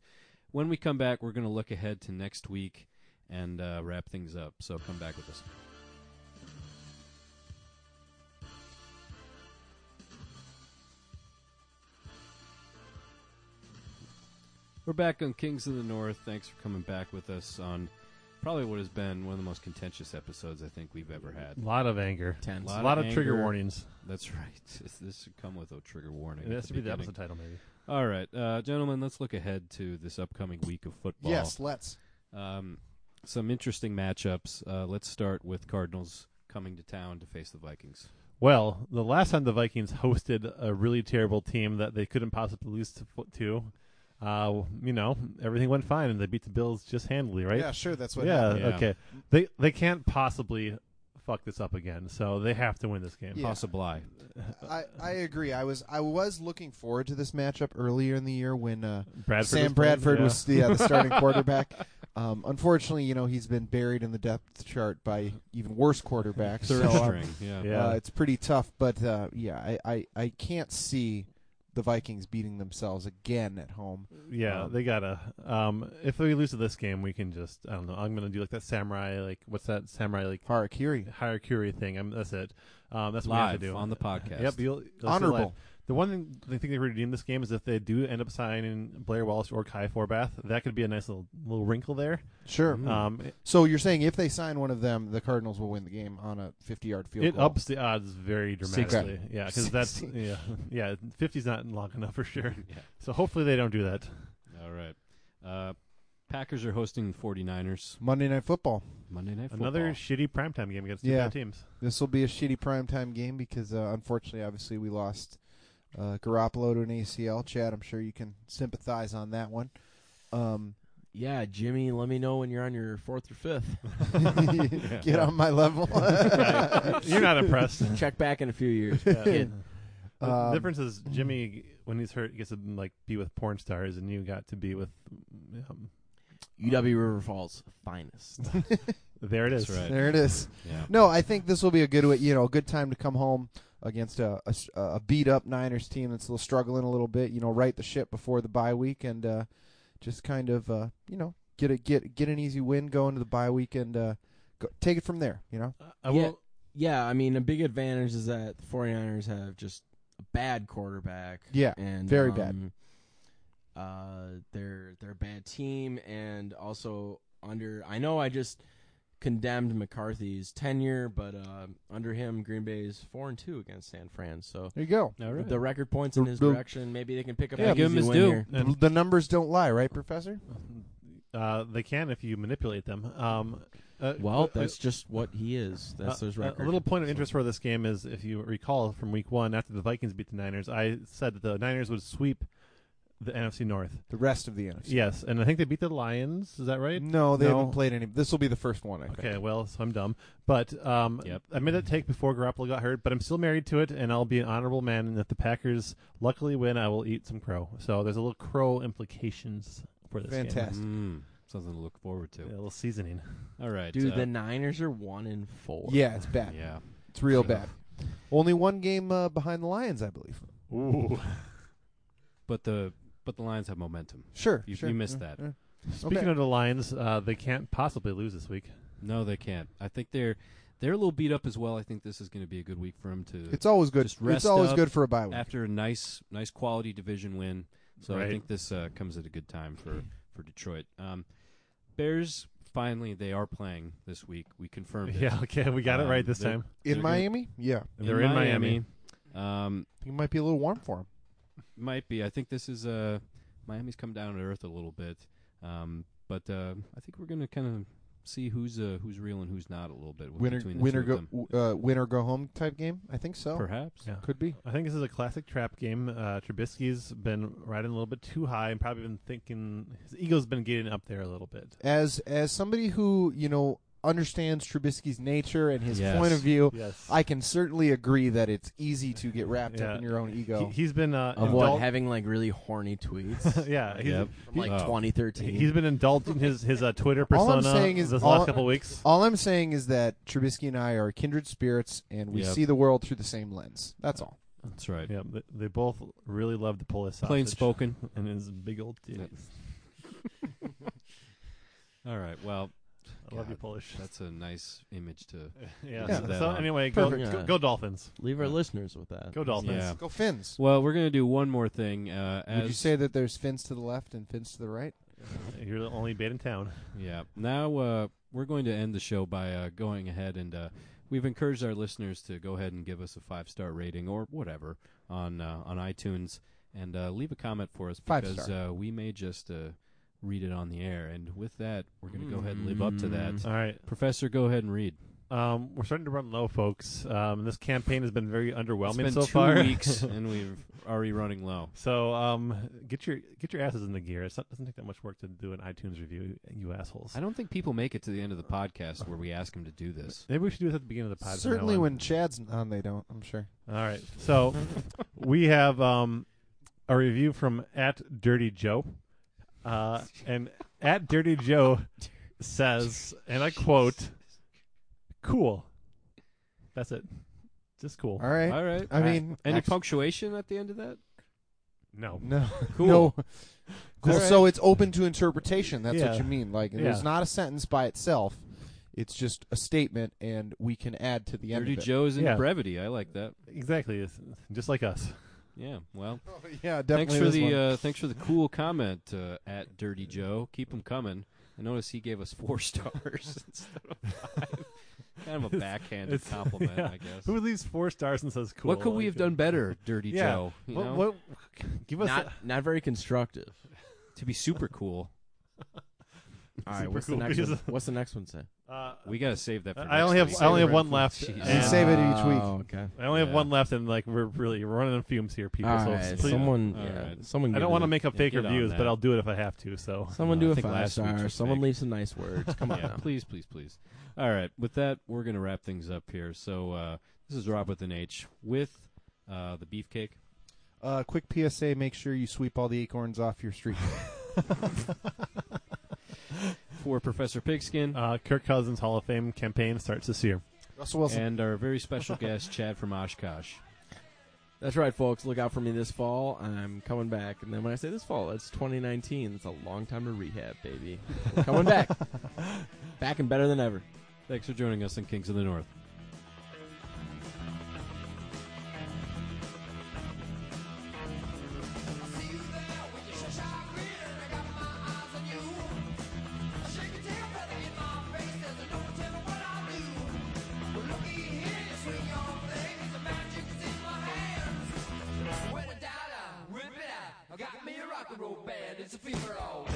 S1: When we come back, we're going to look ahead to next week and uh, wrap things up. So come back with us. We're back on Kings of the North. Thanks for coming back with us on probably what has been one of the most contentious episodes I think we've ever had.
S3: A lot of anger.
S4: Tense.
S1: Lot
S3: A
S1: of
S3: lot of trigger
S1: anger.
S3: warnings.
S1: That's right. This, this should come with a trigger warning.
S3: It
S1: at
S3: has to be the
S1: beginning.
S3: episode title, maybe.
S1: All right, uh, gentlemen, let's look ahead to this upcoming week of football.
S2: Yes, let's.
S1: Um, some interesting matchups. Uh, let's start with Cardinals coming to town to face the Vikings.
S3: Well, the last time the Vikings hosted a really terrible team that they couldn't possibly lose to, to Uh, you know, everything went fine, and they beat the Bills just handily, right?
S2: Yeah, sure. That's what.
S3: yeah,
S2: happened.
S1: happened.
S3: okay. They they can't possibly fuck this up again, so they have to win this game.
S2: Yeah.
S1: Possible eye.
S2: I, I agree. I was I was looking forward to this matchup earlier in the year when uh,
S3: Bradford was
S2: Sam
S3: playing,
S2: Bradford
S3: yeah.
S2: was yeah, the starting quarterback. Um, unfortunately, you know he's been buried in the depth chart by even worse quarterbacks.
S1: Third
S2: so, um,
S1: string. Yeah.
S3: Yeah.
S2: Uh, it's pretty tough, but uh, yeah, I, I, I can't see the Vikings beating themselves again at home.
S3: Yeah,
S2: Um,
S3: they gotta. Um, if we lose to this game, we can just I don't know. I'm gonna do like that samurai like what's that samurai like
S2: Harakiri.
S3: hierarchy thing. I'm, that's it. Um, that's what we have
S1: Live
S3: to do
S1: on the podcast.
S3: Yep, you'll, you'll see
S2: Honorable.
S3: live. The one thing they think they redeem this game is if they do end up signing Blair Wallace or Kai Forbath, that could be a nice little little wrinkle there.
S2: Sure.
S1: Mm.
S3: Um,
S2: So you're saying if they sign one of them, the Cardinals will win the game on a 50 yard field
S3: it
S2: goal.
S3: ups the odds very dramatically. Yeah, because that's
S2: Sixty.
S3: yeah, yeah. Fifty's not long enough for sure.
S1: Yeah.
S3: So hopefully they don't do that.
S1: All right. Uh, Packers are hosting 49ers
S2: Monday Night Football.
S1: Monday night.
S3: Another
S1: Football.
S3: shitty primetime game against two
S2: Yeah.
S3: bad teams.
S2: This will be a shitty primetime game because uh, unfortunately, obviously, we lost uh, Garoppolo to an ACL. Chad, I'm sure you can sympathize on that one. Um,
S4: Yeah, Jimmy, let me know when you're on your fourth or fifth.
S2: Get on my level.
S3: You're not impressed.
S4: Check back in a few years.
S3: Yeah.
S4: Kid.
S3: The
S2: Um,
S3: difference is Jimmy, when he's hurt, gets to like be with porn stars, and you got to be with. Um,
S4: UW River Falls finest.
S3: there it is.
S1: That's right.
S2: there it is.
S1: Yeah.
S2: No, I think this will be a good, way- you know, a good time to come home against a, a, beat up Niners team that's a little struggling a little bit. You know, right the ship before the bye week and uh, just kind of, uh, you know, get a get get an easy win going to the bye week and uh, go, take it from there. You know,
S3: Uh, I
S4: Yeah.
S3: will.
S4: Yeah, I mean, a big advantage is that the 49ers have just a bad quarterback.
S2: Yeah,
S4: and
S2: very
S4: um, Uh, they're they're a bad team, and also under. I know I just condemned McCarthy's tenure, but uh, under him, Green Bay is four and two against San Fran. So
S2: there you go.
S1: All right.
S4: the record points in his
S2: The- the-
S4: direction. Maybe they can pick up
S1: Yeah,
S4: an
S1: give him his
S4: easy win
S1: due.
S4: here.
S3: And-
S2: the numbers don't lie, right, Professor?
S3: Uh, they can if you manipulate them. Um, uh,
S4: Well,
S3: uh,
S4: that's just what he is. That's
S3: uh,
S4: his
S3: uh,
S4: record.
S3: A little point of interest for this game is if you recall from week one, after the Vikings beat the Niners, I said that the Niners would sweep the NFC North.
S2: The rest of the NFC.
S3: Yes, and I think they beat the Lions. Is that right?
S2: No, they
S3: No.
S2: haven't played any. This will be the first one, I think.
S3: Okay, well, so I'm dumb, but um,
S1: Yep.
S3: I made that take before Garoppolo got hurt, but I'm still married to it, and I'll be an honorable man. And if the Packers luckily win, I will eat some crow. So there's a little crow implications for this game.
S2: Fantastic.
S1: Mm, something to look forward to.
S3: A little seasoning.
S1: All right.
S4: Dude,
S1: uh,
S4: the Niners are one and four.
S2: Yeah, it's bad.
S1: yeah.
S2: It's real
S1: Yeah.
S2: bad. Only one game uh, behind the Lions, I believe.
S3: Ooh.
S1: But the but the Lions have momentum.
S2: Sure,
S1: You-
S2: sure.
S1: you missed
S2: Yeah,
S1: that.
S2: yeah.
S3: Speaking
S2: Okay.
S3: of the Lions, uh, they can't possibly lose this week.
S1: No, they can't. I think they're they're a little beat up as well. I think this is going to be a good week for them to
S2: It's always good.
S1: Just rest
S2: It's always
S1: up
S2: good for a bye week.
S1: after a nice nice quality division win. So
S3: Right.
S1: I think this uh, comes at a good time for for Detroit. Um, Bears finally they are playing this week. We confirmed it.
S3: Yeah, okay, we got it
S1: Um,
S3: right this
S1: they're-
S3: time.
S1: they're
S2: In
S1: good.
S2: Miami? Yeah.
S3: They're in Miami.
S1: Miami. Um,
S2: It might be a little warm for him.
S1: might be. I think this is uh Miami's come down to earth a little bit. Um, but uh, I think we're gonna kind of see who's uh, who's real and who's not a little bit with-
S2: Winner,
S1: between the
S2: winner,
S1: two of
S2: go,
S1: them.
S2: uh, winner go home type game. I think so.
S1: Perhaps.
S3: Yeah.
S2: Could be.
S3: I think this is a classic trap game. Uh, Trubisky's been riding a little bit too high and probably been thinking his ego's been getting up there a little bit.
S2: As as somebody who you know understands Trubisky's nature and his
S1: Yes.
S2: point of view,
S3: Yes.
S2: I can certainly agree that it's easy to get wrapped
S3: Yeah.
S2: up in your own
S3: he,
S2: ego.
S3: he's been uh,
S4: Of what?
S3: indul-
S4: Having like really horny tweets
S3: yeah, he's,
S1: Yep.
S4: from like
S1: Oh.
S4: 2013.
S3: He's been indulging his his uh, Twitter
S2: All
S3: persona
S2: I'm saying is-
S3: this
S2: all-
S3: last couple weeks.
S2: All I'm saying is that Trubisky and I are kindred spirits, and we
S1: Yep.
S2: see the world through the same lens. That's all.
S1: That's right.
S3: Yeah, they, they both really love to pull his sausage.
S1: Plain spoken.
S3: and his big old titties.
S1: All right. Well,
S3: I love you,
S1: God.
S3: Polish.
S1: that's a nice image to.
S3: yeah.
S2: Yeah.
S3: so-
S1: That,
S3: So
S1: um,
S3: anyway, go,
S2: Perfect.
S3: go go Dolphins.
S4: Leave our listeners with that.
S3: Go Dolphins.
S1: Yeah.
S2: Go Finns.
S1: Well, we're gonna do one more thing. Uh, as
S2: Would you say that there's fins to the left and fins to the right?
S3: You're the only bait in town.
S1: Yeah. Now uh, we're going to end the show by uh, going ahead and uh, we've encouraged our listeners to go ahead and give us a five star rating or whatever on uh, on iTunes and uh, leave a comment for us
S2: Five
S1: because uh, we may just uh, read it on the air. And with that, we're going to go ahead and live up to that.
S3: All right.
S1: Professor, go ahead and read.
S3: Um, we're starting to run low, folks. Um, this campaign has been very underwhelming
S1: it's been
S3: so
S1: two
S3: far.
S1: weeks and we've already running low.
S3: So um, get your get your asses in the gear. It doesn't take that much work to do an iTunes review, you assholes.
S1: I don't think people make it to the end of the podcast where we ask him to do this.
S3: Maybe we should do this at the beginning of the podcast.
S6: Certainly,
S3: now on.
S6: when Chad's on, they don't. I'm sure.
S3: All right. So we have um, a review from at Dirty Joe. Uh, and at Dirty Joe says, and I quote, cool. That's it. Just cool.
S6: All right.
S1: All right.
S6: I mean,
S1: Any
S6: actu-
S1: punctuation at the end of that?
S3: No.
S6: no,
S1: Cool.
S6: no. Cool.
S3: All
S6: So it's open to interpretation. That's
S3: Yeah.
S6: what you mean. Like,
S3: Yeah.
S6: there's not a sentence by itself. It's just a statement, and we can add to the end.
S1: Dirty
S6: of it.
S1: Joe is in
S3: Yeah.
S1: brevity. I like that.
S3: Exactly. It's just like us.
S1: Yeah. Well,
S6: yeah,
S1: thanks
S6: definitely.
S1: for
S6: this one.
S1: the uh, thanks for the cool comment uh, at Dirty Joe. Keep them coming. I noticed he gave us four stars instead of five. kind of a backhanded
S3: it's-
S1: compliment,
S3: yeah.
S1: I guess.
S3: Who leaves four stars and says cool?
S1: what could we have done better, Dirty
S3: Yeah.
S1: Joe? You
S3: What,
S1: know?
S3: what, give us
S4: Not not very constructive.
S1: To be super cool.
S4: All right,
S3: Super
S4: what's
S3: cool
S4: the next one?
S3: because-
S4: What's the next one say?
S3: a- uh,
S1: We gotta save that for
S3: I
S1: next
S3: only have
S1: week.
S3: I only have one left.
S1: Jeez.
S3: and-
S6: You save it each week.
S4: Oh, okay.
S3: I only have
S1: Yeah.
S3: one left, and like we're really running on fumes here, people.
S4: All
S3: so
S4: right,
S3: please-
S4: someone,
S1: All
S4: yeah,
S1: right.
S4: someone.
S3: I
S4: give
S3: don't
S4: it
S3: want to
S4: a-
S3: make up
S1: yeah,
S3: fake
S1: get on
S3: reviews,
S1: that.
S3: but I'll do it if I have to. So
S4: Someone
S1: Uh,
S4: do
S1: I
S4: a
S1: think
S4: five
S1: last week's
S4: star.
S1: was
S4: Someone
S1: fake.
S4: leave some nice words. Come on
S1: yeah,
S4: now.
S1: please, please, please. All right, with that, we're gonna wrap things up here. So uh, this is Rob with an H with uh, the beefcake.
S6: Uh, quick PSA: Make sure you sweep all the acorns off your street.
S1: for Professor Pigskin
S3: uh, Kirk Cousins Hall of Fame campaign starts this year.
S6: Russell Wilson.
S1: and our very special guest Chad from Oshkosh.
S4: That's right, folks. Look out for me this fall. I'm coming back. And then when I say this fall, it's 2019. It's a long time to rehab, baby. We're coming back. back and better than ever.
S1: Thanks for joining us on Kings of the North.
S7: Got me a rock and roll band, it's a fever all.